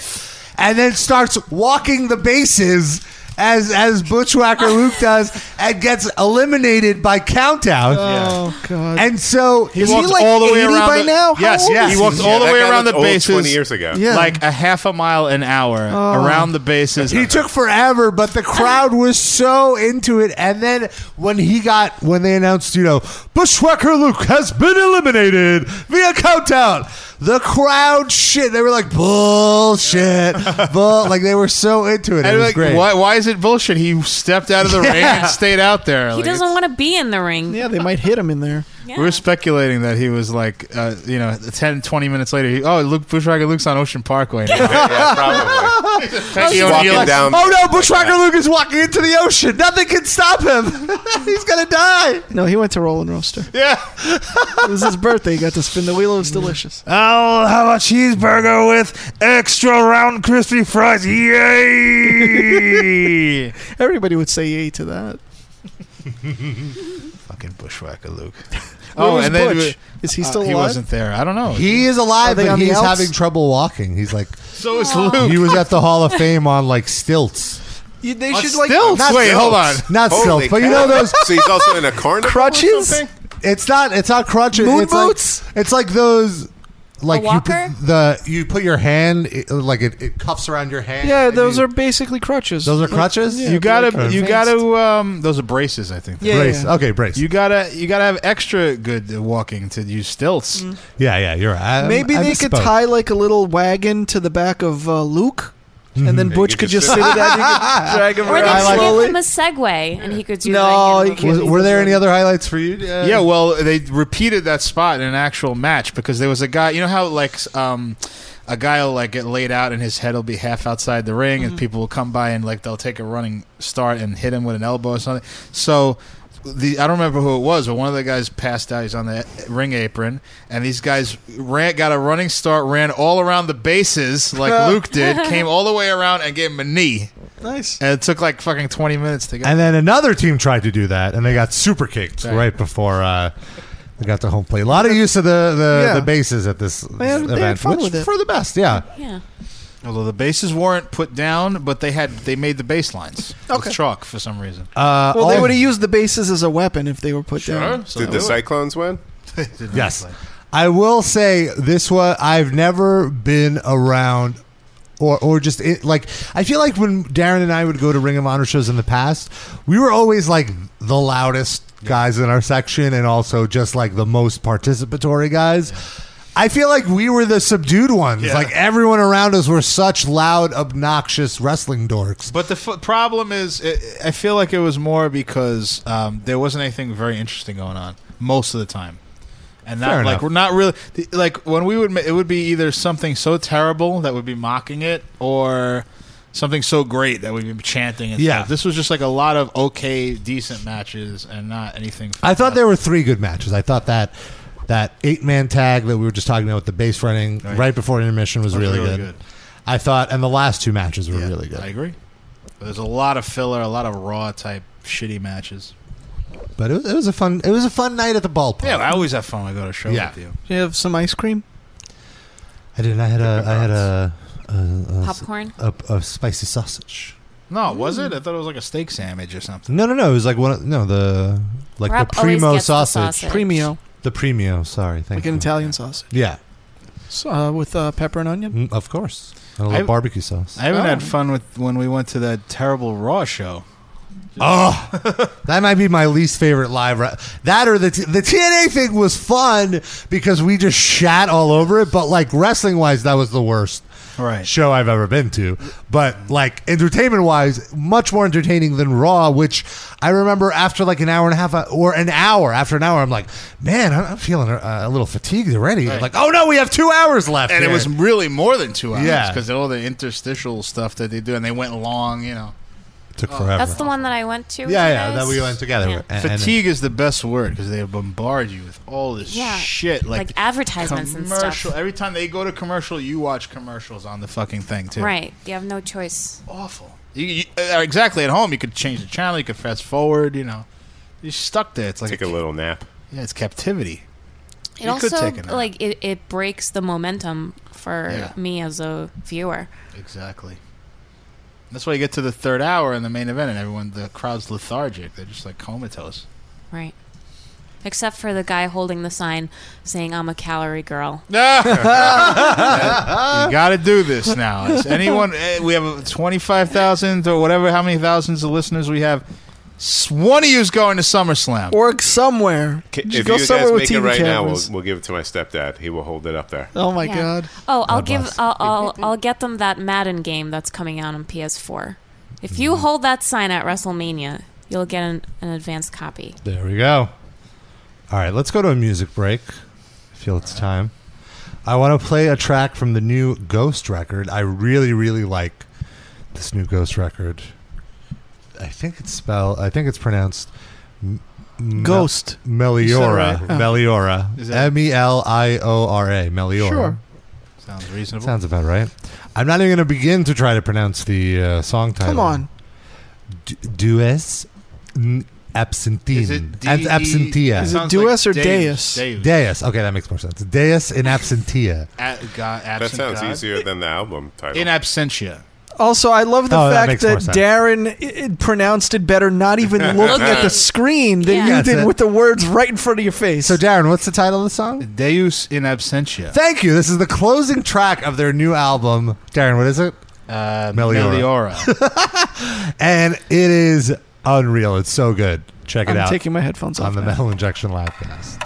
[SPEAKER 3] and then starts walking the bases. As as Bushwhacker Luke does, and gets eliminated by countdown.
[SPEAKER 4] Oh, God!
[SPEAKER 3] And so
[SPEAKER 2] He walks all the way around the, Yes, yes. He walks
[SPEAKER 3] Yeah,
[SPEAKER 2] all the
[SPEAKER 3] that
[SPEAKER 2] way
[SPEAKER 3] guy
[SPEAKER 2] around the
[SPEAKER 3] looked old
[SPEAKER 2] bases
[SPEAKER 3] 20 years ago. Yeah.
[SPEAKER 2] like a half a mile an hour
[SPEAKER 3] Oh.
[SPEAKER 2] around the bases.
[SPEAKER 3] He took forever, but the crowd was so into it. And then when he got, when they announced, you know, Bushwhacker Luke has been eliminated via countdown, the crowd shit. They were like bullshit, bull. Like they were so into it.
[SPEAKER 2] And
[SPEAKER 3] It was
[SPEAKER 2] like,
[SPEAKER 3] great.
[SPEAKER 2] why, why is it bullshit? He stepped out of the ring
[SPEAKER 3] Yeah.
[SPEAKER 2] and stayed out there.
[SPEAKER 5] He
[SPEAKER 2] Like,
[SPEAKER 5] doesn't want to be in the ring.
[SPEAKER 4] Yeah, they might hit him in there.
[SPEAKER 2] We were speculating that he was like, uh, you know, 10, 20 minutes later. He, oh, Luke Bushrager Luke's on Ocean Parkway. Now. Peggy O'Neal.
[SPEAKER 3] Oh no, Bushwhacker Luke is walking into the ocean. Oh, Nothing can stop him. He's gonna die.
[SPEAKER 4] No, he went to Roland Roaster.
[SPEAKER 2] Yeah.
[SPEAKER 4] it was his birthday. He got to spin the wheel. It was delicious.
[SPEAKER 13] I'll have a cheeseburger with extra round crispy fries. Yay!
[SPEAKER 4] Everybody would say yay to that.
[SPEAKER 2] Fucking Bushwhacker Luke.
[SPEAKER 4] Where
[SPEAKER 2] oh,
[SPEAKER 4] was
[SPEAKER 2] and then Uh,
[SPEAKER 4] Butch? Is he still
[SPEAKER 2] He
[SPEAKER 4] alive?
[SPEAKER 2] wasn't there. I don't know.
[SPEAKER 3] He is
[SPEAKER 2] Are
[SPEAKER 3] alive,
[SPEAKER 2] they
[SPEAKER 3] but
[SPEAKER 2] on
[SPEAKER 3] he
[SPEAKER 2] the
[SPEAKER 3] is
[SPEAKER 2] outs?
[SPEAKER 3] having trouble walking. He's like
[SPEAKER 2] So is Luke.
[SPEAKER 3] He was at the Hall of Fame on like stilts.
[SPEAKER 4] You, they
[SPEAKER 2] On
[SPEAKER 4] should like
[SPEAKER 2] stilts?
[SPEAKER 4] not
[SPEAKER 2] Wait,
[SPEAKER 4] stilts.
[SPEAKER 2] hold on.
[SPEAKER 3] Not
[SPEAKER 6] Holy
[SPEAKER 3] stilts, but you
[SPEAKER 6] cow.
[SPEAKER 3] know those.
[SPEAKER 6] So he's also in a carnival or something?
[SPEAKER 3] It's not. It's not crutches.
[SPEAKER 6] Moon
[SPEAKER 3] it's like-
[SPEAKER 6] boots?
[SPEAKER 3] it's like those. Like you put
[SPEAKER 4] walker?
[SPEAKER 3] the you put your hand it, like it, it cuffs around your hand.
[SPEAKER 4] Yeah,
[SPEAKER 3] and
[SPEAKER 4] those
[SPEAKER 3] you-
[SPEAKER 4] are basically crutches.
[SPEAKER 3] Those are crutches?
[SPEAKER 4] yeah,
[SPEAKER 2] you
[SPEAKER 4] they're
[SPEAKER 2] gotta,
[SPEAKER 4] like
[SPEAKER 2] you
[SPEAKER 4] advanced.
[SPEAKER 2] gotta. Um, those are braces, I think.
[SPEAKER 4] Yeah, Brace. yeah.
[SPEAKER 3] Okay, brace.
[SPEAKER 2] You gotta, you gotta have extra good walking to use stilts.
[SPEAKER 3] Yeah, yeah, you're right.
[SPEAKER 4] Maybe they could tie like a little wagon to the back of uh, Luke, and then Butch could just sit it out. You could drag him
[SPEAKER 5] Or they
[SPEAKER 4] around
[SPEAKER 5] should
[SPEAKER 4] slowly.
[SPEAKER 5] give him a Segway, and he could do.
[SPEAKER 4] No, you
[SPEAKER 3] Was, were there any other highlights for you? Uh,
[SPEAKER 2] yeah, well, they repeated that spot in an actual match because there was a guy. You know how like um, a guy will like get laid out and his head will be half outside the ring, and people will come by and like they'll take a running start and hit him with an elbow or something. So. The, I don't remember who it was, but one of the guys passed out. He's on the ring apron, and these guys ran, got a running start, ran all around the bases like Luke did, came all the way around and gave him a knee.
[SPEAKER 4] Nice.
[SPEAKER 2] And it took like fucking twenty minutes to get.
[SPEAKER 3] And then another team tried to do that, and they got super kicked
[SPEAKER 2] Right.
[SPEAKER 3] right, before uh, they got to home plate. A lot of use of the the,
[SPEAKER 2] Yeah.
[SPEAKER 3] the bases at this
[SPEAKER 2] They had- they had
[SPEAKER 3] event,
[SPEAKER 2] fun
[SPEAKER 3] which
[SPEAKER 2] with it.
[SPEAKER 3] for the best. Yeah,
[SPEAKER 5] Yeah.
[SPEAKER 2] Although the bases weren't put down, but they had they made the baselines
[SPEAKER 4] Okay.
[SPEAKER 2] with chalk for some reason.
[SPEAKER 3] Uh,
[SPEAKER 4] well, they
[SPEAKER 3] all-
[SPEAKER 4] would have used the bases as a weapon if they were put down.
[SPEAKER 2] So
[SPEAKER 6] Did
[SPEAKER 2] they
[SPEAKER 6] the
[SPEAKER 2] were.
[SPEAKER 6] Cyclones win?
[SPEAKER 3] yes. I will say this was I've never been around. Or, or just it, like I feel like when Darren and I would go to Ring of Honor shows in the past, we were always like the loudest guys in our section, and also just like the most participatory guys. I feel like we were the subdued ones.
[SPEAKER 2] Yeah.
[SPEAKER 3] Like everyone around us were such loud, obnoxious wrestling dorks.
[SPEAKER 2] But the f- problem is, it, I feel like it was more because um, there wasn't anything very interesting going on most of the time, and not
[SPEAKER 3] Fair
[SPEAKER 2] like
[SPEAKER 3] enough.
[SPEAKER 2] we're not really the- like when we would ma- it would be either something so terrible that would be mocking it or. Something so great that we'd be chanting and
[SPEAKER 3] Yeah.
[SPEAKER 2] stuff. This was just like a lot of okay, decent matches and not anything.
[SPEAKER 3] I thought there were three good matches. I thought that that eight man tag that we were just talking about with the base running right, before intermission was,
[SPEAKER 2] Was
[SPEAKER 3] really,
[SPEAKER 2] really
[SPEAKER 3] good.
[SPEAKER 2] good.
[SPEAKER 3] I thought, and the last two matches were really good.
[SPEAKER 2] I agree. There's a lot of filler, a lot of raw type shitty matches.
[SPEAKER 3] But it was, it was a fun it was a fun night at the ballpark.
[SPEAKER 2] Yeah, I always have fun when I go to a show with you.
[SPEAKER 4] Do you have some ice cream?
[SPEAKER 3] I didn't. I had a I had a, a, a
[SPEAKER 5] Popcorn?
[SPEAKER 3] a, a spicy sausage.
[SPEAKER 2] No, was it? I thought it was like a steak sandwich or something.
[SPEAKER 3] No, no, no. It was like one. Of, no, the like
[SPEAKER 2] Rob
[SPEAKER 3] the
[SPEAKER 2] always
[SPEAKER 3] primo
[SPEAKER 2] gets the
[SPEAKER 3] sausage.
[SPEAKER 2] sausage. Premio.
[SPEAKER 3] The premio. Sorry, thank
[SPEAKER 4] Like an
[SPEAKER 3] you.
[SPEAKER 4] Italian sausage
[SPEAKER 3] Yeah,
[SPEAKER 4] So, uh, with uh, pepper and onion.
[SPEAKER 3] Mm, of course. And a
[SPEAKER 2] I-
[SPEAKER 3] little barbecue sauce.
[SPEAKER 2] I haven't
[SPEAKER 4] Oh.
[SPEAKER 2] had fun with when we went to that terrible Raw show.
[SPEAKER 3] Oh, that might be my least favorite live. Ra- that or the t- the TNA thing was fun because we just shat all over it. But like wrestling wise, that was the worst
[SPEAKER 2] right.
[SPEAKER 3] show I've ever been to. But like entertainment wise, much more entertaining than Raw, which I remember after like an hour and a half uh, or an hour after an hour, I'm like, man, I'm I'm feeling uh, a little fatigued already.
[SPEAKER 2] Right.
[SPEAKER 3] Like, oh no, we have two hours left,
[SPEAKER 2] and it
[SPEAKER 3] here."
[SPEAKER 2] was really more than two hours
[SPEAKER 3] Yeah.
[SPEAKER 2] because all the interstitial stuff that they do, and they went long. You know, Oh.
[SPEAKER 3] took forever.
[SPEAKER 5] That's the one that I went to. with
[SPEAKER 3] Yeah,
[SPEAKER 5] you
[SPEAKER 3] yeah,
[SPEAKER 5] guys.
[SPEAKER 3] that we went together.
[SPEAKER 5] Yeah.
[SPEAKER 3] And- and-
[SPEAKER 2] Fatigue is the best word because they bombard you with all this
[SPEAKER 5] Yeah.
[SPEAKER 2] shit, like,
[SPEAKER 5] Like advertisements and stuff.
[SPEAKER 2] commercial- Every time they go to commercial, you watch commercials on the fucking thing too.
[SPEAKER 5] Right. You have no choice.
[SPEAKER 2] Awful. You, you, uh, exactly. At home, you could change the channel. You could fast forward. You know, you're stuck there. It's like
[SPEAKER 6] Take a little nap.
[SPEAKER 2] yeah, it's captivity.
[SPEAKER 5] It
[SPEAKER 2] You could
[SPEAKER 5] also
[SPEAKER 2] take a nap.
[SPEAKER 5] like it, it breaks the momentum for
[SPEAKER 2] Yeah.
[SPEAKER 5] me as a viewer.
[SPEAKER 2] Exactly. That's why you get to the third hour in the main event, and everyone, the crowd's lethargic. They're just like comatose.
[SPEAKER 5] Right. Except for the guy holding the sign saying I'm a calorie girl.
[SPEAKER 2] you got to do this now. Is anyone? eh, We have uh, twenty-five thousand or whatever. How many thousands of listeners we have? S- One of you's going to SummerSlam.
[SPEAKER 4] Work somewhere.
[SPEAKER 6] K-
[SPEAKER 4] Just
[SPEAKER 6] If
[SPEAKER 4] go
[SPEAKER 6] you guys
[SPEAKER 4] somewhere with
[SPEAKER 6] make it
[SPEAKER 4] TV
[SPEAKER 6] right now, we'll,
[SPEAKER 4] cameras.
[SPEAKER 6] we'll give it to my stepdad. He will hold it up there.
[SPEAKER 4] Oh my
[SPEAKER 5] Yeah.
[SPEAKER 4] god.
[SPEAKER 5] Oh, I'll
[SPEAKER 6] God
[SPEAKER 5] give.
[SPEAKER 6] bless.
[SPEAKER 5] I'll, I'll I'll get them that Madden game that's coming out on PS4. If you
[SPEAKER 4] Mm-hmm.
[SPEAKER 5] hold that sign at WrestleMania, you'll get an, an advanced copy.
[SPEAKER 3] There we go. All right, let's go to a music break. I feel it's time. I want to play a track from the new Ghost record. I really, really like this new Ghost record. I think it's spell. I think it's pronounced M- Mel-
[SPEAKER 4] Ghost. You said it
[SPEAKER 3] Meliora.
[SPEAKER 4] right. Oh. Is
[SPEAKER 3] Meliora.
[SPEAKER 4] that-
[SPEAKER 3] M e l i o r a. Meliora.
[SPEAKER 4] Sure.
[SPEAKER 2] Sounds reasonable.
[SPEAKER 3] Sounds about right. I'm not even going to begin to try to pronounce the uh, song title.
[SPEAKER 4] Come on.
[SPEAKER 3] Du- Dues n- absentin.
[SPEAKER 4] Is it D-
[SPEAKER 3] Ab- absentia.
[SPEAKER 4] Is it Sounds dues like or deus, deus? deus.
[SPEAKER 3] Deus. Okay, that makes more sense. Deus in absentia.
[SPEAKER 2] At God,
[SPEAKER 6] that
[SPEAKER 2] absent
[SPEAKER 6] sounds
[SPEAKER 2] God.
[SPEAKER 6] easier than the album title.
[SPEAKER 2] In absentia.
[SPEAKER 4] Also, I love the
[SPEAKER 3] Oh, that
[SPEAKER 4] fact
[SPEAKER 3] makes
[SPEAKER 4] that,
[SPEAKER 3] more sense.
[SPEAKER 4] Darren i- i- pronounced it better, not even looking at the screen, than you
[SPEAKER 3] That's
[SPEAKER 4] did
[SPEAKER 3] it.
[SPEAKER 4] with the words right in front of your face. So,
[SPEAKER 3] Darren, what's the title of the song?
[SPEAKER 2] Deus in absentia.
[SPEAKER 3] Thank you. This is the closing track of their new album. Darren, what is it?
[SPEAKER 2] Uh,
[SPEAKER 3] Meliora. and it is unreal. It's so good. Check it
[SPEAKER 4] I'm
[SPEAKER 3] out.
[SPEAKER 4] taking my headphones
[SPEAKER 3] on
[SPEAKER 4] off
[SPEAKER 3] the
[SPEAKER 4] now.
[SPEAKER 3] Metal Injection Live Cast.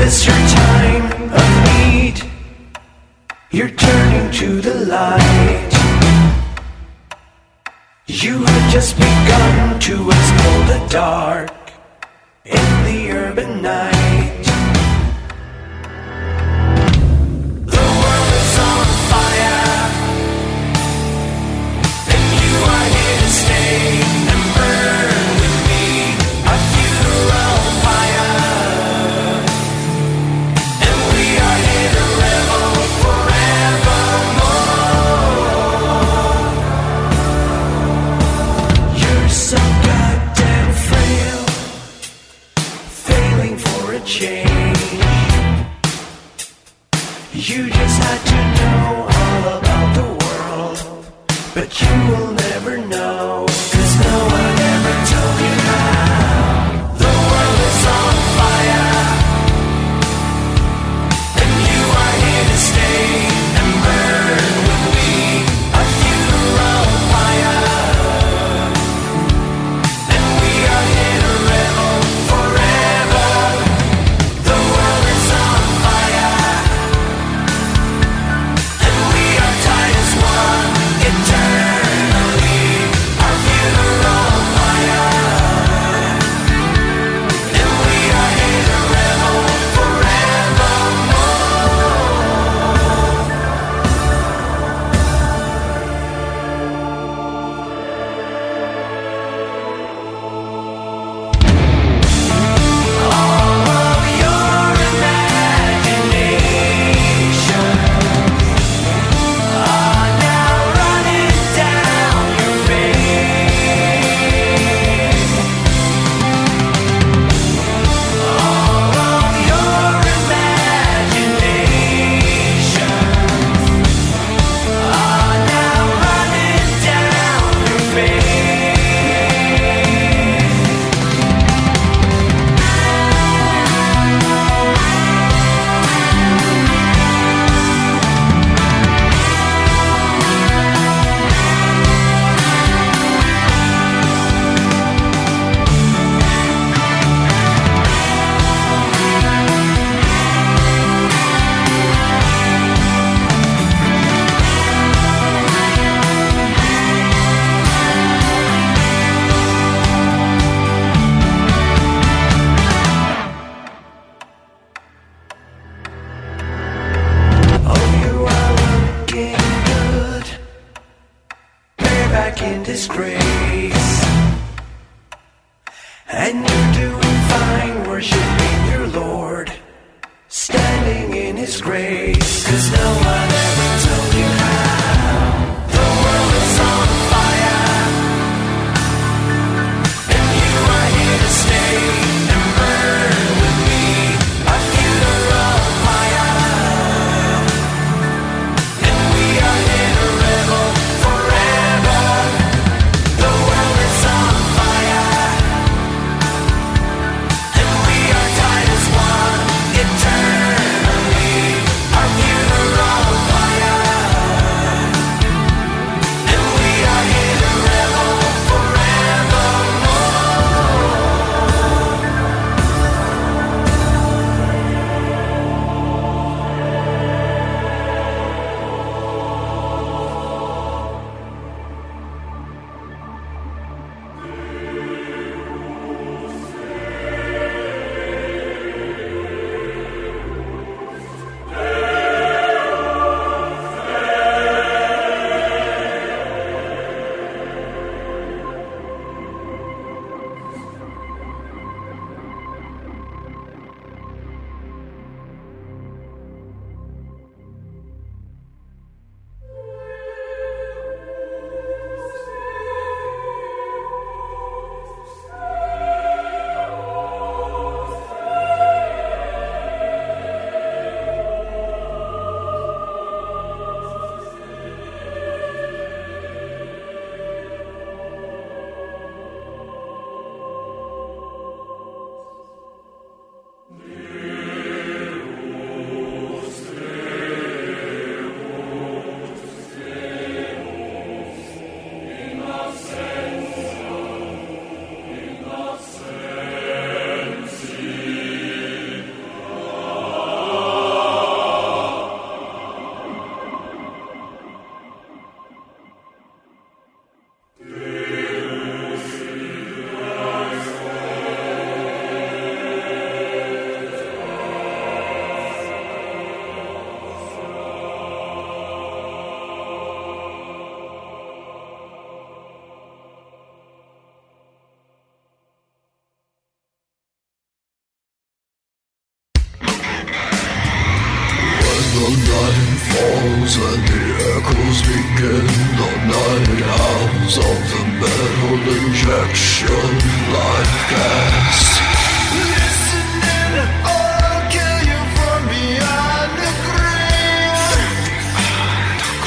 [SPEAKER 14] this your time of need, you're turning to the light. You have just begun to explore the dark in the urban night. The world is on fire, and you are here to stay and burn with me. A funeral fire. You're so goddamn frail, failing for a change. You just had to know all about the world, but you will never know. Cause no one ever told you how. The world is on fire. And you are here to stay and burn with me. A funeral fire. And we are here to revel forever. The world is on fire. And we are tied as one eternally. A funeral fire. And we are here to revel You're back in disgrace. And you're doing fine worshiping your Lord, standing in His grace. Cause no one ever told you how. The world is on fire. And you are here to stay and burn with me. A funeral fire. And we are here to revel forever. The world is on fire, and we are tied as one eternally. Our funeral fire. as the echoes begin the night hours of the metal injection live cast. Listen and I'll kill you from beyond the grave.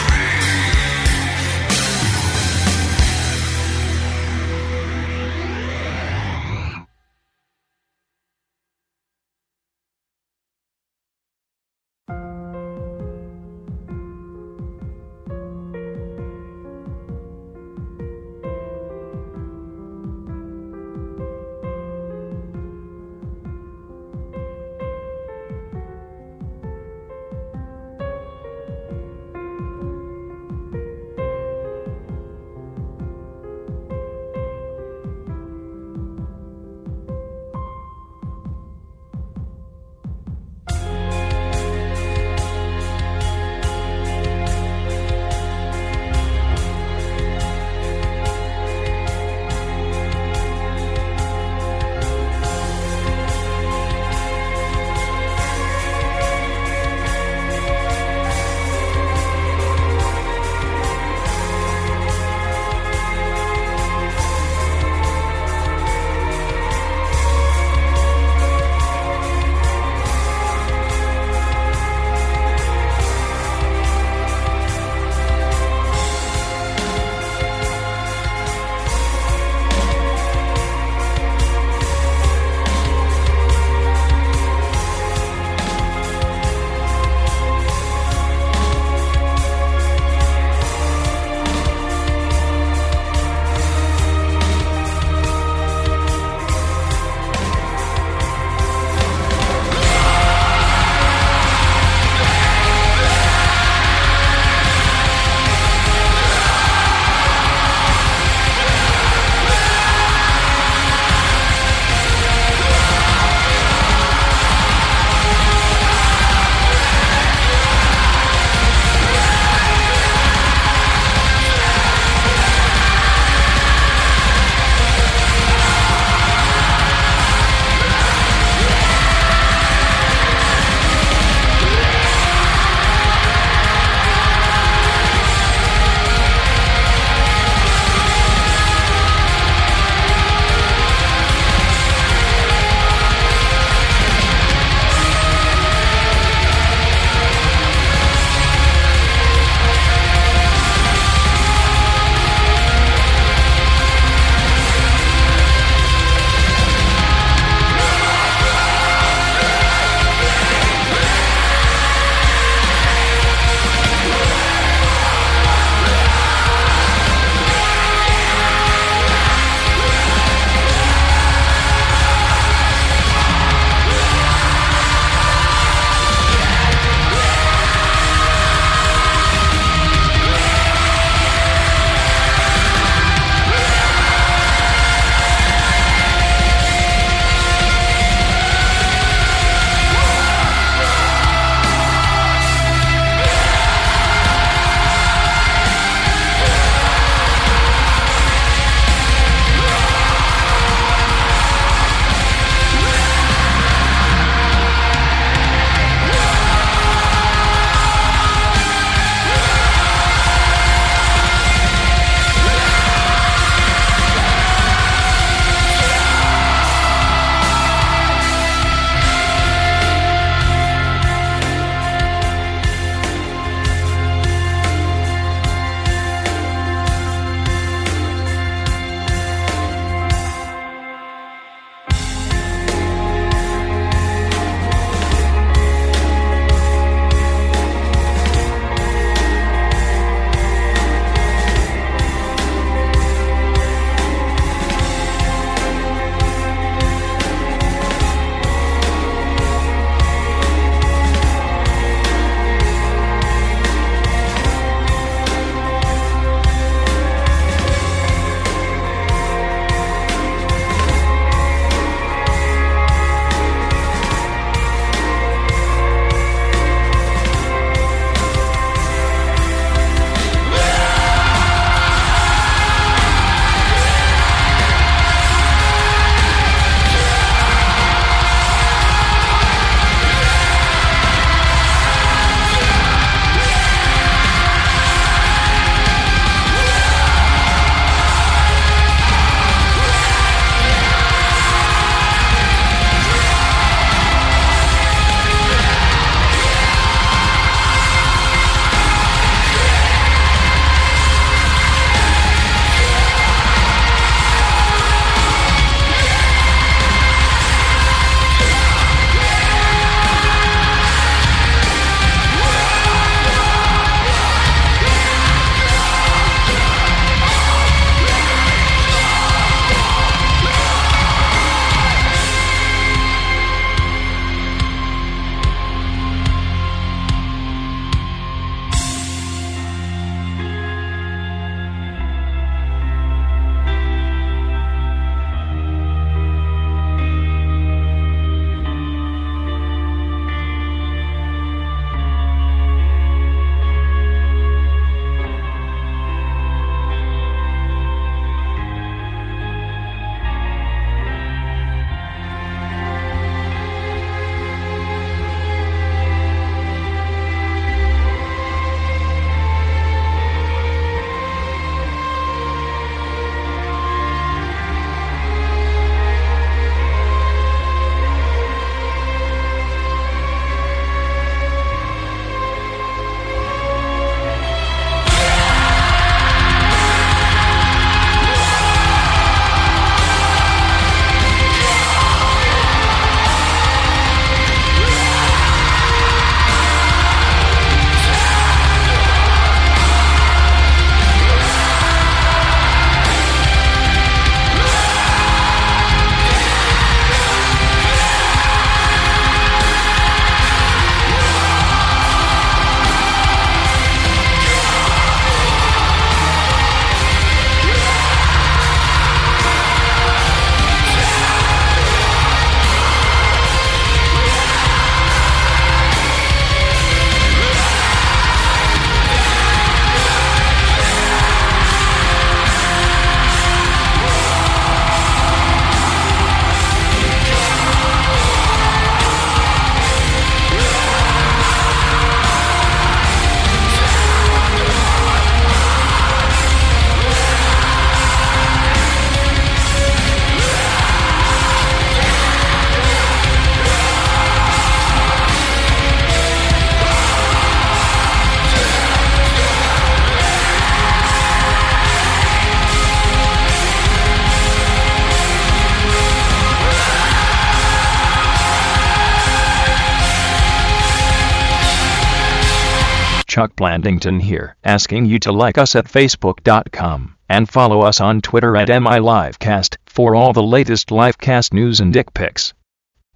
[SPEAKER 1] Chuck Blandington here, asking you to like us at facebook.com and follow us on Twitter at MILivecast for all the latest livecast news and dick pics.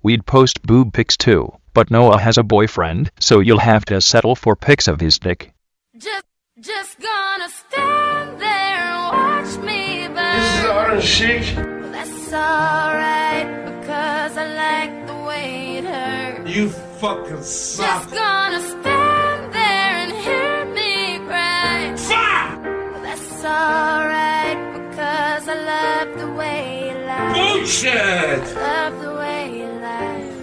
[SPEAKER 1] We'd post boob pics too, but Noah has a boyfriend, so you'll have to settle for pics of his dick.
[SPEAKER 10] Just, just gonna stand there and watch me burn.
[SPEAKER 15] This is Iron Sheik.
[SPEAKER 10] Well, That's alright because I like the way it hurts.
[SPEAKER 14] You fucking suck.
[SPEAKER 10] Just gonna stand there and hear me cry. Fuck! Well, that's alright because I love the way you lie.
[SPEAKER 13] Bullshit!
[SPEAKER 10] I love the way you lie.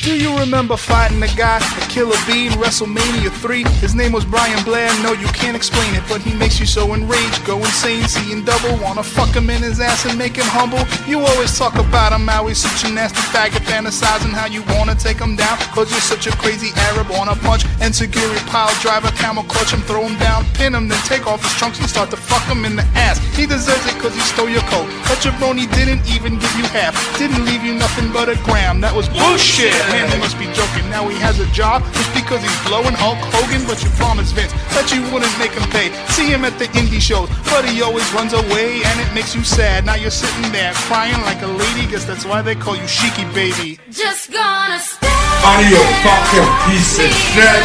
[SPEAKER 13] Do you remember fighting the guy at Killer Bean WrestleMania 3? His name was Brian Blair. No, you can't explain it, but he makes you so enraged. Go insane, seeing double. Wanna fuck him in his ass and make him humble. You always talk about him, how he's such a nasty faggot, fantasizing how you wanna take him down. Cause you're such a crazy Arab. Wanna punch and Seguri pile, drive a camel, clutch him, throw him down, pin him, then take off his trunks and start to fuck him in the ass. He deserves it cause he stole your coat. That jabroni didn't even give you half. Didn't leave you nothing but a gram. That was bullshit. Man, you must be joking. Now he has a job just because he's blowing Hulk Hogan. But you promised Vince that you wouldn't make him pay. See him at the indie shows, but he always runs away and it makes you sad. Now you're sitting there crying like a lady. Guess that's why they call you Sheiky Baby.
[SPEAKER 10] Just gonna stand
[SPEAKER 14] Audio fucking piece of shit.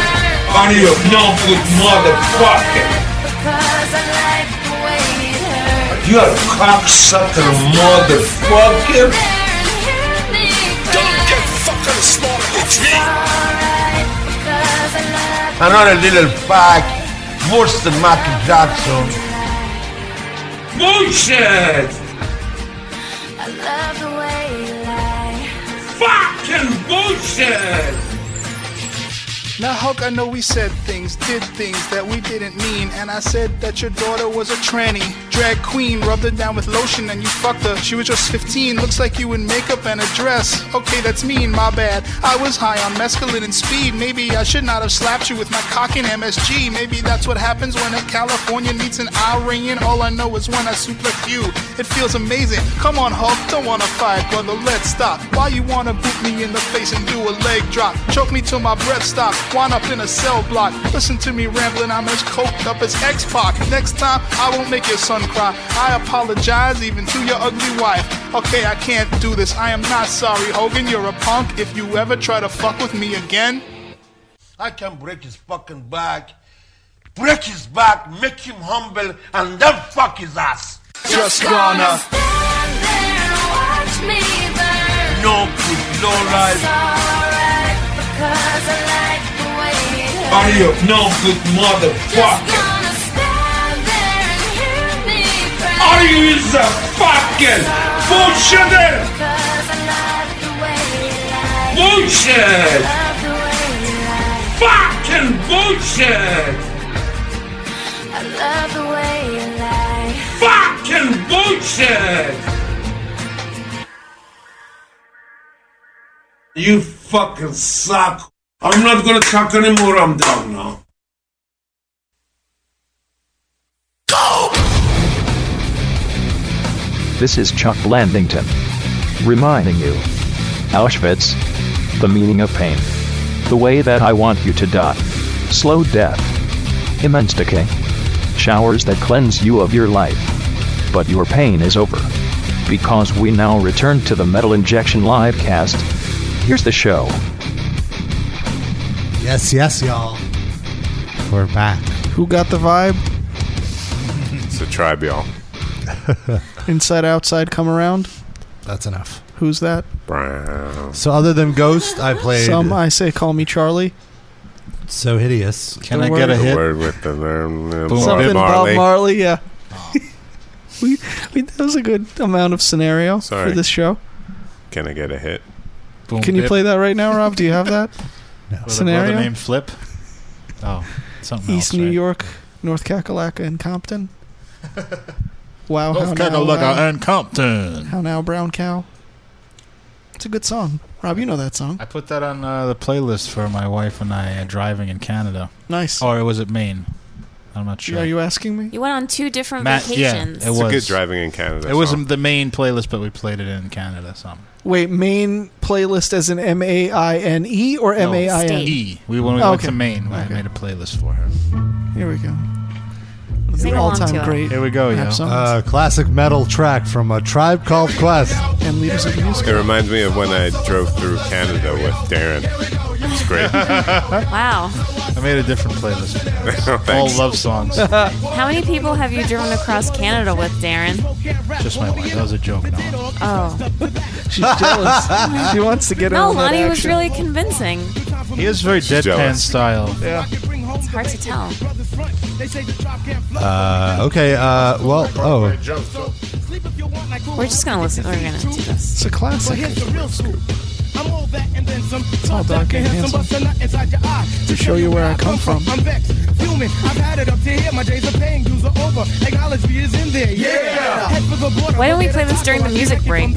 [SPEAKER 14] Audio novel motherfucker.
[SPEAKER 10] because I like the way it hurts.
[SPEAKER 14] You are cocksucker motherfucker.
[SPEAKER 10] Don't get fucking slaughtered. Because I love
[SPEAKER 14] Another little fuck. Worse than Michael Jackson. Bullshit!
[SPEAKER 10] I love the way you lie.
[SPEAKER 14] Fucking bullshit!
[SPEAKER 13] Now, Hulk, I know we said things, did things that we didn't mean, and I said that your daughter was a tranny. Drag queen, rubbed her down with lotion, and you fucked her. She was just 15, looks like you in makeup and a dress. Okay, that's mean, my bad. I was high on mescaline and speed. Maybe I should not have slapped you with my cock and MSG. Maybe that's what happens when a California meets an Iranian. All I know is when I suplex you, it feels amazing. Come on, Hulk, don't wanna fight, brother, let's stop. Why you wanna boot me in the face and do a leg drop? Choke me till my breath stops, wind up in a cell block. Listen to me rambling, I'm as coked up as X-Pac. Next time, I won't make your son cry. I apologize even to your ugly wife. Okay, I can't do this, I am not sorry, Hogan, you're a punk. If you ever try to fuck with me again,
[SPEAKER 14] I can break his fucking back. Break his back, make him humble, and then fuck his ass.
[SPEAKER 10] Just gonna Watch me burn.
[SPEAKER 14] No good, no
[SPEAKER 10] It's
[SPEAKER 14] life.
[SPEAKER 10] alright because I like the way it hurts.
[SPEAKER 14] Body of no good motherfucker.
[SPEAKER 10] Gonna stand there and hear me cry.
[SPEAKER 14] Audio is a fucking bullshitter.
[SPEAKER 10] Because I love the way you lie.
[SPEAKER 14] Bullshit.
[SPEAKER 10] Love the way you lie.
[SPEAKER 14] Fucking bullshit.
[SPEAKER 10] I love the way you lie.
[SPEAKER 14] Fucking bullshit. You fucking suck. I'm not gonna talk anymore. I'm down now.
[SPEAKER 1] This is Chuck Blandington. Reminding you Auschwitz. The meaning of pain. The way that I want you to die. Slow death. Immense decay. Showers that cleanse you of your life. But your pain is over. Because we now return to the Metal Injection live cast. Here's the show.
[SPEAKER 3] Yes, yes, y'all. We're back.
[SPEAKER 4] Who got the vibe?
[SPEAKER 6] It's a tribe, y'all.
[SPEAKER 4] Inside, outside, come around.
[SPEAKER 3] That's enough.
[SPEAKER 4] Who's that?
[SPEAKER 6] Brown.
[SPEAKER 3] So other than Ghost, I played
[SPEAKER 4] Some I say, call me Charlie.
[SPEAKER 3] So Hideous.
[SPEAKER 4] Can Don't I get a worry. hit?
[SPEAKER 6] Word with the uh,
[SPEAKER 4] Something
[SPEAKER 6] Bob Marley.
[SPEAKER 4] Bob Marley. Oh, Yeah. we, we that was a good amount of scenario
[SPEAKER 6] Sorry.
[SPEAKER 4] for this show.
[SPEAKER 6] Can I get a hit?
[SPEAKER 4] Can you play that right now, Rob? Do you have that scenario?
[SPEAKER 13] name Flip. Oh, something
[SPEAKER 4] East New York, North Kakalaka, and Compton. Wow,
[SPEAKER 2] Oh,
[SPEAKER 4] how
[SPEAKER 13] North
[SPEAKER 4] now,
[SPEAKER 13] Kakalaka
[SPEAKER 4] brown-
[SPEAKER 2] uh,
[SPEAKER 13] and Compton.
[SPEAKER 4] How now, brown cow. It's a good song, Rob. You know that song.
[SPEAKER 13] I put that on uh, the playlist for my wife and I uh, driving in Canada.
[SPEAKER 4] Nice.
[SPEAKER 13] Or was it Maine?
[SPEAKER 2] I'm not sure.
[SPEAKER 4] Are you asking me?
[SPEAKER 5] You went on two different
[SPEAKER 2] Matt, yeah, it
[SPEAKER 5] vacations.
[SPEAKER 2] was
[SPEAKER 6] good driving in Canada
[SPEAKER 2] It was
[SPEAKER 6] song.
[SPEAKER 2] the main playlist, but we played it in Canada. Some
[SPEAKER 4] Wait, main playlist as in M A I N E or M A I N
[SPEAKER 2] E. We when we
[SPEAKER 4] Oh,
[SPEAKER 2] went
[SPEAKER 4] okay.
[SPEAKER 2] to Maine, I made a playlist for her.
[SPEAKER 4] Here we go. It's
[SPEAKER 2] Sing
[SPEAKER 4] an
[SPEAKER 2] along
[SPEAKER 4] all-time
[SPEAKER 2] to it.
[SPEAKER 4] great.
[SPEAKER 2] Here we go,
[SPEAKER 4] rap
[SPEAKER 2] yo.
[SPEAKER 4] song.
[SPEAKER 3] Uh, classic metal track from a tribe called Quest.
[SPEAKER 4] And leaders of music.
[SPEAKER 6] It reminds me of when I drove through Canada with Darren. It's great.
[SPEAKER 5] wow.
[SPEAKER 2] I made a different playlist. All
[SPEAKER 6] Thanks.
[SPEAKER 2] love songs.
[SPEAKER 5] How many people have you driven across Canada with, Darren?
[SPEAKER 2] Just my wife. That was a joke. No.
[SPEAKER 5] Oh.
[SPEAKER 4] She's jealous. she wants to get in
[SPEAKER 5] No,
[SPEAKER 4] on that
[SPEAKER 5] Lonnie was
[SPEAKER 4] action.
[SPEAKER 5] really convincing.
[SPEAKER 2] He is very
[SPEAKER 6] She's
[SPEAKER 2] deadpan
[SPEAKER 6] jealous.
[SPEAKER 2] style.
[SPEAKER 4] Yeah.
[SPEAKER 5] It's hard to tell.
[SPEAKER 3] Uh, okay, uh, well, oh.
[SPEAKER 5] We're just gonna listen. We're gonna do this.
[SPEAKER 4] It's a classic.
[SPEAKER 14] Oh,
[SPEAKER 4] It's all dark and handsome. To show you where I come from.
[SPEAKER 14] I'm vexed, fuming. I've had it up to here. My days of pain, dues are over. Acknowledge me is in there. Yeah. Head for the border.
[SPEAKER 5] Why don't we play this during the music break?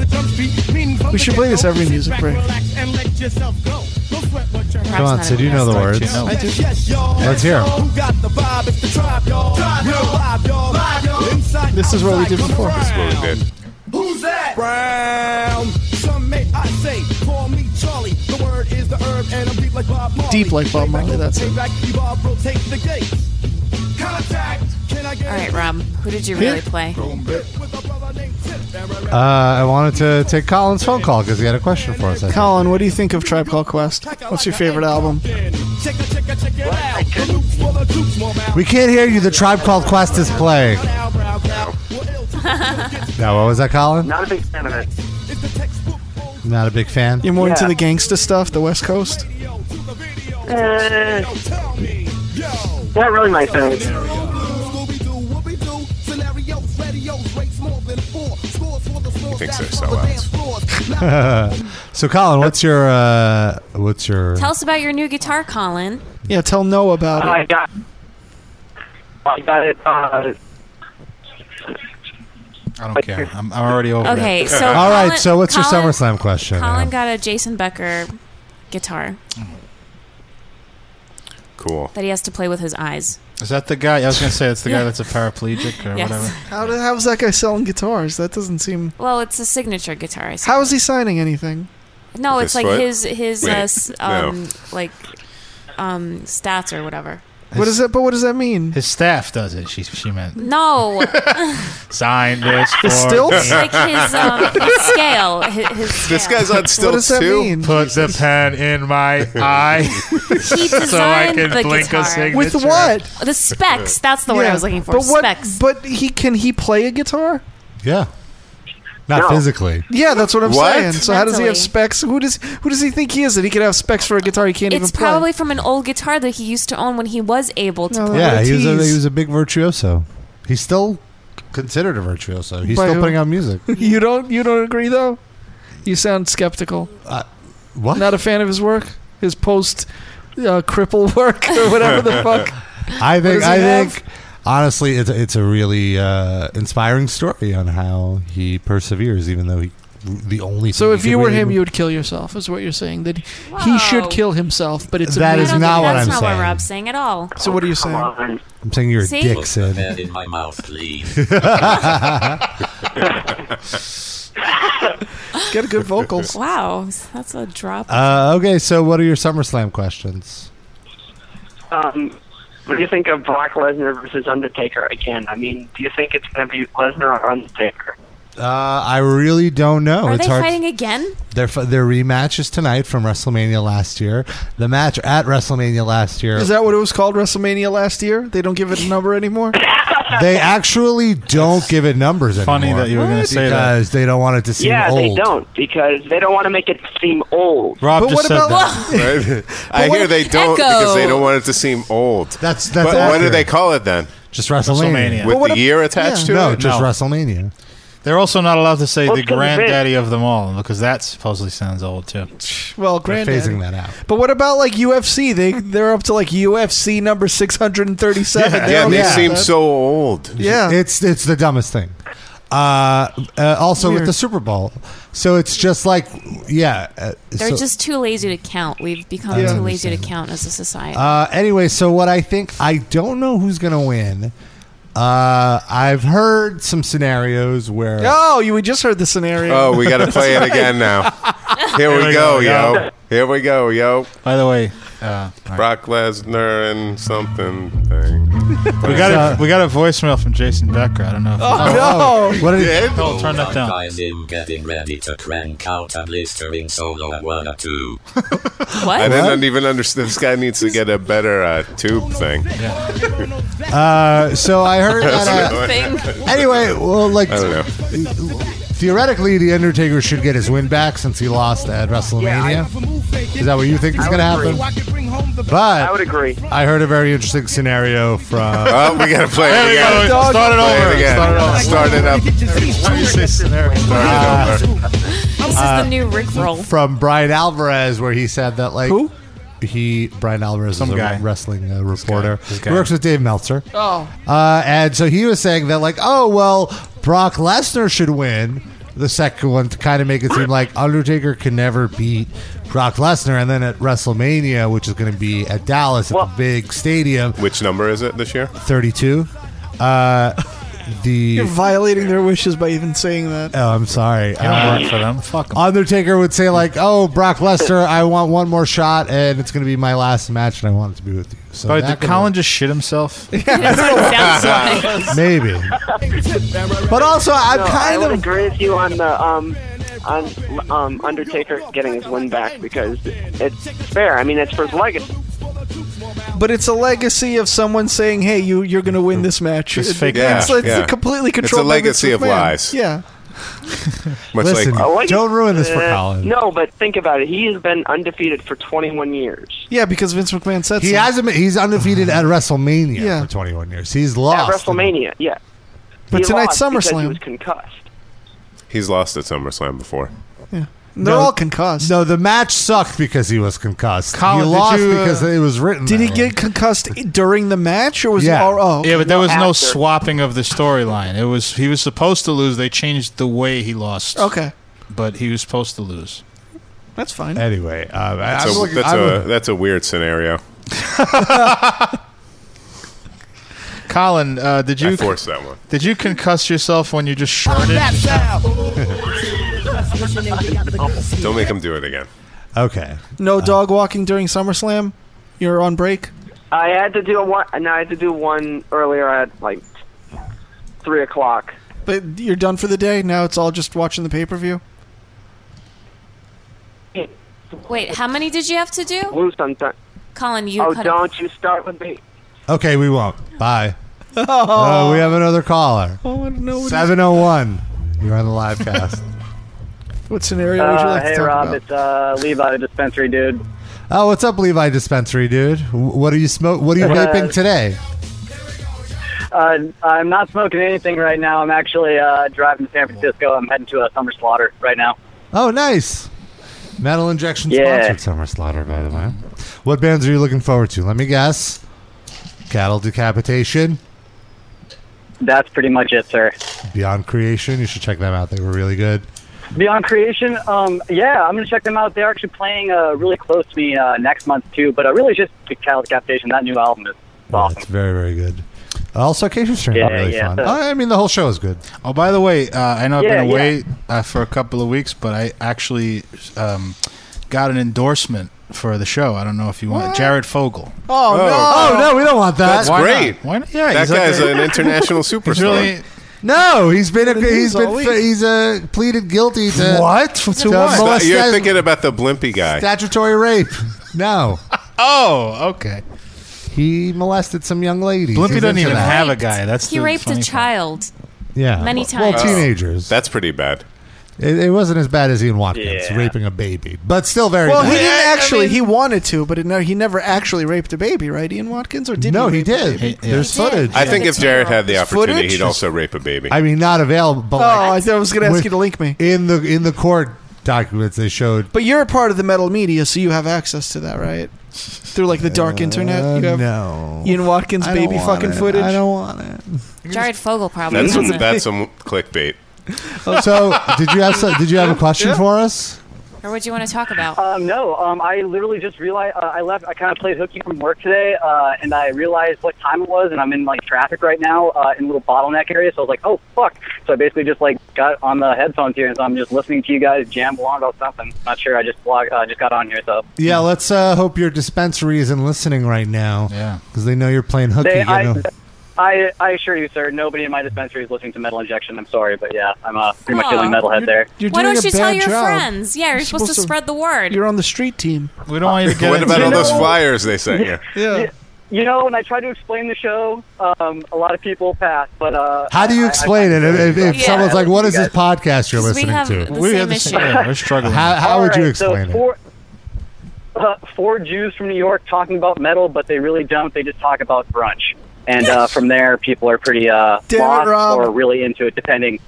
[SPEAKER 4] We should play this every music break.
[SPEAKER 14] And let yourself go. Don't sweat what you're
[SPEAKER 3] Come on, Sid, you know the words.
[SPEAKER 14] I do. Yes, y'all.
[SPEAKER 3] Let's hear 'em.
[SPEAKER 14] Who got the vibe? It's the tribe, y'all. Tribe, y'all. Vibe, y'all. Vibe, y'all. Inside,
[SPEAKER 4] This is what we did
[SPEAKER 14] outside,
[SPEAKER 4] before.
[SPEAKER 14] come
[SPEAKER 6] That's what we did.
[SPEAKER 14] Who's that? Brown. Some may I say, call me Charlie. The word is the herb, and I'm deep like Bob Marley.
[SPEAKER 4] Deep like Bob Marley, that's it.
[SPEAKER 14] Take back, evolve, rotate the gate. Contact. Can I get
[SPEAKER 5] All right, Rob. Who did you really play?
[SPEAKER 3] Uh, I wanted to take Colin's phone call because he had a question for us. I think.
[SPEAKER 4] Colin, what do you think of Tribe Called Quest? What's your favorite album?
[SPEAKER 3] We can't hear you. The tribe called Quest is playing. Now, what was that, Colin?
[SPEAKER 16] Not a big fan of it.
[SPEAKER 3] Not a big fan.
[SPEAKER 4] You're more into
[SPEAKER 16] Yeah.
[SPEAKER 4] the gangsta stuff, the West Coast?
[SPEAKER 16] Eh, not really my thing.
[SPEAKER 6] He thinks they're sellouts.
[SPEAKER 3] so, Colin, what's your uh, what's your?
[SPEAKER 5] Tell us about your new guitar, Colin.
[SPEAKER 4] Yeah, tell Noah about it.
[SPEAKER 16] Oh, I got, I got it. Uh,
[SPEAKER 2] I don't care. I'm, I'm already over
[SPEAKER 5] Okay,
[SPEAKER 2] it.
[SPEAKER 5] so
[SPEAKER 3] all right.
[SPEAKER 5] Colin-
[SPEAKER 3] So, what's
[SPEAKER 5] Colin-
[SPEAKER 3] your SummerSlam question?
[SPEAKER 5] Colin got a Jason Becker guitar
[SPEAKER 6] Cool.
[SPEAKER 5] that he has to play with his eyes.
[SPEAKER 2] Is that the guy? I was gonna say that's the
[SPEAKER 5] Yeah.
[SPEAKER 2] guy that's a paraplegic or
[SPEAKER 5] Yes.
[SPEAKER 2] whatever.
[SPEAKER 4] How do, how's that guy selling guitars? That doesn't seem.
[SPEAKER 5] Well, it's a signature guitar. I s-
[SPEAKER 4] How is he signing anything?
[SPEAKER 5] No,
[SPEAKER 4] With
[SPEAKER 5] it's
[SPEAKER 4] his
[SPEAKER 5] like
[SPEAKER 4] foot?
[SPEAKER 5] his his uh,
[SPEAKER 4] Wait,
[SPEAKER 5] s- um like um stats or whatever.
[SPEAKER 4] What is that? But what does that mean?
[SPEAKER 2] His staff does it. She she meant
[SPEAKER 5] No,
[SPEAKER 2] sign this. For
[SPEAKER 4] His stilts?
[SPEAKER 2] me.
[SPEAKER 5] like his, um, his scale. His, his
[SPEAKER 2] This
[SPEAKER 5] scale.
[SPEAKER 2] guy's on
[SPEAKER 4] What does that
[SPEAKER 2] too?
[SPEAKER 4] mean?
[SPEAKER 2] Put the pen in my eye so I
[SPEAKER 5] designed
[SPEAKER 2] can
[SPEAKER 5] the
[SPEAKER 2] blink
[SPEAKER 5] guitar.
[SPEAKER 2] a signature.
[SPEAKER 4] With what?
[SPEAKER 5] The specs. That's the word I
[SPEAKER 4] Yeah,
[SPEAKER 5] was looking for.
[SPEAKER 4] But what?
[SPEAKER 5] Specs.
[SPEAKER 4] But he can he play a guitar?
[SPEAKER 3] Yeah. Not
[SPEAKER 4] No.
[SPEAKER 3] physically.
[SPEAKER 4] Yeah, that's what I'm
[SPEAKER 3] What?
[SPEAKER 4] saying. So how does he have
[SPEAKER 5] Mentally.
[SPEAKER 4] specs? Who does who does he think he is that he could have specs for a guitar he can't
[SPEAKER 5] It's
[SPEAKER 4] even play?
[SPEAKER 5] probably from an old guitar that he used to own when he was able to play.
[SPEAKER 3] Yeah, he was, a,
[SPEAKER 4] tease.
[SPEAKER 3] he was a big virtuoso. He's still considered a virtuoso. He's
[SPEAKER 4] By
[SPEAKER 3] still
[SPEAKER 4] who?
[SPEAKER 3] putting out music.
[SPEAKER 4] you don't you don't agree though? You sound skeptical.
[SPEAKER 3] Uh, what?
[SPEAKER 4] Not a fan of his work. His post uh, cripple work or whatever the fuck.
[SPEAKER 3] I think.
[SPEAKER 4] does he
[SPEAKER 3] I
[SPEAKER 4] have?
[SPEAKER 3] think. Honestly, it's a, it's a really uh, inspiring story on how he perseveres, even though he the only.
[SPEAKER 4] So
[SPEAKER 3] thing
[SPEAKER 4] if
[SPEAKER 3] he
[SPEAKER 4] you
[SPEAKER 3] could
[SPEAKER 4] were
[SPEAKER 3] really-
[SPEAKER 4] him, you would kill yourself. Is what you're saying that he should kill himself, but it's
[SPEAKER 3] That
[SPEAKER 4] a
[SPEAKER 3] is
[SPEAKER 4] man-
[SPEAKER 3] not what
[SPEAKER 5] That's
[SPEAKER 3] I'm
[SPEAKER 5] not
[SPEAKER 3] saying.
[SPEAKER 5] what Rob's saying at all.
[SPEAKER 4] So what are you saying?
[SPEAKER 3] I'm saying you're
[SPEAKER 5] See?
[SPEAKER 3] a dick, Sid.
[SPEAKER 5] Put
[SPEAKER 3] in my mouth, please.
[SPEAKER 4] Get good vocals.
[SPEAKER 5] Wow, that's a drop.
[SPEAKER 3] uh, okay, so what are your SummerSlam questions?
[SPEAKER 16] um, what do you think of Brock Lesnar versus Undertaker again? I mean, do you think it's going to be Lesnar or Undertaker?
[SPEAKER 3] Uh, I really don't
[SPEAKER 4] Oh,
[SPEAKER 3] know.
[SPEAKER 5] Are
[SPEAKER 3] it's
[SPEAKER 5] they
[SPEAKER 3] hard.
[SPEAKER 5] fighting again?
[SPEAKER 3] Their f- their rematch is tonight from WrestleMania last year. The match at WrestleMania last year.
[SPEAKER 4] Is that what it was called WrestleMania last year? They don't give it a number anymore.
[SPEAKER 3] they actually don't give it numbers
[SPEAKER 2] funny
[SPEAKER 3] anymore.
[SPEAKER 2] that you were gonna say that.
[SPEAKER 3] because they don't want it to seem
[SPEAKER 16] yeah,
[SPEAKER 3] old.
[SPEAKER 16] they don't because they don't want to make it seem old.
[SPEAKER 3] Rob
[SPEAKER 6] But
[SPEAKER 3] just
[SPEAKER 6] what
[SPEAKER 3] said
[SPEAKER 6] about-
[SPEAKER 3] that.
[SPEAKER 6] Right? I
[SPEAKER 16] what
[SPEAKER 6] hear
[SPEAKER 16] if-
[SPEAKER 6] they don't
[SPEAKER 16] Echo.
[SPEAKER 6] because they don't want it to seem old.
[SPEAKER 3] That's that's.
[SPEAKER 6] but what do
[SPEAKER 3] accurate.
[SPEAKER 6] they call it then?
[SPEAKER 3] Just WrestleMania.
[SPEAKER 6] With the year attached to
[SPEAKER 3] no,
[SPEAKER 6] it?
[SPEAKER 3] just WrestleMania.
[SPEAKER 2] They're also not allowed to say
[SPEAKER 4] Well,
[SPEAKER 2] the
[SPEAKER 4] it's 'cause it's big.
[SPEAKER 2] granddaddy of them all because that supposedly sounds old too.
[SPEAKER 4] Well, granddaddy.
[SPEAKER 3] phasing that out.
[SPEAKER 4] But what about like UFC? They they're up to like UFC number six hundred and thirty-seven.
[SPEAKER 6] Yeah, they seem so old.
[SPEAKER 4] Yeah,
[SPEAKER 3] it's it's the dumbest thing. Uh, uh, also with
[SPEAKER 5] Weird.
[SPEAKER 3] the Super Bowl, so it's just like, yeah. Uh,
[SPEAKER 5] They're
[SPEAKER 3] so-
[SPEAKER 5] just too lazy to count. We've become
[SPEAKER 3] Yeah.
[SPEAKER 5] too lazy to count as a society.
[SPEAKER 3] Uh, anyway, so what I think I don't know who's gonna win. Uh, I've heard some scenarios where
[SPEAKER 4] Oh, you we just heard the scenario.
[SPEAKER 6] Oh, we got to play it
[SPEAKER 4] That's right.
[SPEAKER 6] again now. Here we go, yo. Here we go, yo.
[SPEAKER 2] By the way,
[SPEAKER 6] Brock Lesnar and something thing.
[SPEAKER 2] we got a, we got a voicemail from Jason Becker. I don't know. If
[SPEAKER 4] Oh,
[SPEAKER 2] What did he?
[SPEAKER 17] Hello,
[SPEAKER 2] Oh, turn that down.
[SPEAKER 17] Guys, I'm getting ready to crank out a blistering solo one or two.
[SPEAKER 6] I didn't even understand. This guy needs to get a better uh, tube thing.
[SPEAKER 3] Uh, so I heard that. Uh, anyway, well, like
[SPEAKER 6] I don't know.
[SPEAKER 3] theoretically, the Undertaker should get his win back since he lost at WrestleMania. Is that what you think is going to happen? But I would
[SPEAKER 16] agree.
[SPEAKER 3] I heard a very interesting scenario from.
[SPEAKER 6] Oh, we got to play it again.
[SPEAKER 3] Start it
[SPEAKER 6] Play
[SPEAKER 3] over.
[SPEAKER 6] again.
[SPEAKER 3] Start it over.
[SPEAKER 6] Start it up.
[SPEAKER 3] Uh,
[SPEAKER 6] Start it over.
[SPEAKER 5] this
[SPEAKER 3] uh,
[SPEAKER 5] is the new Rickroll.
[SPEAKER 3] from Brian Alvarez, where he said that like who he Brian Alvarez
[SPEAKER 2] Some
[SPEAKER 3] is a
[SPEAKER 2] guy.
[SPEAKER 3] wrestling uh, reporter.
[SPEAKER 2] guy.
[SPEAKER 3] He works with Dave Meltzer.
[SPEAKER 4] Oh.
[SPEAKER 3] uh, and so he was saying that like, oh well, Brock Lesnar should win the second one to kind of make it seem like Undertaker can never beat Brock Lesnar, and then at WrestleMania, which is going to be at Dallas at the big stadium,
[SPEAKER 6] Which number is it this year?
[SPEAKER 3] thirty-two. Uh, the
[SPEAKER 4] You're violating their wishes by even saying that.
[SPEAKER 3] Oh, I'm sorry.
[SPEAKER 4] don't
[SPEAKER 3] Uh,
[SPEAKER 4] work
[SPEAKER 2] for them.
[SPEAKER 3] Undertaker would say like, "Oh, Brock Lesnar, I want one more shot, and it's going to be my last match, and I want it to be with you." So
[SPEAKER 2] All right,
[SPEAKER 3] that
[SPEAKER 2] did
[SPEAKER 3] could
[SPEAKER 2] Colin just shit himself?
[SPEAKER 3] work. maybe.
[SPEAKER 4] But also, I'm
[SPEAKER 16] No, I
[SPEAKER 4] kind
[SPEAKER 16] would
[SPEAKER 4] of-
[SPEAKER 16] agree with you on the um, on um, Undertaker getting his win back because it's fair. I mean, it's for his legacy.
[SPEAKER 4] But it's a legacy of someone saying, "Hey, you, you're going to win this match."
[SPEAKER 6] It's
[SPEAKER 4] It-
[SPEAKER 6] fake
[SPEAKER 4] It's,
[SPEAKER 6] news.
[SPEAKER 4] it's
[SPEAKER 6] Yeah.
[SPEAKER 4] completely
[SPEAKER 6] It's a
[SPEAKER 4] controlled. by Vince
[SPEAKER 6] legacy of
[SPEAKER 4] McMahon.
[SPEAKER 6] lies.
[SPEAKER 4] Yeah.
[SPEAKER 6] Much
[SPEAKER 3] Listen,
[SPEAKER 6] like
[SPEAKER 16] I like
[SPEAKER 3] don't
[SPEAKER 16] it.
[SPEAKER 3] ruin this for
[SPEAKER 16] Uh,
[SPEAKER 3] Colin.
[SPEAKER 16] No, but think about it. He has been undefeated for 21 years.
[SPEAKER 4] Yeah, because Vince McMahon said
[SPEAKER 3] He
[SPEAKER 4] so.
[SPEAKER 3] hasn't. been- He's undefeated at WrestleMania for 21 years. He's
[SPEAKER 16] At
[SPEAKER 3] lost.
[SPEAKER 16] WrestleMania, yeah.
[SPEAKER 4] But
[SPEAKER 16] He
[SPEAKER 4] tonight's
[SPEAKER 16] lost because
[SPEAKER 4] SummerSlam.
[SPEAKER 16] He was concussed.
[SPEAKER 6] he's lost at SummerSlam before.
[SPEAKER 4] They're all concussed.
[SPEAKER 3] No, the match sucked because he was concussed.
[SPEAKER 4] Colin,
[SPEAKER 3] he
[SPEAKER 4] did
[SPEAKER 3] lost
[SPEAKER 4] you, uh,
[SPEAKER 3] because it was written.
[SPEAKER 4] Did
[SPEAKER 3] that
[SPEAKER 4] he
[SPEAKER 3] way.
[SPEAKER 4] get concussed during the match, or was
[SPEAKER 2] Mm. yeah.
[SPEAKER 4] it? Oh, oh,
[SPEAKER 2] yeah, but there was no swapping of the storyline. It was he was supposed to lose. They changed the way he lost.
[SPEAKER 4] Okay.
[SPEAKER 2] but he was supposed to lose.
[SPEAKER 4] That's fine.
[SPEAKER 3] Anyway, uh,
[SPEAKER 6] That's, a, that's, a, that's a weird scenario.
[SPEAKER 2] Colin, uh, did you
[SPEAKER 6] I forced that one.
[SPEAKER 2] Did you concuss yourself when you just shorted?
[SPEAKER 6] Don't make him do it again.
[SPEAKER 3] Okay.
[SPEAKER 2] Uh,
[SPEAKER 4] No dog walking during SummerSlam. You're on break.
[SPEAKER 16] I had to do one. No, I had to do one earlier at like three o'clock.
[SPEAKER 4] But you're done for the day. Now it's all just watching the pay per view.
[SPEAKER 5] Wait, how many did you have to do?
[SPEAKER 16] Lose something.
[SPEAKER 5] Colin, you
[SPEAKER 16] oh,
[SPEAKER 5] cut it.
[SPEAKER 16] don't you start with me.
[SPEAKER 3] Okay, we won't. Bye.
[SPEAKER 4] Oh,
[SPEAKER 3] Uh, we have another caller.
[SPEAKER 4] Oh, I don't know what,
[SPEAKER 3] Seven oh one. You're on the live cast.
[SPEAKER 4] what scenario would you
[SPEAKER 7] Uh,
[SPEAKER 4] like
[SPEAKER 7] hey,
[SPEAKER 4] to talk
[SPEAKER 7] Rob,
[SPEAKER 4] about?
[SPEAKER 7] it's uh, Levi, the dispensary dude.
[SPEAKER 3] Oh, what's up, Levi Dispensary, dude? Wh- What are you smoke? What are you
[SPEAKER 7] Uh,
[SPEAKER 3] vaping today?
[SPEAKER 7] Uh, I'm not smoking anything right now. I'm actually uh, driving to San Francisco. I'm heading to a summer slaughter right now.
[SPEAKER 3] Oh, nice. Metal Injection
[SPEAKER 7] Yeah.
[SPEAKER 3] sponsored Summer Slaughter, by the way. What bands are you looking forward to? Let me guess. Cattle Decapitation,
[SPEAKER 7] That's pretty much it, sir.
[SPEAKER 3] Beyond Creation. You should check them out. They were really good.
[SPEAKER 7] Beyond Creation, um, yeah, I'm going to check them out. They're actually playing uh, really close to me uh, next month, too. But uh, really, just the Cattle Decapitation, that new album is
[SPEAKER 3] Yeah, it's very, very good. Also, Acacia Strain
[SPEAKER 7] Yeah,
[SPEAKER 3] really
[SPEAKER 7] yeah.
[SPEAKER 3] fun. Oh, I mean, the whole show is good.
[SPEAKER 2] Oh, by the way, uh, I know I've
[SPEAKER 7] Yeah,
[SPEAKER 2] been
[SPEAKER 7] yeah.
[SPEAKER 2] away uh, for a couple of weeks, but I actually um, got an endorsement for the show. I don't know if you want Jared Fogel.
[SPEAKER 4] Oh,
[SPEAKER 2] no.
[SPEAKER 3] Oh, no, we don't want that.
[SPEAKER 2] That's Why great. not? Why not? Yeah,
[SPEAKER 6] that
[SPEAKER 2] he's like
[SPEAKER 6] guy's
[SPEAKER 2] a-
[SPEAKER 6] an international superstar.
[SPEAKER 2] really-
[SPEAKER 3] No, he's been a,
[SPEAKER 6] Been in
[SPEAKER 3] he's
[SPEAKER 6] news all
[SPEAKER 3] been
[SPEAKER 6] week.
[SPEAKER 3] he's uh, pleaded guilty to
[SPEAKER 2] What? To
[SPEAKER 3] to
[SPEAKER 2] what?
[SPEAKER 6] It's not- You're
[SPEAKER 3] molestation-
[SPEAKER 6] thinking about the Blimpy guy.
[SPEAKER 3] statutory rape. No,
[SPEAKER 2] Oh, okay.
[SPEAKER 3] he molested some young ladies.
[SPEAKER 2] Blimpy
[SPEAKER 3] He's
[SPEAKER 2] doesn't
[SPEAKER 3] into
[SPEAKER 2] even
[SPEAKER 3] that.
[SPEAKER 2] have a guy. That's
[SPEAKER 5] He raped a child.
[SPEAKER 3] yeah,
[SPEAKER 5] many
[SPEAKER 3] Well,
[SPEAKER 5] times.
[SPEAKER 3] teenagers.
[SPEAKER 6] That's pretty bad.
[SPEAKER 3] It, it wasn't as bad as Ian Watkins raping a baby, but still very.
[SPEAKER 4] Well,
[SPEAKER 3] bad.
[SPEAKER 4] he didn't actually. he wanted to, but it, no, he never actually raped a baby, right? Ian Watkins, or did
[SPEAKER 3] No, he
[SPEAKER 4] he? rape a
[SPEAKER 3] did.
[SPEAKER 4] baby?
[SPEAKER 3] He- There's yeah. footage.
[SPEAKER 6] I think if Jared had the
[SPEAKER 4] There's
[SPEAKER 6] opportunity,
[SPEAKER 4] footage?
[SPEAKER 6] he'd also rape a baby.
[SPEAKER 3] I mean, not available. But
[SPEAKER 4] Oh, I thought I was gonna ask you to link me
[SPEAKER 3] in the in the court documents. They showed
[SPEAKER 4] But you're a part of the metal media, so you have access to that, right? Through like the dark internet, you have
[SPEAKER 3] Uh, no
[SPEAKER 4] Ian Watkins
[SPEAKER 3] I don't
[SPEAKER 4] baby
[SPEAKER 3] want
[SPEAKER 4] fucking
[SPEAKER 3] it.
[SPEAKER 4] footage.
[SPEAKER 3] I don't want it.
[SPEAKER 5] Jared Fogle probably.
[SPEAKER 6] That's some,
[SPEAKER 5] does it.
[SPEAKER 6] that's some clickbait.
[SPEAKER 3] so did you have so, did you have a question for us?
[SPEAKER 5] Or what do you want to talk about?
[SPEAKER 7] Um, no, um, I literally just realized uh, I left. I kind of played hooky from work today, uh, and I realized what time it was, and I'm in like traffic right now uh, in a little bottleneck area. So I was like, oh fuck! So I basically just like got on the headphones here, and so I'm just listening to you guys jamble on about something. Not sure. I just blog, uh, just got on here, so
[SPEAKER 3] Yeah, let's uh, hope your dispensary isn't listening right now. Yeah, because they know you're playing hooky.
[SPEAKER 7] They-
[SPEAKER 3] you
[SPEAKER 7] I-
[SPEAKER 3] know.
[SPEAKER 7] I, I assure you, sir, nobody in my dispensary is listening to metal injection. I'm sorry, but yeah, I'm uh, pretty much the only
[SPEAKER 5] Aw.
[SPEAKER 7] metalhead there.
[SPEAKER 5] Why
[SPEAKER 4] doing
[SPEAKER 5] don't
[SPEAKER 4] a
[SPEAKER 5] you tell
[SPEAKER 4] bad
[SPEAKER 5] your
[SPEAKER 4] job.
[SPEAKER 5] friends? Yeah, you're,
[SPEAKER 4] You're
[SPEAKER 5] supposed, to
[SPEAKER 4] supposed to-
[SPEAKER 5] spread the word.
[SPEAKER 4] You're on the street team.
[SPEAKER 2] We don't want you to get
[SPEAKER 6] What
[SPEAKER 2] into
[SPEAKER 6] about
[SPEAKER 2] it.
[SPEAKER 6] all those
[SPEAKER 2] No.
[SPEAKER 6] flyers they sent you?
[SPEAKER 4] Yeah.
[SPEAKER 7] You know, when I try to explain the show, um, a lot of people pass, but uh,
[SPEAKER 3] How do you
[SPEAKER 7] I- I-
[SPEAKER 3] explain it if, if, if
[SPEAKER 7] Yeah.
[SPEAKER 3] someone's like, "What is
[SPEAKER 7] You
[SPEAKER 3] this podcast you're
[SPEAKER 7] Because we
[SPEAKER 3] listening
[SPEAKER 7] have
[SPEAKER 3] to?"
[SPEAKER 7] the We have same the same- issue. yeah, we're struggling.
[SPEAKER 3] How, how
[SPEAKER 7] All
[SPEAKER 3] would you
[SPEAKER 7] right, so
[SPEAKER 3] explain it?
[SPEAKER 7] four, Uh, four Jews from New York talking about metal, but they really don't. They just talk about brunch, and uh, from there, people are pretty uh,
[SPEAKER 3] Damn it,
[SPEAKER 7] lost
[SPEAKER 3] Rob.
[SPEAKER 7] or really into it, depending.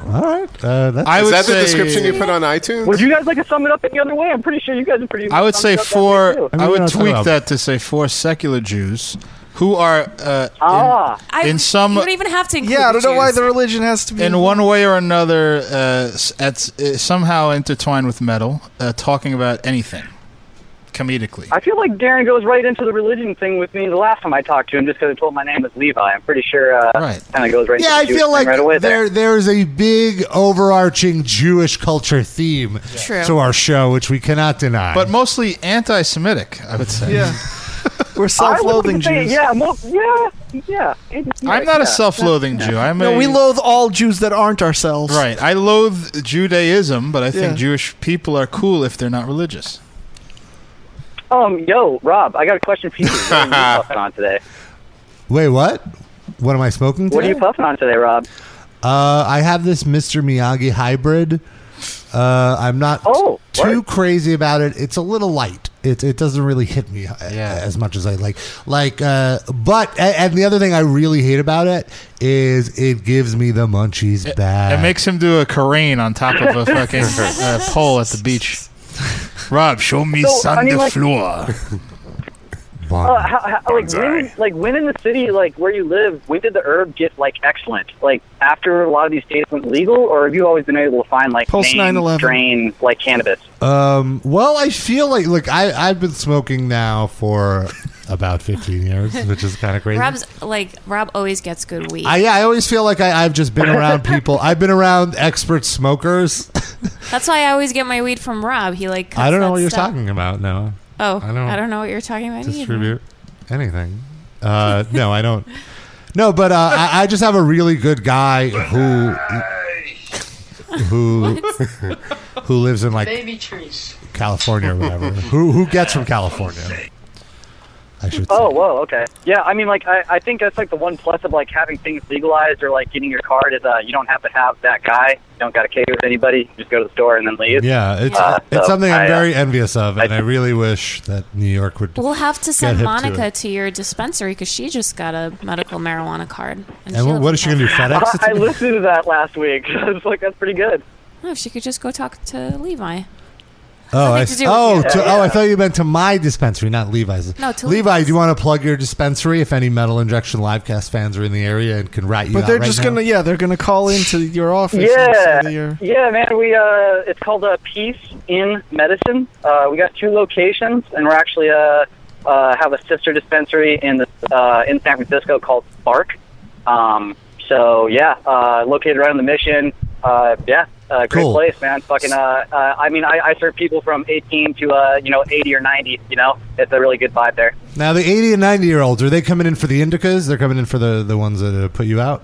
[SPEAKER 3] All right, uh, that's
[SPEAKER 6] Is that the description you put on iTunes?
[SPEAKER 7] Would you guys like to sum it up any other way? I'm pretty sure you guys are pretty.
[SPEAKER 2] I would
[SPEAKER 7] summed
[SPEAKER 2] say
[SPEAKER 7] it up that way, too.
[SPEAKER 2] four. I, would
[SPEAKER 3] talking
[SPEAKER 2] tweak
[SPEAKER 3] about-
[SPEAKER 2] that to say four secular Jews who are uh,
[SPEAKER 7] Ah.
[SPEAKER 2] in, in some
[SPEAKER 5] you don't even have to. Include
[SPEAKER 4] Yeah, I don't know why
[SPEAKER 5] Jews.
[SPEAKER 4] the religion has to be
[SPEAKER 2] in one way or another uh, s- at, uh, somehow intertwined with metal, uh, talking about anything comedically.
[SPEAKER 7] I feel like Darren goes right into the religion thing with me the last time I talked to him, just because I told him my name was Levi. I'm pretty sure uh, kind of goes right.
[SPEAKER 3] Yeah,
[SPEAKER 7] into
[SPEAKER 3] I
[SPEAKER 7] the Jewish
[SPEAKER 3] feel
[SPEAKER 7] thing
[SPEAKER 3] like
[SPEAKER 7] right away there.
[SPEAKER 3] there there is a big overarching Jewish culture theme
[SPEAKER 2] True.
[SPEAKER 3] to our show, which we cannot deny.
[SPEAKER 2] But mostly anti-Semitic, I would say.
[SPEAKER 4] Yeah, we're
[SPEAKER 7] I
[SPEAKER 4] self-loathing
[SPEAKER 7] would say,
[SPEAKER 4] Jews.
[SPEAKER 7] Yeah, mo- yeah, yeah. It- yeah,
[SPEAKER 2] I'm not
[SPEAKER 7] yeah.
[SPEAKER 2] a self-loathing Jew. I'm
[SPEAKER 4] no,
[SPEAKER 2] a,
[SPEAKER 4] we loathe all Jews that aren't ourselves.
[SPEAKER 2] right. I loathe Judaism, but I think
[SPEAKER 4] Yeah.
[SPEAKER 2] Jewish people are cool if they're not religious.
[SPEAKER 7] Um, yo, Rob, I got a question for you. What are you puffing on today?
[SPEAKER 3] Wait, what? What am I smoking?
[SPEAKER 7] What are
[SPEAKER 3] today?
[SPEAKER 7] you puffing on today, Rob?
[SPEAKER 3] Uh, I have this Mr. Miyagi hybrid. Uh, I'm not
[SPEAKER 7] Oh,
[SPEAKER 3] t- too crazy about it. It's a little light. It, it doesn't really hit me a- as much as I like. Like, uh, but a- and the other thing I really hate about it is it gives me the munchies
[SPEAKER 2] It
[SPEAKER 3] bad.
[SPEAKER 2] makes him do a Korean on top of a fucking uh, pole at the beach. Rob, show me
[SPEAKER 7] So,
[SPEAKER 2] sun
[SPEAKER 7] I mean,
[SPEAKER 2] the
[SPEAKER 7] like-
[SPEAKER 2] floor.
[SPEAKER 7] Uh, how, how, like, when, like when in the city, like where you live, when did the herb get like excellent? Like after a lot of these states went legal, or have you always been able to find like
[SPEAKER 3] Post
[SPEAKER 7] name
[SPEAKER 3] 9/11.
[SPEAKER 7] strain like cannabis?
[SPEAKER 3] Um, well, I feel like look, I I've been smoking now for about 15 years, which is kind of crazy.
[SPEAKER 5] Rob's like Rob always gets good weed.
[SPEAKER 3] I, yeah, I always feel like I, I've just been around people. I've been around expert smokers.
[SPEAKER 5] That's why I always get my weed from Rob. He like. cuts
[SPEAKER 3] I don't know
[SPEAKER 5] that
[SPEAKER 3] what you're
[SPEAKER 5] stuff.
[SPEAKER 3] talking about. No,
[SPEAKER 5] Oh,
[SPEAKER 3] I don't-
[SPEAKER 5] know what you're talking about. either.
[SPEAKER 3] distribute anything. Uh, no, I don't. No, but uh, I, I just have a really good guy who who who lives in like
[SPEAKER 14] baby trees.
[SPEAKER 3] California or whatever. who who gets from California? I should.
[SPEAKER 7] Oh, whoa, okay. Yeah, I mean, like, I, I think that's like the one plus of like having things legalized or like getting your card is uh, you don't have to have that guy. You don't got to cater with anybody. You just go to the store and then leave.
[SPEAKER 3] Yeah, it's
[SPEAKER 7] Uh,
[SPEAKER 3] it's
[SPEAKER 7] so
[SPEAKER 3] something I'm
[SPEAKER 7] I, uh,
[SPEAKER 3] very envious of, and I, really wish that New York would.
[SPEAKER 5] We'll have to
[SPEAKER 3] get
[SPEAKER 5] send
[SPEAKER 3] hip
[SPEAKER 5] Monica to,
[SPEAKER 3] it.
[SPEAKER 5] your dispensary because she just got a medical marijuana card. And
[SPEAKER 3] And
[SPEAKER 5] she
[SPEAKER 3] what, what is she going to do? FedEx? it to
[SPEAKER 7] uh, I
[SPEAKER 3] me?
[SPEAKER 7] listened to that last week. I was like, that's pretty good.
[SPEAKER 5] Oh, if she could just go talk to Levi.
[SPEAKER 3] Oh, I,
[SPEAKER 5] to do with
[SPEAKER 3] oh,
[SPEAKER 5] you.
[SPEAKER 3] to,
[SPEAKER 5] Yeah,
[SPEAKER 3] oh, I
[SPEAKER 5] yeah.
[SPEAKER 3] thought you meant to my dispensary, not Levi's.
[SPEAKER 5] No, to
[SPEAKER 3] Levi. Do you want to plug your dispensary if any Metal Injection Livecast fans are in the area and can rat you
[SPEAKER 4] But
[SPEAKER 3] out
[SPEAKER 4] they're
[SPEAKER 3] right
[SPEAKER 4] just
[SPEAKER 3] now?
[SPEAKER 4] gonna yeah, they're gonna call into your office.
[SPEAKER 7] Yeah,
[SPEAKER 4] And say you're-
[SPEAKER 7] yeah, man. We uh, it's called uh, Peace in Medicine. Uh, we got two locations, and we're actually uh, uh have a sister dispensary in the uh, in San Francisco called Spark. Um, so yeah, uh, located right on the Mission. Uh, yeah, uh, great
[SPEAKER 3] Cool.
[SPEAKER 7] place, man. Fucking, uh, uh, I mean, I, I serve people from 18 to uh, you know 80 or 90. You know, it's a really good vibe there.
[SPEAKER 3] Now the eighty and ninety year olds are they coming in for the indicas? They're coming in for the the ones that uh, put you out,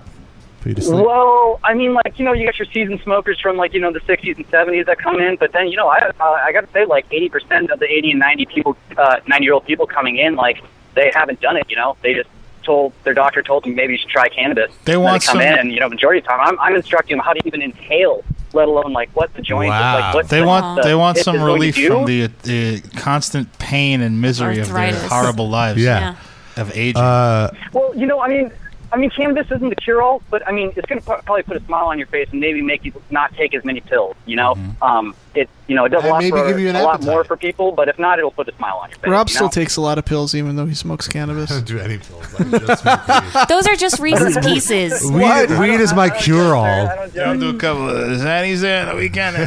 [SPEAKER 3] put you to sleep.
[SPEAKER 7] Well, I mean, like you know, you got your seasoned smokers from like you know the '60s and '70s that come in, but then you know, I uh, I gotta say, like 80% of the 80 and 90 people, uh, 90 year old people coming in, like they haven't done it. You know, they just told their doctor told them maybe you should try cannabis.
[SPEAKER 2] They
[SPEAKER 7] And then
[SPEAKER 2] want
[SPEAKER 7] come
[SPEAKER 2] some-
[SPEAKER 7] in, and you know, majority of the time, I'm, I'm instructing them how to even inhale, let alone like what the joint. Is, like, what
[SPEAKER 2] they
[SPEAKER 7] the-
[SPEAKER 2] want
[SPEAKER 7] the
[SPEAKER 2] they want
[SPEAKER 7] hip
[SPEAKER 2] some
[SPEAKER 7] is going to
[SPEAKER 2] relief
[SPEAKER 7] do.
[SPEAKER 2] from the, the constant pain and misery of their
[SPEAKER 7] Arthritis.
[SPEAKER 2] horrible lives.
[SPEAKER 3] Yeah.
[SPEAKER 2] Of aging.
[SPEAKER 3] Uh,
[SPEAKER 7] Well, you know, I mean, I mean, cannabis isn't the cure all, but I mean, it's going to probably put a smile on your face and maybe make you not take as many pills. You know,
[SPEAKER 2] Mm-hmm.
[SPEAKER 7] um, it you know it does a
[SPEAKER 4] And
[SPEAKER 7] lot
[SPEAKER 4] maybe
[SPEAKER 7] for,
[SPEAKER 4] give you an
[SPEAKER 7] a lot more for people, but if not, it'll put a smile on your face.
[SPEAKER 4] Rob
[SPEAKER 7] you
[SPEAKER 4] still
[SPEAKER 7] know?
[SPEAKER 4] takes a lot of pills, even though he smokes cannabis. I don't
[SPEAKER 3] do any pills.
[SPEAKER 5] Those are just Reese's Pieces.
[SPEAKER 3] Weed, weed is my cure all.
[SPEAKER 2] I'll do a couple of Zannies there on the weekend.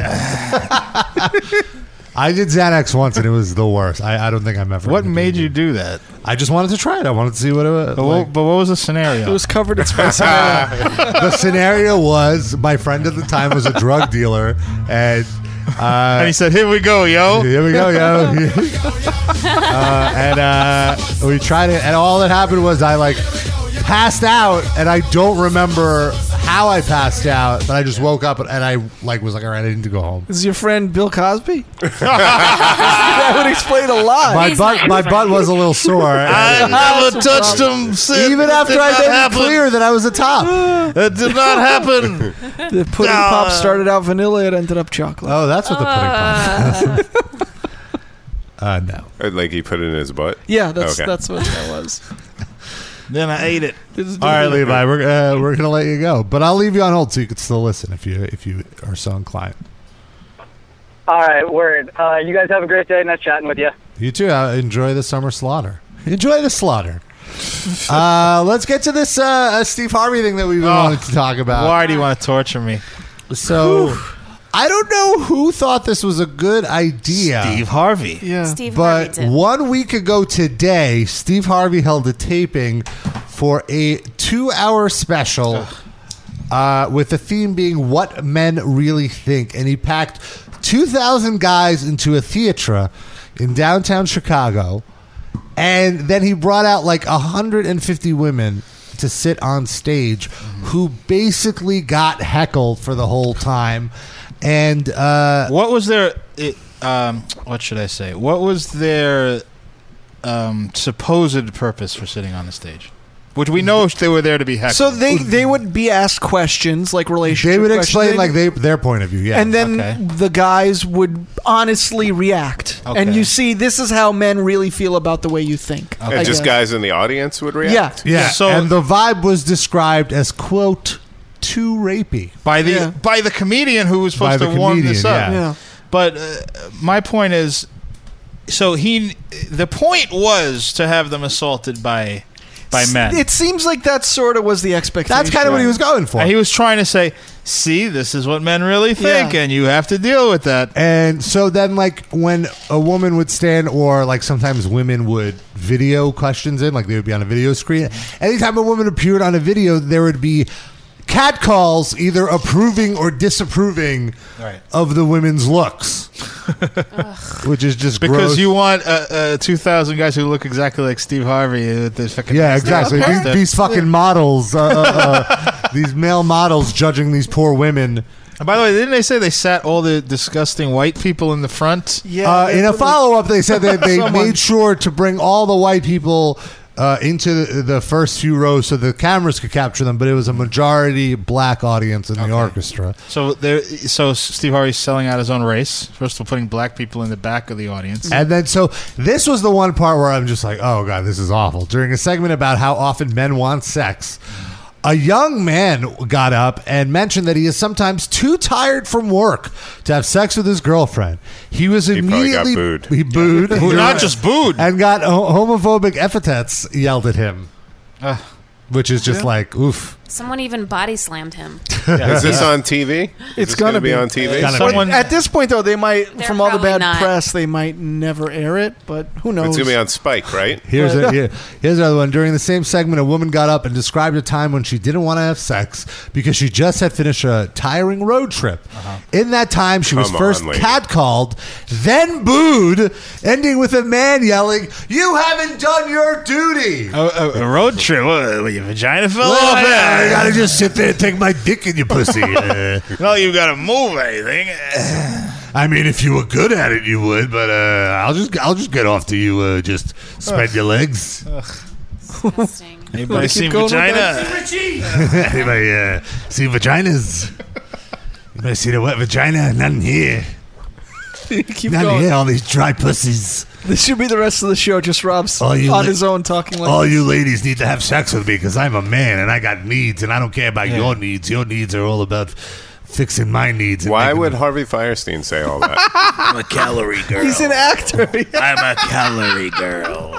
[SPEAKER 3] I did Xanax once and it was the worst. I, I don't think I'm ever. What made
[SPEAKER 2] you do that?
[SPEAKER 3] I just wanted to try it. I wanted to see what it was.
[SPEAKER 2] But what- but what was the scenario?
[SPEAKER 4] It was covered in spicy
[SPEAKER 3] the scenario was my friend at the time was a drug dealer and. Uh,
[SPEAKER 2] And he said, "Here we go, yo.
[SPEAKER 3] Here we go, yo." uh, and uh, we tried it, and all that happened was I like passed out, and I don't remember how I passed out, but I just woke up and I like was like, "All right, I need to go home."
[SPEAKER 4] Is your friend Bill Cosby? that would explain a lot.
[SPEAKER 3] my butt, my butt was a little sore. uh,
[SPEAKER 4] I never touched
[SPEAKER 2] him since.
[SPEAKER 3] Even
[SPEAKER 4] It
[SPEAKER 3] after
[SPEAKER 4] did
[SPEAKER 3] I
[SPEAKER 4] not
[SPEAKER 3] made it
[SPEAKER 4] happen.
[SPEAKER 3] clear that I was a top.
[SPEAKER 2] That did not happen.
[SPEAKER 4] The pudding
[SPEAKER 2] Ah.
[SPEAKER 4] pop started out vanilla; it ended up chocolate.
[SPEAKER 3] Oh, that's what the pudding pop. Uh, no.
[SPEAKER 6] Like he put it in his butt.
[SPEAKER 4] Yeah, that's
[SPEAKER 6] Okay.
[SPEAKER 4] that's what that was.
[SPEAKER 2] then I ate it.
[SPEAKER 3] All right, Levi, we're uh, we're gonna let you go, but I'll leave you on hold so you can still listen if you if you are so inclined.
[SPEAKER 7] All right, word. Uh, you guys have a great day. Nice chatting with you.
[SPEAKER 3] You too. Uh, enjoy the summer slaughter. Enjoy the slaughter. uh, let's get to this uh, uh, Steve Harvey thing that we've been wanting to talk about.
[SPEAKER 2] Why do you want to torture me?
[SPEAKER 3] So, I don't know who thought this was a good idea.
[SPEAKER 2] Steve Harvey.
[SPEAKER 4] Yeah.
[SPEAKER 5] Steve
[SPEAKER 3] but
[SPEAKER 5] Harvey did.
[SPEAKER 3] one week ago today, Steve Harvey held a taping for a two-hour special uh, with the theme being "What Men Really Think," and he packed two thousand guys into a theater in downtown Chicago, and then he brought out like hundred and fifty women. To sit on stage, who basically got heckled for the whole time, and uh,
[SPEAKER 2] what was their it, um, what should I say? What was their um, supposed purpose for sitting on the stage? Which we know they were there to be heckled.
[SPEAKER 4] So they they would be asked questions like relationship.
[SPEAKER 3] they would
[SPEAKER 4] questions.
[SPEAKER 3] explain like they their point of view, yeah,
[SPEAKER 4] and then the guys would honestly react,
[SPEAKER 6] Okay.
[SPEAKER 4] and you see this is how men really feel about the way you think.
[SPEAKER 6] And
[SPEAKER 4] I
[SPEAKER 6] just
[SPEAKER 4] guess.
[SPEAKER 6] guys in the audience would react.
[SPEAKER 4] Yeah.
[SPEAKER 3] Yeah.
[SPEAKER 4] So-
[SPEAKER 3] and the vibe was described as quote too rapey
[SPEAKER 2] by the by the comedian who was
[SPEAKER 3] By
[SPEAKER 2] supposed
[SPEAKER 3] the
[SPEAKER 2] to warm this
[SPEAKER 3] comedian,
[SPEAKER 2] up.
[SPEAKER 3] yeah. Yeah.
[SPEAKER 2] But uh, my point is, so he the point was to have them assaulted by by men.
[SPEAKER 4] It seems like that sort of was the expectation.
[SPEAKER 2] And he was trying to say, "See, this is what men really think,
[SPEAKER 3] Yeah.
[SPEAKER 2] and you have to deal with that."
[SPEAKER 3] And so then, like when a woman would stand, or like sometimes women would video questions in, like they would be on a video screen. Anytime a woman appeared on a video, there would be catcalls, either approving or disapproving
[SPEAKER 2] Right.
[SPEAKER 3] of the women's looks, which is just
[SPEAKER 2] Because
[SPEAKER 3] gross.
[SPEAKER 2] you want uh, uh, two thousand guys who look exactly like Steve Harvey with this fucking
[SPEAKER 3] Yeah, exactly.
[SPEAKER 2] Stuff.
[SPEAKER 3] These, these fucking models, uh, uh, uh, these male models judging these poor women.
[SPEAKER 2] And by the way, didn't they say they sat all the disgusting white people in the front?
[SPEAKER 3] uh, in a follow up, they said that they
[SPEAKER 2] Someone-
[SPEAKER 3] made sure to bring all the white people uh, into the, the first few rows so the cameras could capture them, but it was a majority black audience in the orchestra.
[SPEAKER 2] So there, so Steve Harvey's selling out his own race. First of all, putting black people in the back of the audience.
[SPEAKER 3] And then, so this was the one part where I'm just like, oh God, this is awful. During a segment about how often men want sex, a young man got up and mentioned that he is sometimes too tired from work to have sex with his girlfriend. He was
[SPEAKER 6] probably got
[SPEAKER 3] immediately.
[SPEAKER 6] booed.
[SPEAKER 3] He booed.
[SPEAKER 6] Well, not just
[SPEAKER 2] booed.
[SPEAKER 3] And got ho- homophobic epithets yelled at him,
[SPEAKER 2] Ugh.
[SPEAKER 3] which is just
[SPEAKER 5] Yeah.
[SPEAKER 3] like, oof.
[SPEAKER 5] Someone even body slammed him.
[SPEAKER 6] Is this on TV?
[SPEAKER 4] It's
[SPEAKER 6] going
[SPEAKER 4] gonna
[SPEAKER 6] to be,
[SPEAKER 4] be.
[SPEAKER 6] on TV.
[SPEAKER 4] But at this point, though, they might, from all the bad press, they might never air it. But who knows?
[SPEAKER 6] It's going to be on Spike, right?
[SPEAKER 3] Here's a, here- here's another one. During the same segment, a woman got up and described a time when she didn't want to have sex because she just had finished a tiring road trip. In that time, she was
[SPEAKER 6] Come on,
[SPEAKER 3] first
[SPEAKER 6] lady.
[SPEAKER 3] catcalled, then booed, ending with a man yelling, "You haven't done your duty."
[SPEAKER 2] A, a, a road trip. What, what, your vagina fell
[SPEAKER 3] Well,
[SPEAKER 2] off.
[SPEAKER 3] I- I gotta just sit there and take my dick in your pussy. Uh,
[SPEAKER 2] no, you gotta move anything.
[SPEAKER 3] I mean, if you were good at it, you would. But uh, I'll just I'll just get off to you. Uh, just spread your legs.
[SPEAKER 2] Anybody seen vagina?
[SPEAKER 3] Anybody uh, see vaginas? Anybody see the wet vagina? None here.
[SPEAKER 4] Keep
[SPEAKER 3] Not
[SPEAKER 4] going.
[SPEAKER 3] here, all these dry pussies.
[SPEAKER 4] This should be the rest of the show. Just Rob's
[SPEAKER 3] All
[SPEAKER 4] on
[SPEAKER 3] you la-
[SPEAKER 4] his own talking like
[SPEAKER 3] All
[SPEAKER 4] this.
[SPEAKER 3] you ladies need to have sex with me because I'm a man and I got needs and I don't care about your needs. Your needs are all about fixing my needs. And
[SPEAKER 6] Why
[SPEAKER 3] making
[SPEAKER 6] would Harvey Firestein say all that? I'm a calorie
[SPEAKER 4] He's an actor.
[SPEAKER 18] I'm a calorie girl.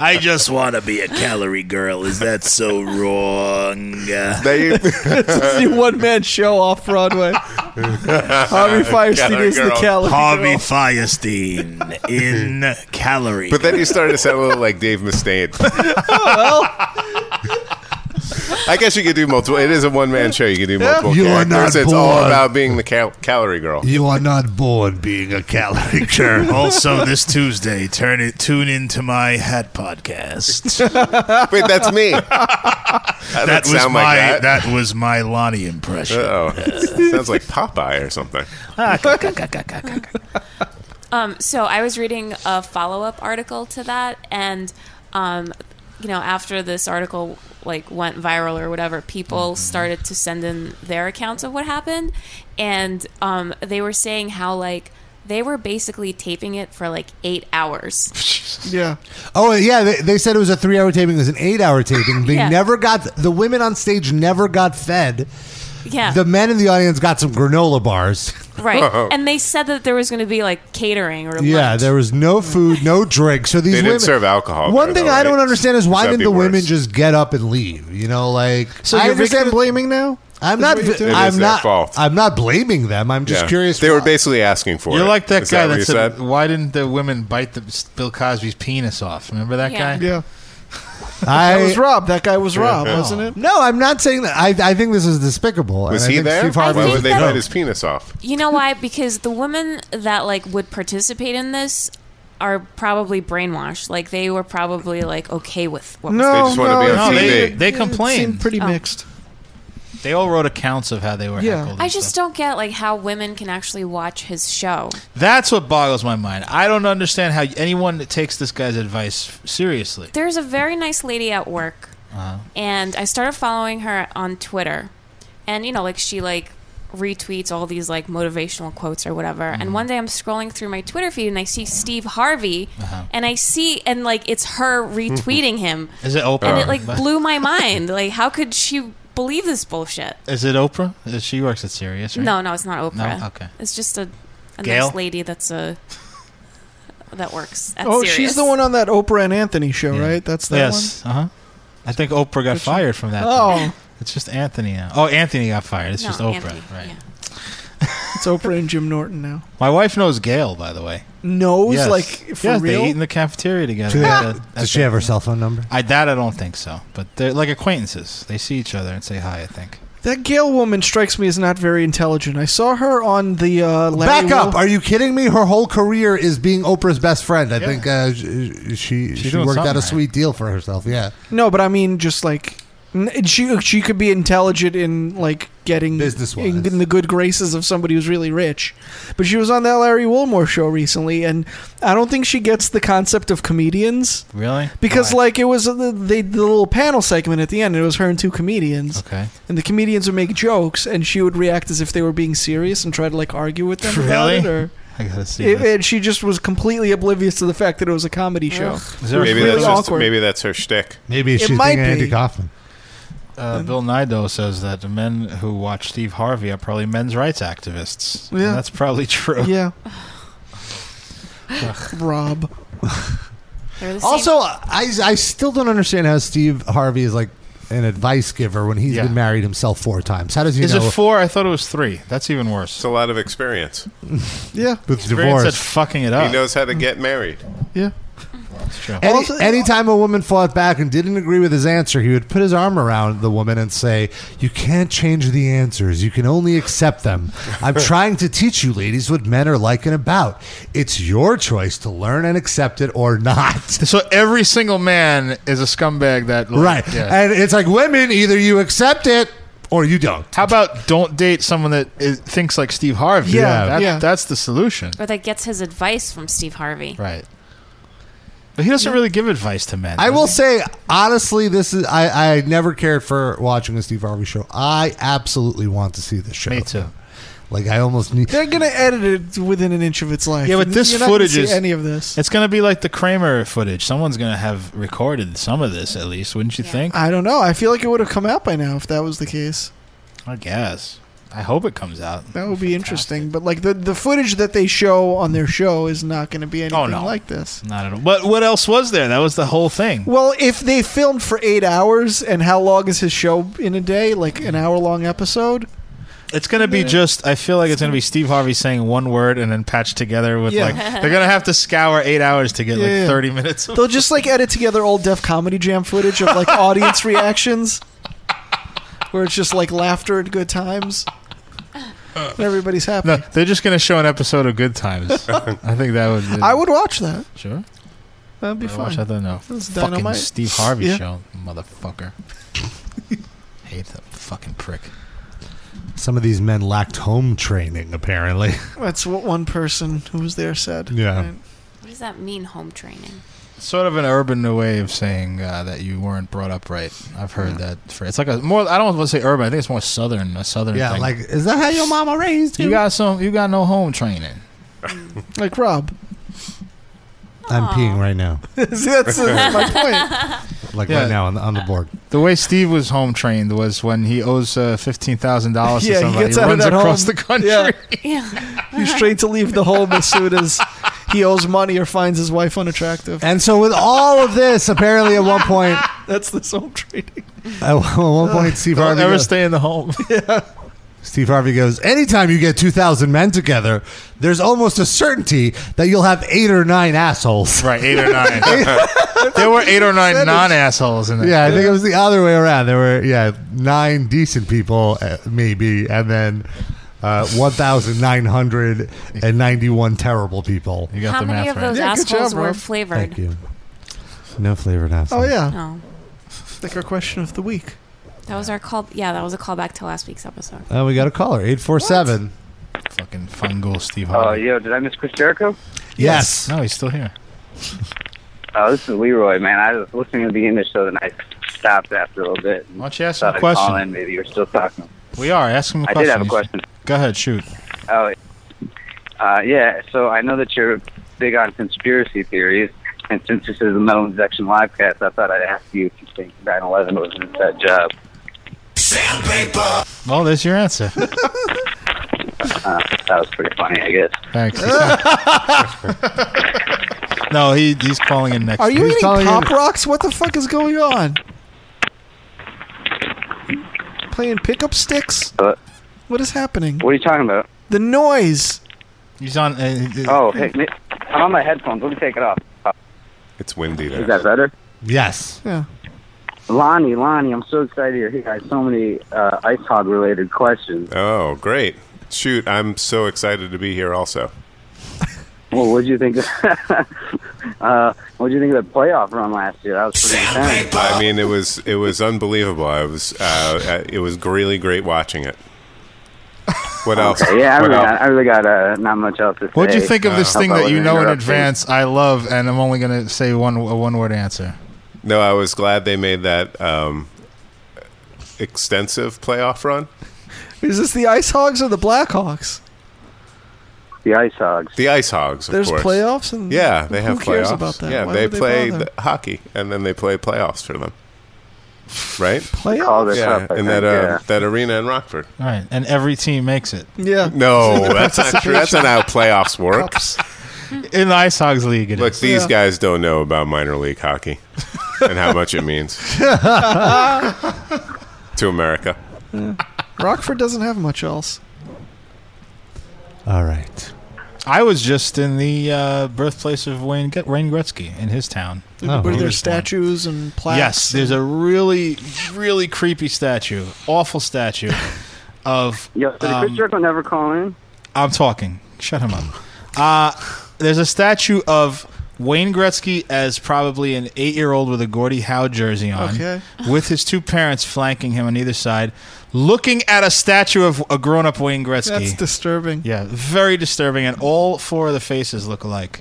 [SPEAKER 18] I just want to be a calorie girl. Is that so wrong?
[SPEAKER 4] this is your one man show off Broadway. Harvey Firestein is the calorie.
[SPEAKER 18] Harvey
[SPEAKER 4] girl.
[SPEAKER 18] Firestein in calorie.
[SPEAKER 6] But then you started to sound a little like Dave Mustaine. I guess you could do multiple. It is a one man show. You can do multiple
[SPEAKER 3] You are
[SPEAKER 6] characters.
[SPEAKER 3] not
[SPEAKER 6] it's all
[SPEAKER 3] born.
[SPEAKER 6] about being the cal- calorie girl.
[SPEAKER 3] You are not born being a calorie girl.
[SPEAKER 18] also, this Tuesday, turn it. Tune into my hat podcast.
[SPEAKER 6] Wait, that's me.
[SPEAKER 18] that was
[SPEAKER 6] sound
[SPEAKER 18] my
[SPEAKER 6] like that.
[SPEAKER 18] was my Lonnie impression.
[SPEAKER 6] Oh, sounds like Popeye or something.
[SPEAKER 5] Um, so I was reading a follow up article to that, and um, you know, after this article like went viral or whatever, people started to send in their accounts of what happened, and um, they were saying how like they were basically taping it for like eight hours.
[SPEAKER 4] yeah.
[SPEAKER 3] Oh yeah, they, they said it was a three-hour taping. It was an eight-hour taping. They
[SPEAKER 5] Yeah.
[SPEAKER 3] never got the women on stage never got fed.
[SPEAKER 5] Yeah.
[SPEAKER 3] The men in the audience got some granola bars.
[SPEAKER 5] Right,
[SPEAKER 6] Oh,
[SPEAKER 5] and they said that there was going to be like catering or
[SPEAKER 3] yeah,
[SPEAKER 5] lunch.
[SPEAKER 3] there was no food, no drink. So these
[SPEAKER 6] They didn't
[SPEAKER 3] women
[SPEAKER 6] serve alcohol
[SPEAKER 3] One
[SPEAKER 6] there,
[SPEAKER 3] thing
[SPEAKER 6] though,
[SPEAKER 3] I don't
[SPEAKER 6] right?
[SPEAKER 3] understand is why didn't
[SPEAKER 6] That'd be
[SPEAKER 3] the
[SPEAKER 6] worse.
[SPEAKER 3] women just get up and leave? You know, like
[SPEAKER 6] So
[SPEAKER 3] I
[SPEAKER 6] you're
[SPEAKER 3] understand
[SPEAKER 6] victim
[SPEAKER 3] blaming now. I'm
[SPEAKER 6] Is
[SPEAKER 3] not.
[SPEAKER 6] what you're doing? It is
[SPEAKER 3] I'm
[SPEAKER 6] their
[SPEAKER 3] not.
[SPEAKER 6] fault.
[SPEAKER 3] I'm not blaming them. I'm just
[SPEAKER 6] Yeah.
[SPEAKER 3] curious.
[SPEAKER 6] They were basically asking for it.
[SPEAKER 2] You're like that
[SPEAKER 6] Is
[SPEAKER 2] guy
[SPEAKER 6] what
[SPEAKER 2] that
[SPEAKER 6] you
[SPEAKER 2] said,
[SPEAKER 6] said?
[SPEAKER 2] "Why didn't the women bite the, Bill Cosby's penis off?" Remember that
[SPEAKER 4] Yeah.
[SPEAKER 2] guy?
[SPEAKER 4] Yeah.
[SPEAKER 3] I
[SPEAKER 4] that was Rob. That guy was Rob,
[SPEAKER 6] Yeah.
[SPEAKER 4] wasn't it?
[SPEAKER 3] No, I'm not saying that. I, I think this is despicable. and
[SPEAKER 6] Was
[SPEAKER 3] I
[SPEAKER 6] he
[SPEAKER 3] think
[SPEAKER 6] there?
[SPEAKER 3] Steve
[SPEAKER 6] Why
[SPEAKER 3] Harvey
[SPEAKER 6] would
[SPEAKER 3] was
[SPEAKER 6] they
[SPEAKER 3] no.
[SPEAKER 6] cut his penis off?
[SPEAKER 5] You know why? Because the women that like would participate in this are probably brainwashed. Like they were probably like okay with what was
[SPEAKER 2] No,
[SPEAKER 5] going
[SPEAKER 2] They just wanna
[SPEAKER 5] on.
[SPEAKER 2] be on no, TV. they- they
[SPEAKER 4] It
[SPEAKER 2] complained.
[SPEAKER 4] seemed pretty
[SPEAKER 5] Oh.
[SPEAKER 4] mixed.
[SPEAKER 2] They all wrote accounts of how they were heckled. and
[SPEAKER 5] I just don't get like how women can actually watch his show.
[SPEAKER 2] That's what boggles my mind. I don't understand how anyone that takes this guy's advice seriously.
[SPEAKER 5] There's a very nice lady at work,
[SPEAKER 2] Uh-huh.
[SPEAKER 5] and I started following her on Twitter, and you know, like she like retweets all these like motivational quotes or whatever. And one day I'm scrolling through my Twitter feed and I see Steve Harvey, and I see and like it's her retweeting him.
[SPEAKER 2] Is it Oprah?
[SPEAKER 5] and it like blew my mind. Like, how could she believe this bullshit?
[SPEAKER 2] Is it Oprah? Is- She works at Sirius, right?
[SPEAKER 5] No, no, it's not Oprah.
[SPEAKER 2] No? Okay.
[SPEAKER 5] it's just a, a
[SPEAKER 2] Gail?
[SPEAKER 5] nice lady that's a that works. At
[SPEAKER 4] Oh,
[SPEAKER 5] Sirius.
[SPEAKER 4] she's the one on that Oprah and Anthony show, right? That's that
[SPEAKER 2] yes. Uh huh. I think Oprah got fired from that.
[SPEAKER 4] Oh.
[SPEAKER 2] thing. It's just Anthony now. Oh, Anthony got fired. It's
[SPEAKER 4] No,
[SPEAKER 2] just Oprah.
[SPEAKER 4] Anthony,
[SPEAKER 2] right.
[SPEAKER 4] one. It's Oprah and Jim Norton now.
[SPEAKER 2] My wife knows Gail, by the way.
[SPEAKER 4] Knows
[SPEAKER 2] Yes.
[SPEAKER 4] like for
[SPEAKER 2] yes,
[SPEAKER 4] real.
[SPEAKER 2] they eat in the cafeteria together.
[SPEAKER 3] Do they-
[SPEAKER 2] At the- at
[SPEAKER 3] Does she
[SPEAKER 2] the-
[SPEAKER 3] have her cell phone number?
[SPEAKER 2] I that I don't think so, but they're like acquaintances. They see each other and say hi. I think.
[SPEAKER 4] that Gail woman strikes me as not very intelligent. I saw her on the uh, Larry
[SPEAKER 3] Back up!
[SPEAKER 4] Wil-
[SPEAKER 3] Are you kidding me? Her whole career is being Oprah's best friend. I think uh, she she, she
[SPEAKER 4] doing
[SPEAKER 3] worked out a
[SPEAKER 4] something right.
[SPEAKER 3] sweet deal for herself. Yeah,
[SPEAKER 4] No, but I mean, just like n- she she could be intelligent in like getting business in, in the good graces of somebody who's really rich. But she was on that Larry Wilmore show recently, and I don't think she gets the concept of comedians
[SPEAKER 2] Really?
[SPEAKER 4] because like it was uh, the, the the little panel segment at the end. and It was her and two comedians.
[SPEAKER 2] Okay.
[SPEAKER 4] And the comedians would make jokes, and she would react as if they were being serious and try to like argue with them. about
[SPEAKER 2] Really?
[SPEAKER 4] it, or
[SPEAKER 2] I gotta see.
[SPEAKER 4] it,
[SPEAKER 2] this.
[SPEAKER 4] and she just was completely oblivious to the fact that it was a comedy show.
[SPEAKER 2] Is there a
[SPEAKER 6] Maybe
[SPEAKER 2] really
[SPEAKER 6] that's just,
[SPEAKER 2] awkward-
[SPEAKER 6] maybe that's her shtick.
[SPEAKER 3] Maybe
[SPEAKER 4] It she's might thinking Andy be.
[SPEAKER 3] Kaufman.
[SPEAKER 2] Uh, Bill Nido says that the men who watch Steve Harvey are probably men's rights activists. And
[SPEAKER 4] Yeah.
[SPEAKER 2] that's probably true.
[SPEAKER 4] Yeah. Rob.
[SPEAKER 5] the same-
[SPEAKER 3] Also, I I still don't understand how Steve Harvey is like an advice giver when he's been married himself four times. How does he
[SPEAKER 2] Is
[SPEAKER 3] know?
[SPEAKER 2] it four? I thought it was three. That's even worse. It's
[SPEAKER 6] a lot of experience.
[SPEAKER 4] yeah,
[SPEAKER 3] with
[SPEAKER 2] Experience
[SPEAKER 3] divorce.
[SPEAKER 2] at fucking it up.
[SPEAKER 6] He knows how to get married.
[SPEAKER 4] Yeah.
[SPEAKER 2] That's true.
[SPEAKER 3] Any, anytime a woman fought back and didn't agree with his answer, he would put his arm around the woman and say, You can't change the answers. You can only accept them. I'm trying to teach you, ladies, what men are like and about. It's your choice to learn and accept it or not.
[SPEAKER 2] So every single man is a scumbag that.
[SPEAKER 3] Right.
[SPEAKER 2] Yeah.
[SPEAKER 3] And it's like women, either you accept it or you don't.
[SPEAKER 2] How about don't date someone that is, thinks like Steve Harvey?
[SPEAKER 3] Yeah, Yeah.
[SPEAKER 2] That-
[SPEAKER 3] yeah.
[SPEAKER 2] That's the solution.
[SPEAKER 5] or that gets his advice from Steve Harvey.
[SPEAKER 2] Right. But he doesn't really give advice to men.
[SPEAKER 3] I
[SPEAKER 2] does
[SPEAKER 3] will
[SPEAKER 2] he?
[SPEAKER 3] say honestly, this is I, I never cared for watching a Steve Harvey show. I absolutely want to see this show. Me too. Like I almost need.
[SPEAKER 4] They're gonna edit it within an inch of its life.
[SPEAKER 2] Yeah, but this
[SPEAKER 4] You're not gonna
[SPEAKER 2] footage
[SPEAKER 4] see
[SPEAKER 2] is
[SPEAKER 4] any of this.
[SPEAKER 2] It's going to be like the Kramer footage. Someone's going to have recorded some of this at least, wouldn't you think?
[SPEAKER 4] I don't know. I feel like it would have come out by now if that was the case.
[SPEAKER 2] I guess. I hope it comes out.
[SPEAKER 4] That would be interesting. But like the the footage that they show on their show is not going to be anything
[SPEAKER 2] Oh, no.
[SPEAKER 4] like this.
[SPEAKER 2] Not at all. But what else was there? That was the whole thing.
[SPEAKER 4] Well, if they filmed for eight hours, and how long is his show in a day? Like
[SPEAKER 2] Hmm.
[SPEAKER 4] an hour long episode.
[SPEAKER 2] It's going to be just. I feel like it's going to be Steve Harvey saying one word and then patched together with
[SPEAKER 4] Yeah.
[SPEAKER 2] like they're going to have to scour eight hours to get
[SPEAKER 4] Yeah.
[SPEAKER 2] like thirty minutes. Of
[SPEAKER 4] They'll just like edit together old Def Comedy Jam footage of like audience reactions, where it's just like laughter and good times. And everybody's happy.
[SPEAKER 2] no, they're just going to show an episode of Good Times. I think that would.
[SPEAKER 4] I would watch that.
[SPEAKER 2] Sure.
[SPEAKER 4] That'd be
[SPEAKER 2] I
[SPEAKER 4] fun.
[SPEAKER 2] Watch, I don't know.
[SPEAKER 4] That's
[SPEAKER 2] fucking
[SPEAKER 4] dynamite.
[SPEAKER 2] Steve Harvey
[SPEAKER 4] Yeah.
[SPEAKER 2] show, motherfucker. Hate that fucking prick.
[SPEAKER 3] Some of these men lacked home training, apparently.
[SPEAKER 4] That's what one person who was there said.
[SPEAKER 3] Yeah.
[SPEAKER 4] Right.
[SPEAKER 5] What does that mean, home training?
[SPEAKER 2] Sort of an urban way of saying uh, that you weren't brought up right. I've heard that. For, it's like a more. I don't want to say urban. I think it's more southern. A southern.
[SPEAKER 3] Yeah,
[SPEAKER 2] thing.
[SPEAKER 3] like is that how your mama raised you?
[SPEAKER 2] You got some. You got no home training.
[SPEAKER 4] like Rob.
[SPEAKER 3] I'm peeing right now.
[SPEAKER 4] That's
[SPEAKER 2] uh,
[SPEAKER 4] my point.
[SPEAKER 3] Like
[SPEAKER 2] Yeah.
[SPEAKER 3] right now on the, on the board.
[SPEAKER 2] The way Steve was home trained was when he owes uh, fifteen thousand dollars to
[SPEAKER 4] Yeah, he
[SPEAKER 2] somebody.
[SPEAKER 4] gets out of
[SPEAKER 2] runs
[SPEAKER 4] that
[SPEAKER 2] across
[SPEAKER 4] home.
[SPEAKER 2] the country.
[SPEAKER 4] He's trained to leave the home as soon as he owes money or finds his wife unattractive.
[SPEAKER 3] And so with all of this, apparently at one point,
[SPEAKER 4] That's this home training.
[SPEAKER 3] at one point, Steve
[SPEAKER 2] Don't
[SPEAKER 3] Harvey
[SPEAKER 2] ever
[SPEAKER 3] goes-
[SPEAKER 2] stay in the home.
[SPEAKER 3] Steve Harvey goes, anytime you get 2,000 men together, there's almost a certainty that you'll have eight or nine assholes.
[SPEAKER 2] Right, eight or nine. there were eight or nine non assholes in there.
[SPEAKER 3] Yeah, I think it was the other way around. There were, yeah, nine decent people, uh, maybe, and then uh, 1,991 terrible people. You
[SPEAKER 5] How many of those assholes were flavored?
[SPEAKER 3] Thank you. No flavored
[SPEAKER 4] Oh
[SPEAKER 3] assholes.
[SPEAKER 4] yeah.
[SPEAKER 5] No.
[SPEAKER 4] Like our question of the week.
[SPEAKER 5] That was our call. Yeah, that was a callback to last week's episode.
[SPEAKER 3] Oh, we got a caller, 847.
[SPEAKER 2] Fucking fungal Oh, Steve
[SPEAKER 4] Oh,
[SPEAKER 16] Uh,
[SPEAKER 2] Harvey.
[SPEAKER 16] yo, did I miss Chris Jericho?
[SPEAKER 3] Yes.
[SPEAKER 2] No, he's still here.
[SPEAKER 16] Uh, this is Leroy, man. I was listening to the end of the show and I stopped after a little bit. Why
[SPEAKER 2] don't you ask
[SPEAKER 16] him
[SPEAKER 2] a question?
[SPEAKER 16] maybe you're still talking.
[SPEAKER 2] We are. Ask him a
[SPEAKER 16] I
[SPEAKER 2] question.
[SPEAKER 16] did have a
[SPEAKER 2] He's-
[SPEAKER 16] question.
[SPEAKER 2] Go ahead, shoot.
[SPEAKER 16] Oh, uh, yeah. So I know that you're big on conspiracy theories, and since this is a metal injection live cast, I thought I'd ask you if you think 9/11 was an inside job.
[SPEAKER 14] Sandpaper.
[SPEAKER 2] Well, there's your answer.
[SPEAKER 16] Uh, that was pretty funny, I guess.
[SPEAKER 2] Thanks. no, he he's calling in next.
[SPEAKER 4] Are you
[SPEAKER 2] he's
[SPEAKER 4] eating
[SPEAKER 2] calling in-
[SPEAKER 4] pop rocks? What the fuck is going on? Playing pickup sticks?
[SPEAKER 16] Uh,
[SPEAKER 4] What is happening?
[SPEAKER 16] what are you talking about?
[SPEAKER 4] The noise.
[SPEAKER 2] He's on. Uh,
[SPEAKER 16] Oh, hey, Nick, I'm on my headphones. Let me take it off.
[SPEAKER 6] It's windy there.
[SPEAKER 16] Is that better?
[SPEAKER 3] Yes.
[SPEAKER 4] Yeah.
[SPEAKER 16] Lonnie, Lonnie, I'm so excited you're here. I have so many uh, ice hog related questions.
[SPEAKER 6] Oh, great. Shoot, I'm so excited to be here also.
[SPEAKER 16] Well, what'd you think? Of, uh, what'd you think of the playoff run last year? That was pretty intense.
[SPEAKER 6] I mean, it was it was unbelievable. I was uh, it was really great watching it. What else?
[SPEAKER 16] Okay, yeah, I
[SPEAKER 6] What
[SPEAKER 16] really,
[SPEAKER 6] else?
[SPEAKER 16] got, I really got uh, not much else to say. Uh,
[SPEAKER 2] What'd you think of this
[SPEAKER 6] uh,
[SPEAKER 16] Hope
[SPEAKER 2] thing
[SPEAKER 16] I
[SPEAKER 2] that you
[SPEAKER 16] wasn't
[SPEAKER 2] know in
[SPEAKER 16] interrupting.
[SPEAKER 2] advance? I love, and I'm only gonna say one a one word answer.
[SPEAKER 6] No, I was glad they made that um, extensive playoff run.
[SPEAKER 4] Is this the Ice Hogs or the Blackhawks?
[SPEAKER 16] The Ice Hogs.
[SPEAKER 6] The Ice Hogs, of
[SPEAKER 4] There's
[SPEAKER 6] course.
[SPEAKER 4] playoffs and
[SPEAKER 6] Yeah, they have
[SPEAKER 4] who cares
[SPEAKER 6] playoffs.
[SPEAKER 4] about that?
[SPEAKER 6] Yeah,
[SPEAKER 4] Why
[SPEAKER 6] they
[SPEAKER 4] would they
[SPEAKER 6] play
[SPEAKER 4] bother?
[SPEAKER 6] the hockey and then they play playoffs for them. Right?
[SPEAKER 4] Playoffs? Call this
[SPEAKER 6] yeah,
[SPEAKER 4] up, I
[SPEAKER 6] in
[SPEAKER 4] think,
[SPEAKER 6] that uh,
[SPEAKER 4] yeah.
[SPEAKER 6] that arena in Rockford.
[SPEAKER 2] All right, and every team makes it.
[SPEAKER 4] Yeah.
[SPEAKER 6] No, that's not true. That's not how playoffs work.
[SPEAKER 2] In the Ice Hogs League, it
[SPEAKER 6] Look,
[SPEAKER 2] is.
[SPEAKER 6] these guys don't know about minor league hockey and how much it means to America.
[SPEAKER 4] Rockford doesn't have much else.
[SPEAKER 3] All right.
[SPEAKER 2] I was just in the uh, birthplace of Wayne, Get- Wayne Gretzky in his town. He
[SPEAKER 4] Were there
[SPEAKER 2] was born.
[SPEAKER 4] statues and plaques?
[SPEAKER 2] Yes, there's a really, really creepy statue, awful statue of.
[SPEAKER 16] Yo, did
[SPEAKER 2] um,
[SPEAKER 16] Chris Jericho never call in?
[SPEAKER 2] I'm talking. Shut him up. Uh, there's a statue of Wayne Gretzky as probably an eight year old with a Gordie Howe jersey on,
[SPEAKER 4] Okay.
[SPEAKER 2] with his two parents flanking him on either side, looking at a statue of a grown up Wayne Gretzky.
[SPEAKER 4] That's disturbing.
[SPEAKER 2] yeah, very disturbing, and all four of the faces look alike.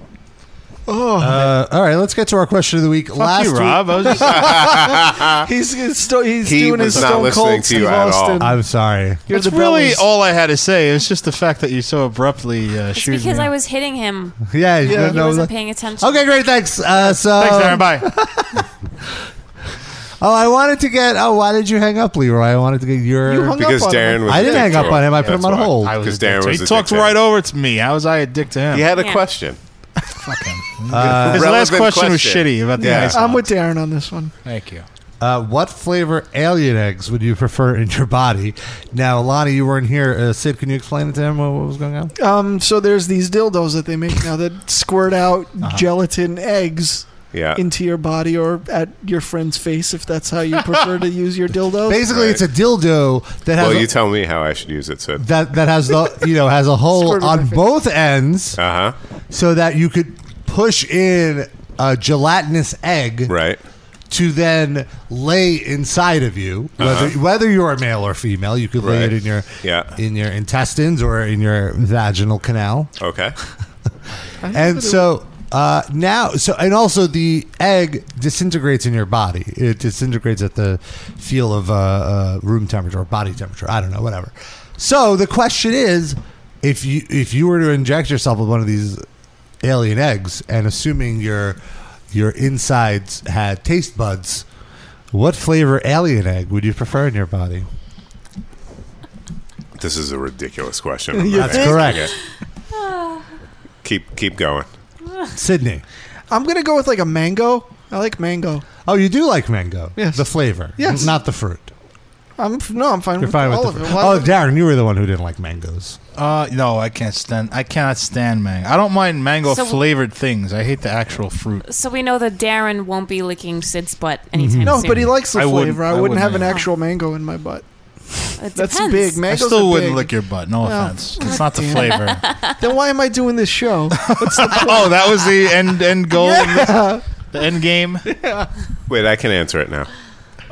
[SPEAKER 4] Oh,
[SPEAKER 3] Uh, all right, let's get to our question of the week. Last
[SPEAKER 4] you,
[SPEAKER 3] week-
[SPEAKER 4] Rob. I was just- He's- he's sto- he's He doing his was not Stone listening Cold to you Steve at all. Austin.
[SPEAKER 3] I'm sorry.
[SPEAKER 2] That's really all I had to say. It's just the fact that you so abruptly uh,
[SPEAKER 5] It's
[SPEAKER 2] shoot
[SPEAKER 5] because
[SPEAKER 2] me.
[SPEAKER 5] I was hitting him.
[SPEAKER 3] Yeah,
[SPEAKER 5] He
[SPEAKER 3] yeah, no,
[SPEAKER 5] wasn't
[SPEAKER 3] that-
[SPEAKER 5] paying attention.
[SPEAKER 3] Okay, great. Thanks. Uh, so
[SPEAKER 2] Thanks, Darren. Bye.
[SPEAKER 3] Oh, I wanted to get. Oh, why did you hang up, Leroy? I wanted to get your.
[SPEAKER 2] You hung up Because on Darren him. was
[SPEAKER 3] I didn't
[SPEAKER 2] a dick
[SPEAKER 3] hang up
[SPEAKER 2] to
[SPEAKER 3] on
[SPEAKER 2] him.
[SPEAKER 3] him. I put
[SPEAKER 2] That's
[SPEAKER 3] him on
[SPEAKER 2] why.
[SPEAKER 3] hold.
[SPEAKER 2] I was a dick to him. He talked right over to me. How was I a dick to him?
[SPEAKER 6] He had a
[SPEAKER 4] Yeah.
[SPEAKER 6] question.
[SPEAKER 4] Fucking.
[SPEAKER 3] Uh,
[SPEAKER 2] His last
[SPEAKER 3] relevant
[SPEAKER 2] question, was
[SPEAKER 3] question.
[SPEAKER 2] shitty about the
[SPEAKER 3] Yeah.
[SPEAKER 2] ice.
[SPEAKER 4] I'm with Darren on this one.
[SPEAKER 2] Thank you.
[SPEAKER 3] Uh, what flavor alien eggs would you prefer in your body? Now, Lonnie, you weren't here. Uh, Sid, can you explain it to him what, what was going on?
[SPEAKER 4] Um, so there's these dildos that they make now that squirt out
[SPEAKER 2] Uh-huh.
[SPEAKER 4] gelatin eggs.
[SPEAKER 3] Yeah.
[SPEAKER 4] Into your body or at your friend's face, if that's how you prefer to use your dildos.
[SPEAKER 3] Basically, it's a dildo that has
[SPEAKER 6] Well,
[SPEAKER 3] a-
[SPEAKER 6] you tell me how I should use it, Sid.
[SPEAKER 3] that that has the you know has a hole
[SPEAKER 6] Squirt in my
[SPEAKER 3] on both ends,
[SPEAKER 6] uh-huh.
[SPEAKER 3] so that you could push in a gelatinous egg,
[SPEAKER 6] right?
[SPEAKER 3] To then lay inside of you, whether
[SPEAKER 6] Uh-huh.
[SPEAKER 3] whether you are male or female, you could lay
[SPEAKER 6] Right.
[SPEAKER 3] it in your
[SPEAKER 6] Yeah.
[SPEAKER 3] in your intestines or in your vaginal canal.
[SPEAKER 6] Okay.
[SPEAKER 3] and so uh, now, so and also the egg disintegrates in your body. It disintegrates at the feel of uh, uh, room temperature or body temperature. I don't know, whatever. So the question is, if you if you were to inject yourself with one of these alien eggs, and assuming your your insides had taste buds, what flavor alien egg would you prefer in your body?
[SPEAKER 6] This is a ridiculous question. I'm
[SPEAKER 3] You
[SPEAKER 6] not
[SPEAKER 3] That's
[SPEAKER 6] asking
[SPEAKER 3] correct.
[SPEAKER 6] it. Keep keep going.
[SPEAKER 3] Sydney.
[SPEAKER 4] I'm gonna go with like a mango. I like mango.
[SPEAKER 3] Oh, you do like mango. Yes. The flavor.
[SPEAKER 4] Yes.
[SPEAKER 3] Not the fruit.
[SPEAKER 4] I'm f- no, I'm fine
[SPEAKER 3] You're
[SPEAKER 4] with
[SPEAKER 3] fine with
[SPEAKER 4] all
[SPEAKER 3] the
[SPEAKER 4] of
[SPEAKER 3] fruit.
[SPEAKER 4] it. Why
[SPEAKER 3] Oh,
[SPEAKER 4] would-
[SPEAKER 3] Darren, you were the one who didn't like mangoes.
[SPEAKER 2] Uh, no, I can't stand. I cannot stand mango. I don't mind mango
[SPEAKER 5] So-
[SPEAKER 2] flavored things. I hate the actual fruit.
[SPEAKER 5] So we know that Darren won't be licking Sid's butt anytime
[SPEAKER 4] no,
[SPEAKER 5] soon.
[SPEAKER 4] Oh, but he likes the
[SPEAKER 2] I
[SPEAKER 4] flavor.
[SPEAKER 2] wouldn't-
[SPEAKER 4] I,
[SPEAKER 2] I
[SPEAKER 4] wouldn't,
[SPEAKER 2] wouldn't
[SPEAKER 4] have an
[SPEAKER 2] either.
[SPEAKER 4] actual mango in my butt.
[SPEAKER 5] It
[SPEAKER 4] That's
[SPEAKER 5] depends.
[SPEAKER 4] big. Mangoes
[SPEAKER 2] I still
[SPEAKER 4] are
[SPEAKER 2] wouldn't
[SPEAKER 4] big.
[SPEAKER 2] lick your butt. No
[SPEAKER 4] No.
[SPEAKER 2] offense. It's not the
[SPEAKER 4] Damn.
[SPEAKER 2] flavor.
[SPEAKER 4] then why am I doing this show? What's the point?
[SPEAKER 2] oh, that was the end end goal. of this-
[SPEAKER 4] Yeah.
[SPEAKER 2] The end game.
[SPEAKER 6] Wait, I can answer it now.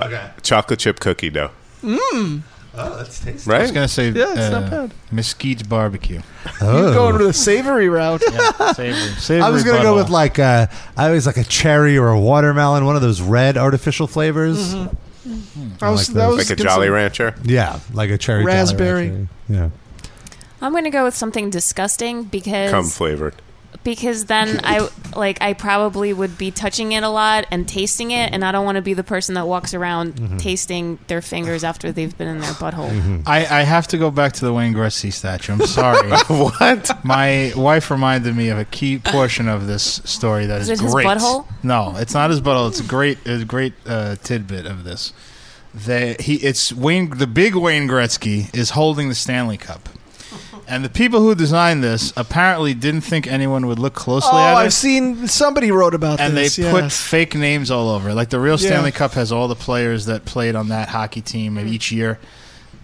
[SPEAKER 3] Okay.
[SPEAKER 6] Chocolate chip cookie dough.
[SPEAKER 4] Mm.
[SPEAKER 3] Oh, that's tasty.
[SPEAKER 6] Right?
[SPEAKER 2] I was gonna say
[SPEAKER 4] Yeah, it's
[SPEAKER 2] uh,
[SPEAKER 4] not bad.
[SPEAKER 2] Mesquite barbecue.
[SPEAKER 4] You're going to the savory route.
[SPEAKER 2] savory
[SPEAKER 3] oh. I was gonna go
[SPEAKER 2] butthole.
[SPEAKER 3] with like uh, I was like a cherry or a watermelon, one of those red artificial flavors.
[SPEAKER 4] Mhm.
[SPEAKER 3] Mm-hmm. I
[SPEAKER 4] I was,
[SPEAKER 3] like
[SPEAKER 4] that
[SPEAKER 3] those.
[SPEAKER 4] was
[SPEAKER 6] Like a Jolly
[SPEAKER 4] considered-
[SPEAKER 6] Rancher.
[SPEAKER 3] Yeah, like a cherry Jolly
[SPEAKER 4] Mm-hmm. Raspberry.
[SPEAKER 3] Rancher. Yeah,
[SPEAKER 5] I'm going to go with something disgusting because
[SPEAKER 6] Cum flavored.
[SPEAKER 5] because then I like I probably would be touching it a lot and tasting it, and I don't want to be the person that walks around
[SPEAKER 3] Mm-hmm.
[SPEAKER 2] Mhm.
[SPEAKER 5] tasting their fingers after they've been in their butthole.
[SPEAKER 2] Mm-hmm. I, I have to go back to the Wayne Gretzky statue. I'm sorry.
[SPEAKER 6] what?
[SPEAKER 2] My wife reminded me of a key portion of this story that
[SPEAKER 5] Is
[SPEAKER 2] is,
[SPEAKER 5] it his
[SPEAKER 2] great.
[SPEAKER 5] butthole?
[SPEAKER 2] No, it's not his butthole. It's a great, a great uh, tidbit of this. They, he, it's Wayne. The big Wayne Gretzky is holding the Stanley Cup. And the people who designed this apparently didn't think anyone would look closely
[SPEAKER 4] Oh,
[SPEAKER 2] at it
[SPEAKER 4] I've seen somebody wrote about
[SPEAKER 2] and
[SPEAKER 4] this.
[SPEAKER 2] they
[SPEAKER 4] yes.
[SPEAKER 2] put fake names all over. it. Like the real
[SPEAKER 4] Yeah.
[SPEAKER 2] Stanley Cup has all the players that played on that hockey team
[SPEAKER 3] Mm-hmm.
[SPEAKER 2] of each year.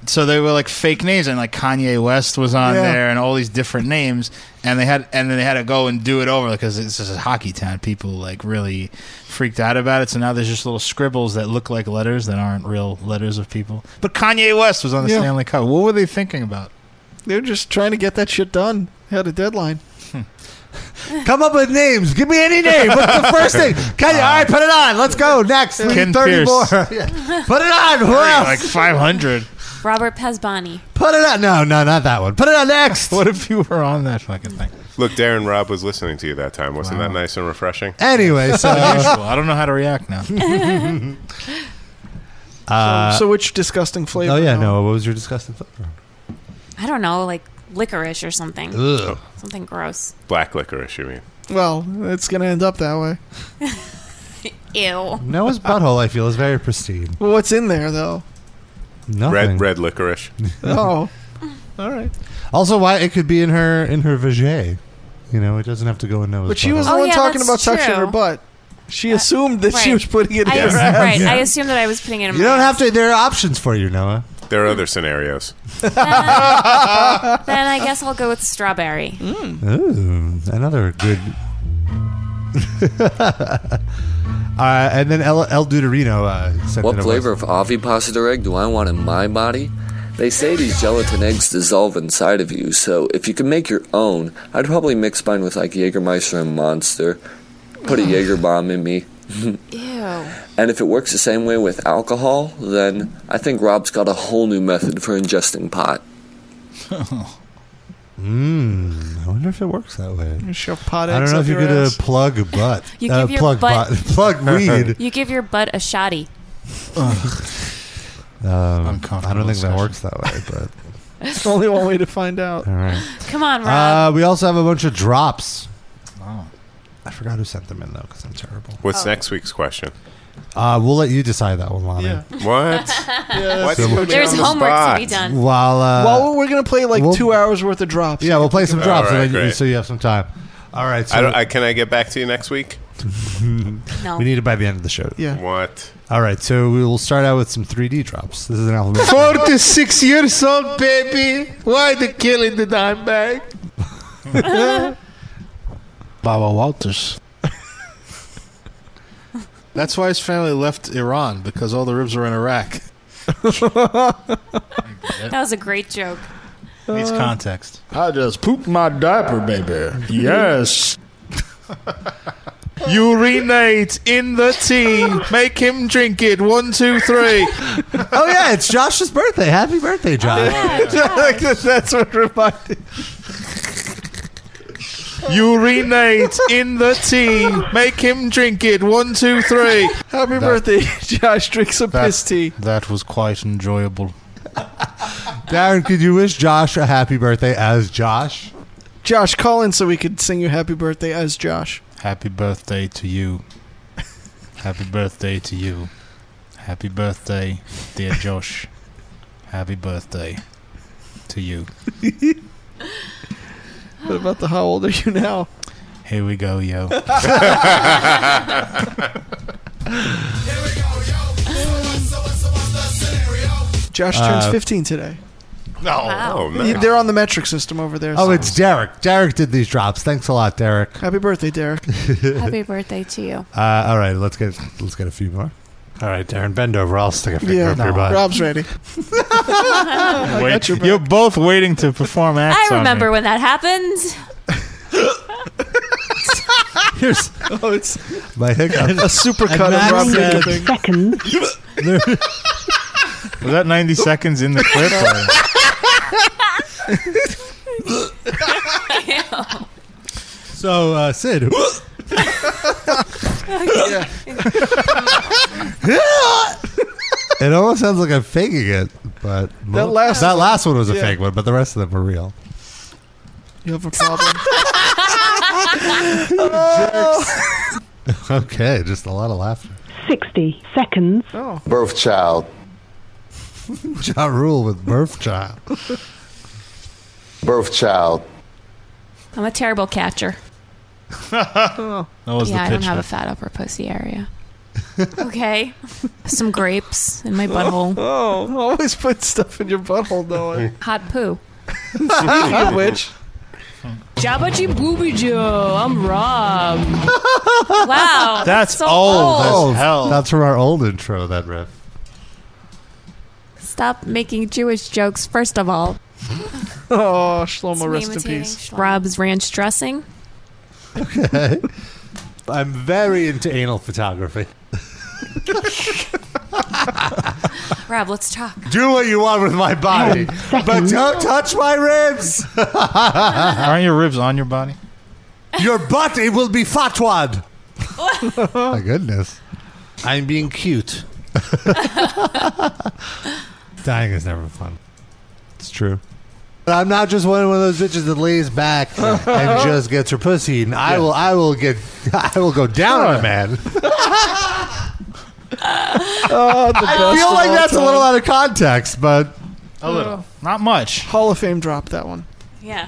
[SPEAKER 2] So they were like fake names, and like Kanye West was on
[SPEAKER 4] Yeah.
[SPEAKER 2] there, and all these different names, and they had, and then they had to go and do it over because it's just a hockey town. People like really freaked out about it. So now there's just little scribbles that look like letters that aren't real letters of people. But Kanye West was on the
[SPEAKER 4] Yeah.
[SPEAKER 2] Stanley Cup. What were they thinking about?
[SPEAKER 4] They were just trying to get that shit done. They had a deadline.
[SPEAKER 2] Hmm.
[SPEAKER 3] Come up with names. Give me any name. What's the first thing? Can you, all right, put it on. Let's go next. We need
[SPEAKER 2] Ken
[SPEAKER 3] Thirty
[SPEAKER 2] Pierce.
[SPEAKER 3] more. Put it on. Who
[SPEAKER 2] Hurry,
[SPEAKER 3] else?
[SPEAKER 2] Like 500.
[SPEAKER 3] Mm-hmm.
[SPEAKER 5] Robert Pazbani.
[SPEAKER 3] Put it on. No, no, not that one. Put it on next.
[SPEAKER 2] what if you were on that fucking thing?
[SPEAKER 6] Look, Darren Rob was listening to you that time. Wasn't that nice and refreshing?
[SPEAKER 3] Anyway, so-
[SPEAKER 2] Unusual. I don't know how to react now.
[SPEAKER 3] Uh,
[SPEAKER 4] Um, so which disgusting flavor?
[SPEAKER 3] oh yeah, no. What was your disgusting flavor?
[SPEAKER 5] I don't know, like licorice or something.
[SPEAKER 3] Ugh.
[SPEAKER 5] Something gross.
[SPEAKER 6] Black licorice, you mean?
[SPEAKER 4] Well, it's gonna end up that way.
[SPEAKER 5] Ew.
[SPEAKER 3] Noah's butthole. I feel is very pristine.
[SPEAKER 4] Well, what's in there though?
[SPEAKER 3] Nothing.
[SPEAKER 6] Red red licorice.
[SPEAKER 4] Oh, all right.
[SPEAKER 3] Also, why it could be in her in her vajay. You know, it doesn't have to go in Noah's.
[SPEAKER 4] But she was
[SPEAKER 3] butthole.
[SPEAKER 4] the
[SPEAKER 5] Oh,
[SPEAKER 4] one
[SPEAKER 5] yeah,
[SPEAKER 4] talking
[SPEAKER 5] that's
[SPEAKER 4] about touching
[SPEAKER 5] true. Uh,
[SPEAKER 4] her butt. She assumed that she
[SPEAKER 5] Right.
[SPEAKER 4] was putting it
[SPEAKER 5] I
[SPEAKER 4] in her
[SPEAKER 5] ass-
[SPEAKER 4] ass.
[SPEAKER 5] right. I assume that I was putting it in
[SPEAKER 3] You
[SPEAKER 5] my
[SPEAKER 3] don't
[SPEAKER 5] ass.
[SPEAKER 3] have to. There are options for you, Noah.
[SPEAKER 6] There are other scenarios.
[SPEAKER 5] then I guess I'll go with strawberry.
[SPEAKER 4] Mm.
[SPEAKER 3] Ooh, another good. uh, and then El, El Deuterino uh, sent in
[SPEAKER 19] What
[SPEAKER 3] a
[SPEAKER 19] flavor of ovipositor egg do I want in my body? They say these gelatin eggs dissolve inside of you, so if you can make your own, I'd probably mix mine with like Jägermeister and Monster. Put a
[SPEAKER 3] Hmm.
[SPEAKER 5] Ugh.
[SPEAKER 19] Jaeger bomb in me.
[SPEAKER 5] Ew.
[SPEAKER 19] and if it works the same way with alcohol, then I think Rob's got a whole new method for ingesting pot.
[SPEAKER 3] Mmm. I wonder if it works that way.
[SPEAKER 4] Shove pot
[SPEAKER 3] I don't
[SPEAKER 4] eggs
[SPEAKER 3] know
[SPEAKER 4] up
[SPEAKER 3] if you
[SPEAKER 4] your
[SPEAKER 3] could uh,
[SPEAKER 4] ass.
[SPEAKER 3] plug a butt.
[SPEAKER 5] You
[SPEAKER 3] uh,
[SPEAKER 5] give your
[SPEAKER 3] plug
[SPEAKER 5] butt-
[SPEAKER 3] butt. plug weed.
[SPEAKER 5] You give your butt a shoddy.
[SPEAKER 3] Um, I don't think that works that way, but
[SPEAKER 4] It's only one way to find out.
[SPEAKER 3] all right.
[SPEAKER 5] Come on, Rob. Oh.
[SPEAKER 3] Uh, we also have a bunch of drops.
[SPEAKER 2] Wow.
[SPEAKER 3] I forgot who sent them in though, because I'm terrible.
[SPEAKER 6] What's next week's question?
[SPEAKER 3] Uh, we'll let you decide that one, Lonnie.
[SPEAKER 6] What? What's
[SPEAKER 3] So-
[SPEAKER 6] putting you on the spot?
[SPEAKER 3] While uh,
[SPEAKER 4] well, we're gonna play like
[SPEAKER 3] we'll-
[SPEAKER 4] two hours worth of drops.
[SPEAKER 3] yeah, we'll play some
[SPEAKER 6] All
[SPEAKER 3] drops,
[SPEAKER 6] right,
[SPEAKER 3] and then you,
[SPEAKER 6] great.
[SPEAKER 3] so you have some time. All right. So
[SPEAKER 6] I don't, I, can I get back to you next week?
[SPEAKER 5] No.
[SPEAKER 3] we need it by the end of the show.
[SPEAKER 6] What?
[SPEAKER 3] All right. So we will start out with some 3D drops. This is an alphabetical.
[SPEAKER 14] Four to six years old, baby. Why the killing the dime bag?
[SPEAKER 2] Baba Walters. That's why his family left Iran because all the ribs were in Iraq.
[SPEAKER 5] That was a great joke.
[SPEAKER 4] Uh,
[SPEAKER 2] Needs context. I just pooped my diaper, baby.
[SPEAKER 14] Yes. Urinate in the tea. Make him drink it. One, two, three.
[SPEAKER 3] oh yeah, it's Josh's birthday. Happy birthday, Josh!
[SPEAKER 14] That's what reminded. Urinate in the tea. Make him drink it. One, two, three.
[SPEAKER 4] Happy
[SPEAKER 2] That-
[SPEAKER 4] birthday, Josh. Drink some
[SPEAKER 2] That-
[SPEAKER 4] piss tea.
[SPEAKER 2] That was quite enjoyable.
[SPEAKER 3] Darren, could you wish Josh a happy birthday as Josh?
[SPEAKER 4] Josh, call in so we could sing you happy birthday as Josh.
[SPEAKER 2] Happy birthday to you. Happy birthday to you. Happy birthday, dear Josh. Happy birthday to you.
[SPEAKER 4] What about the how old are you now?
[SPEAKER 2] Here we go, yo.
[SPEAKER 4] Josh turns
[SPEAKER 3] Uh,
[SPEAKER 4] 15 today.
[SPEAKER 6] No,
[SPEAKER 14] Wow.
[SPEAKER 6] no, no.
[SPEAKER 4] They're on the metric system over there.
[SPEAKER 3] Oh,
[SPEAKER 4] so-
[SPEAKER 3] it's Derek. Derek did these drops. Thanks a lot, Derek.
[SPEAKER 4] Happy birthday, Derek.
[SPEAKER 5] Happy birthday to you.
[SPEAKER 3] Uh, all right, let's get let's get a few more. All right, Darren, bend over. I'll stick a finger
[SPEAKER 4] Yeah,
[SPEAKER 3] up your butt.
[SPEAKER 4] Rob's ready. I got your
[SPEAKER 2] You're both waiting to perform
[SPEAKER 5] I
[SPEAKER 2] acts
[SPEAKER 5] remember
[SPEAKER 2] on
[SPEAKER 5] when that happened.
[SPEAKER 3] Here's
[SPEAKER 4] oh, it's
[SPEAKER 3] my hiccup.
[SPEAKER 4] a supercut of Rob Jacobson.
[SPEAKER 2] me. Was that 90 seconds in the clip? Or?
[SPEAKER 3] So, uh, Sid. it almost sounds like I'm faking it, but
[SPEAKER 4] That last-
[SPEAKER 3] that last one was a
[SPEAKER 4] Yeah.
[SPEAKER 3] fake one, but the rest of them were real.
[SPEAKER 4] You have a problem.
[SPEAKER 3] okay, just a lot of laughter.
[SPEAKER 20] 60 seconds.
[SPEAKER 4] Oh.
[SPEAKER 3] Birth child. ja Rule with birth child. Birth child.
[SPEAKER 5] I'm a terrible catcher.
[SPEAKER 11] Oh.
[SPEAKER 4] that
[SPEAKER 2] was
[SPEAKER 5] yeah,
[SPEAKER 2] the
[SPEAKER 5] I don't
[SPEAKER 2] pitch,
[SPEAKER 5] have a
[SPEAKER 2] right?
[SPEAKER 5] fat upper pussy area. okay. Some grapes in my butthole.
[SPEAKER 4] Oh, oh, always put stuff in your butthole, though.
[SPEAKER 5] Hot poo.
[SPEAKER 4] Speaking of which,
[SPEAKER 20] Jabba Jee Booby Joe. I'm Rob.
[SPEAKER 5] wow.
[SPEAKER 2] That's old as
[SPEAKER 3] Oh,
[SPEAKER 2] hell.
[SPEAKER 3] That's from our old intro, that riff.
[SPEAKER 5] Stop making Jewish jokes, first of all.
[SPEAKER 4] oh, Shlomo,
[SPEAKER 5] It's
[SPEAKER 4] rest
[SPEAKER 5] me
[SPEAKER 4] in
[SPEAKER 5] imitating
[SPEAKER 4] peace.
[SPEAKER 5] Shlomo. Rob's ranch dressing.
[SPEAKER 3] Okay. I'm very into anal photography.
[SPEAKER 5] Rob, let's talk.
[SPEAKER 3] Do what you want with my body,
[SPEAKER 2] Oh,
[SPEAKER 3] but don't touch my ribs.
[SPEAKER 2] Aren't your ribs on your body?
[SPEAKER 3] Your butt, it will be fatwad. my goodness. I'm being cute. Dying is never fun. It's true. I'm not just one one of those bitches that lays back and just gets her pussy eaten. I will I will get I will go down on a man.
[SPEAKER 4] Oh, the
[SPEAKER 3] I
[SPEAKER 4] best
[SPEAKER 3] feel
[SPEAKER 4] of
[SPEAKER 3] like
[SPEAKER 4] all
[SPEAKER 3] that's a
[SPEAKER 4] time.
[SPEAKER 3] little out of context, but
[SPEAKER 2] A little. Not much.
[SPEAKER 4] Hall of Fame drop that one.
[SPEAKER 5] Yeah.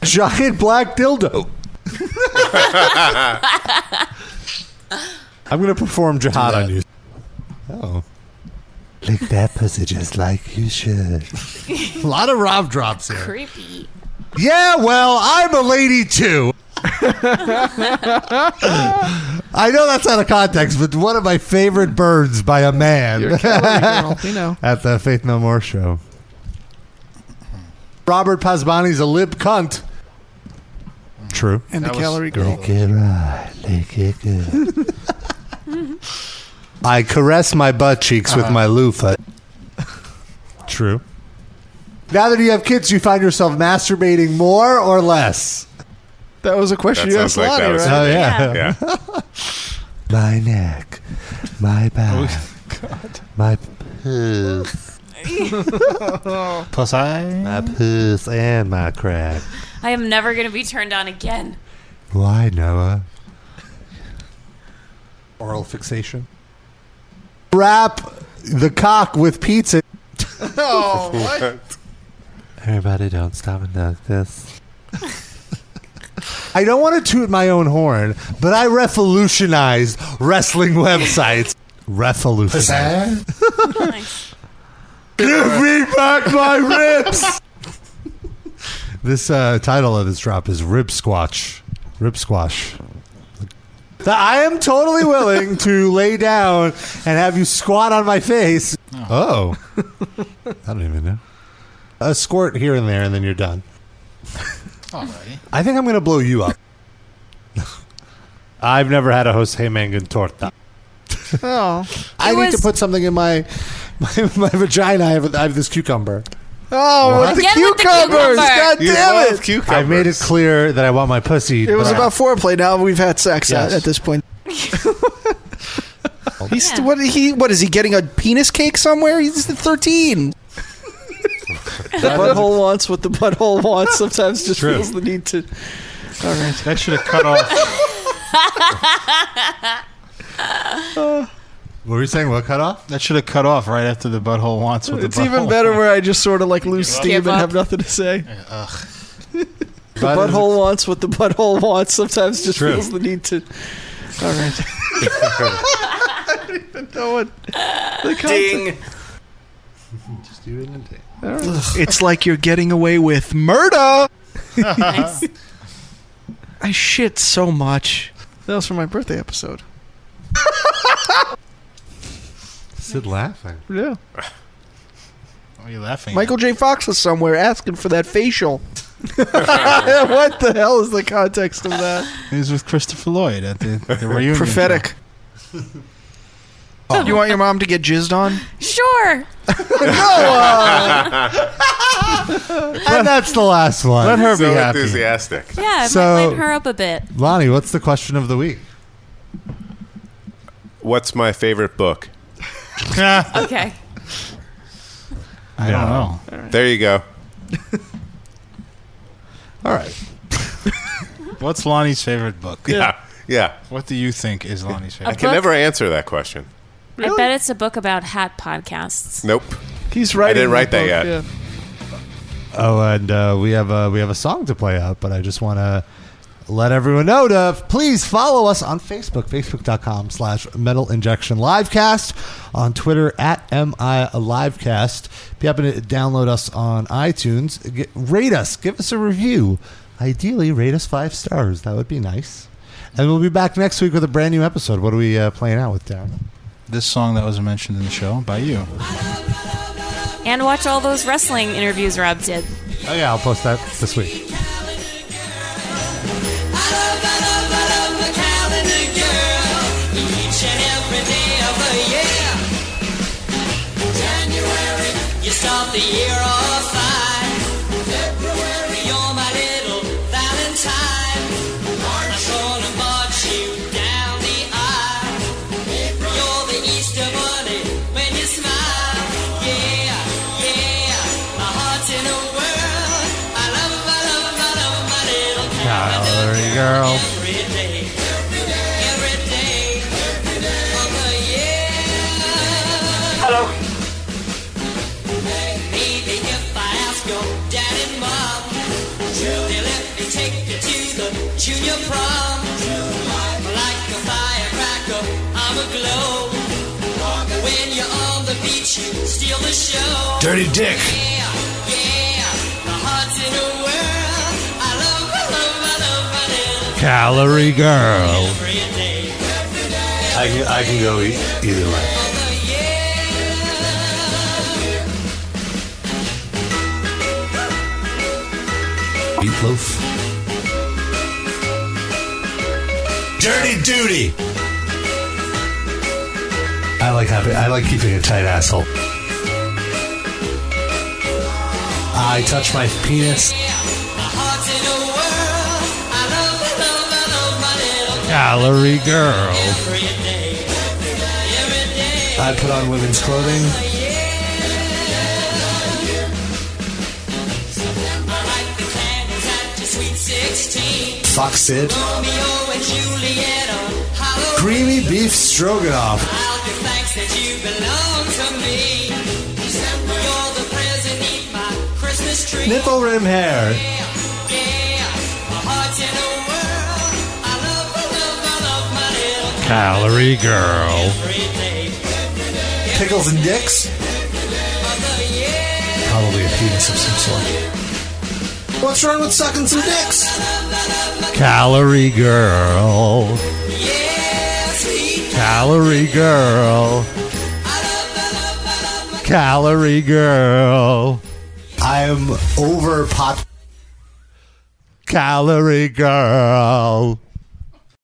[SPEAKER 3] giant black dildo. I'm gonna perform jihad on you. Oh. Lick that pussy just like you should. a lot of Rob drops here.
[SPEAKER 5] Creepy.
[SPEAKER 3] Yeah, well, I'm a lady too. I know that's out of context, but one of my favorite birds by a man.
[SPEAKER 4] You're a calorie girl, you know.
[SPEAKER 3] At the Faith No More show. Robert Pasbani's a lib cunt. True.
[SPEAKER 4] And the That was- calorie girl.
[SPEAKER 3] Lick it right, lick it good. I caress my butt cheeks with
[SPEAKER 18] Uh-huh.
[SPEAKER 3] my loofah. True. Now that you have kids, you find yourself masturbating more or less?
[SPEAKER 4] That was a question you asked Lonnie, right?
[SPEAKER 3] Oh, yeah. my neck, my back,
[SPEAKER 4] Oh,
[SPEAKER 3] my puss, puss my puss and my crack.
[SPEAKER 5] I am never going to be turned on again.
[SPEAKER 3] Why, Noah? Oral fixation. Wrap the cock with pizza.
[SPEAKER 18] Oh,
[SPEAKER 3] Everybody, don't stop and dunk this. I don't want to toot my own horn, but I revolutionized wrestling websites. Revolutionized. Give me back my ribs. This uh, title of this drop is Rib Squash. Rib Squash. Th- I am totally willing to lay down and have you squat on my face. Oh. I don't even know. A squirt here and there, and then you're done.
[SPEAKER 2] Alrighty.
[SPEAKER 3] I think I'm going to blow you up. I've never had a Jose Mangan torta.
[SPEAKER 4] Oh.
[SPEAKER 3] I need to put something in my my, my vagina. I have, I have this cucumber.
[SPEAKER 4] Oh,
[SPEAKER 3] What?
[SPEAKER 4] with the
[SPEAKER 3] Again
[SPEAKER 4] cucumbers!
[SPEAKER 3] with the
[SPEAKER 4] God damn it!
[SPEAKER 3] I made it clear that I want my pussy.
[SPEAKER 4] It was
[SPEAKER 3] but I-
[SPEAKER 4] about foreplay. Now we've had sex
[SPEAKER 3] Yes.
[SPEAKER 4] at, at this point. He's what he what is he getting a penis cake somewhere? He's thirteen. the butthole wants what the butthole wants. Sometimes just
[SPEAKER 2] True.
[SPEAKER 4] feels the need to. All right,
[SPEAKER 2] that should have cut off.
[SPEAKER 4] Uh,
[SPEAKER 3] What were you saying? What cut off?
[SPEAKER 2] That should have cut off right after the butthole wants. What
[SPEAKER 4] It's
[SPEAKER 2] the
[SPEAKER 4] even
[SPEAKER 2] butthole
[SPEAKER 4] better where I just sort of like lose
[SPEAKER 2] up?
[SPEAKER 4] steam
[SPEAKER 2] Give
[SPEAKER 4] and
[SPEAKER 2] up.
[SPEAKER 4] have nothing to say.
[SPEAKER 2] Ugh.
[SPEAKER 4] The
[SPEAKER 2] That is
[SPEAKER 4] butthole wants what the butthole wants. Sometimes just
[SPEAKER 2] True.
[SPEAKER 4] feels the need to. All right. I don't even know what the
[SPEAKER 18] Ding.
[SPEAKER 4] content- It's like you're getting away with murder.
[SPEAKER 18] Nice.
[SPEAKER 4] I shit so much. That was for my birthday episode.
[SPEAKER 3] Sid laughing.
[SPEAKER 4] Yeah.
[SPEAKER 2] Why are you laughing?
[SPEAKER 4] Michael J. Fox was somewhere asking for that facial. what the hell is the context of that?
[SPEAKER 2] It was with Christopher Lloyd at the, the reunion.
[SPEAKER 4] Prophetic. Oh. You want your mom to get jizzed on?
[SPEAKER 5] Sure.
[SPEAKER 3] and that's the last one.
[SPEAKER 5] Let her be
[SPEAKER 6] so
[SPEAKER 3] happy.
[SPEAKER 6] enthusiastic.
[SPEAKER 5] Yeah, it
[SPEAKER 3] So-
[SPEAKER 5] might lighten her up a bit.
[SPEAKER 3] Lonnie, what's the question of the week?
[SPEAKER 6] What's my favorite book?
[SPEAKER 5] Okay.
[SPEAKER 2] I don't know.
[SPEAKER 6] There you go.
[SPEAKER 3] All right.
[SPEAKER 2] What's Lonnie's favorite book?
[SPEAKER 6] Yeah. Yeah.
[SPEAKER 2] What do you think is Lonnie's favorite?
[SPEAKER 6] I can never answer that question.
[SPEAKER 5] I bet it's a book about hat podcasts.
[SPEAKER 6] Nope.
[SPEAKER 4] He's
[SPEAKER 6] I didn't write that yet.
[SPEAKER 3] Oh, and uh, we have a we have a song to play out, but I just want to let everyone know to please follow us on Facebook, facebook.com slash metal injection livecast, on Twitter at MI Livecast. If you happen to download us on iTunes, get, rate us, give us a review. Ideally, rate us five stars. That would be nice. And we'll be back next week with a brand new episode. What are we uh, playing out with, Darren?
[SPEAKER 2] This song that was mentioned in the show by you.
[SPEAKER 5] And watch all those wrestling interviews Rob did.
[SPEAKER 3] Oh, yeah, I'll post that this week.
[SPEAKER 18] Each and every day of the year. January, you start the year off fine. February, you're my little Valentine. March, gonna march you down the aisle. April, you're the Easter bunny when you smile. Yeah, yeah, my heart's in a whirl. I love, I love, I love my little
[SPEAKER 3] Calorie girl.
[SPEAKER 18] every day. Every day. Hello. Maybe if I ask your dad and mom, will they let me take you to the junior prom? Like a firecracker, I'm aglow. When you're on the beach, you steal the show.
[SPEAKER 14] Dirty dick.
[SPEAKER 18] Yeah, yeah. My heart's in a whirl. I love, I love, I love, I love.
[SPEAKER 3] Calorie girl.
[SPEAKER 18] Every day, every
[SPEAKER 3] I can, I can go e- either way. Meatloaf. Dirty Duty. I like having. I like keeping a tight asshole. I touch my penis. Gallery girl. I put on women's clothing. Fox it. Creamy beef stroganoff. Nipple rim hair. Calorie girl. Pickles and dicks? Probably a penis of some sort. What's wrong with sucking some dicks? Calorie girl. Calorie girl. Calorie girl. I am over pop. Calorie girl.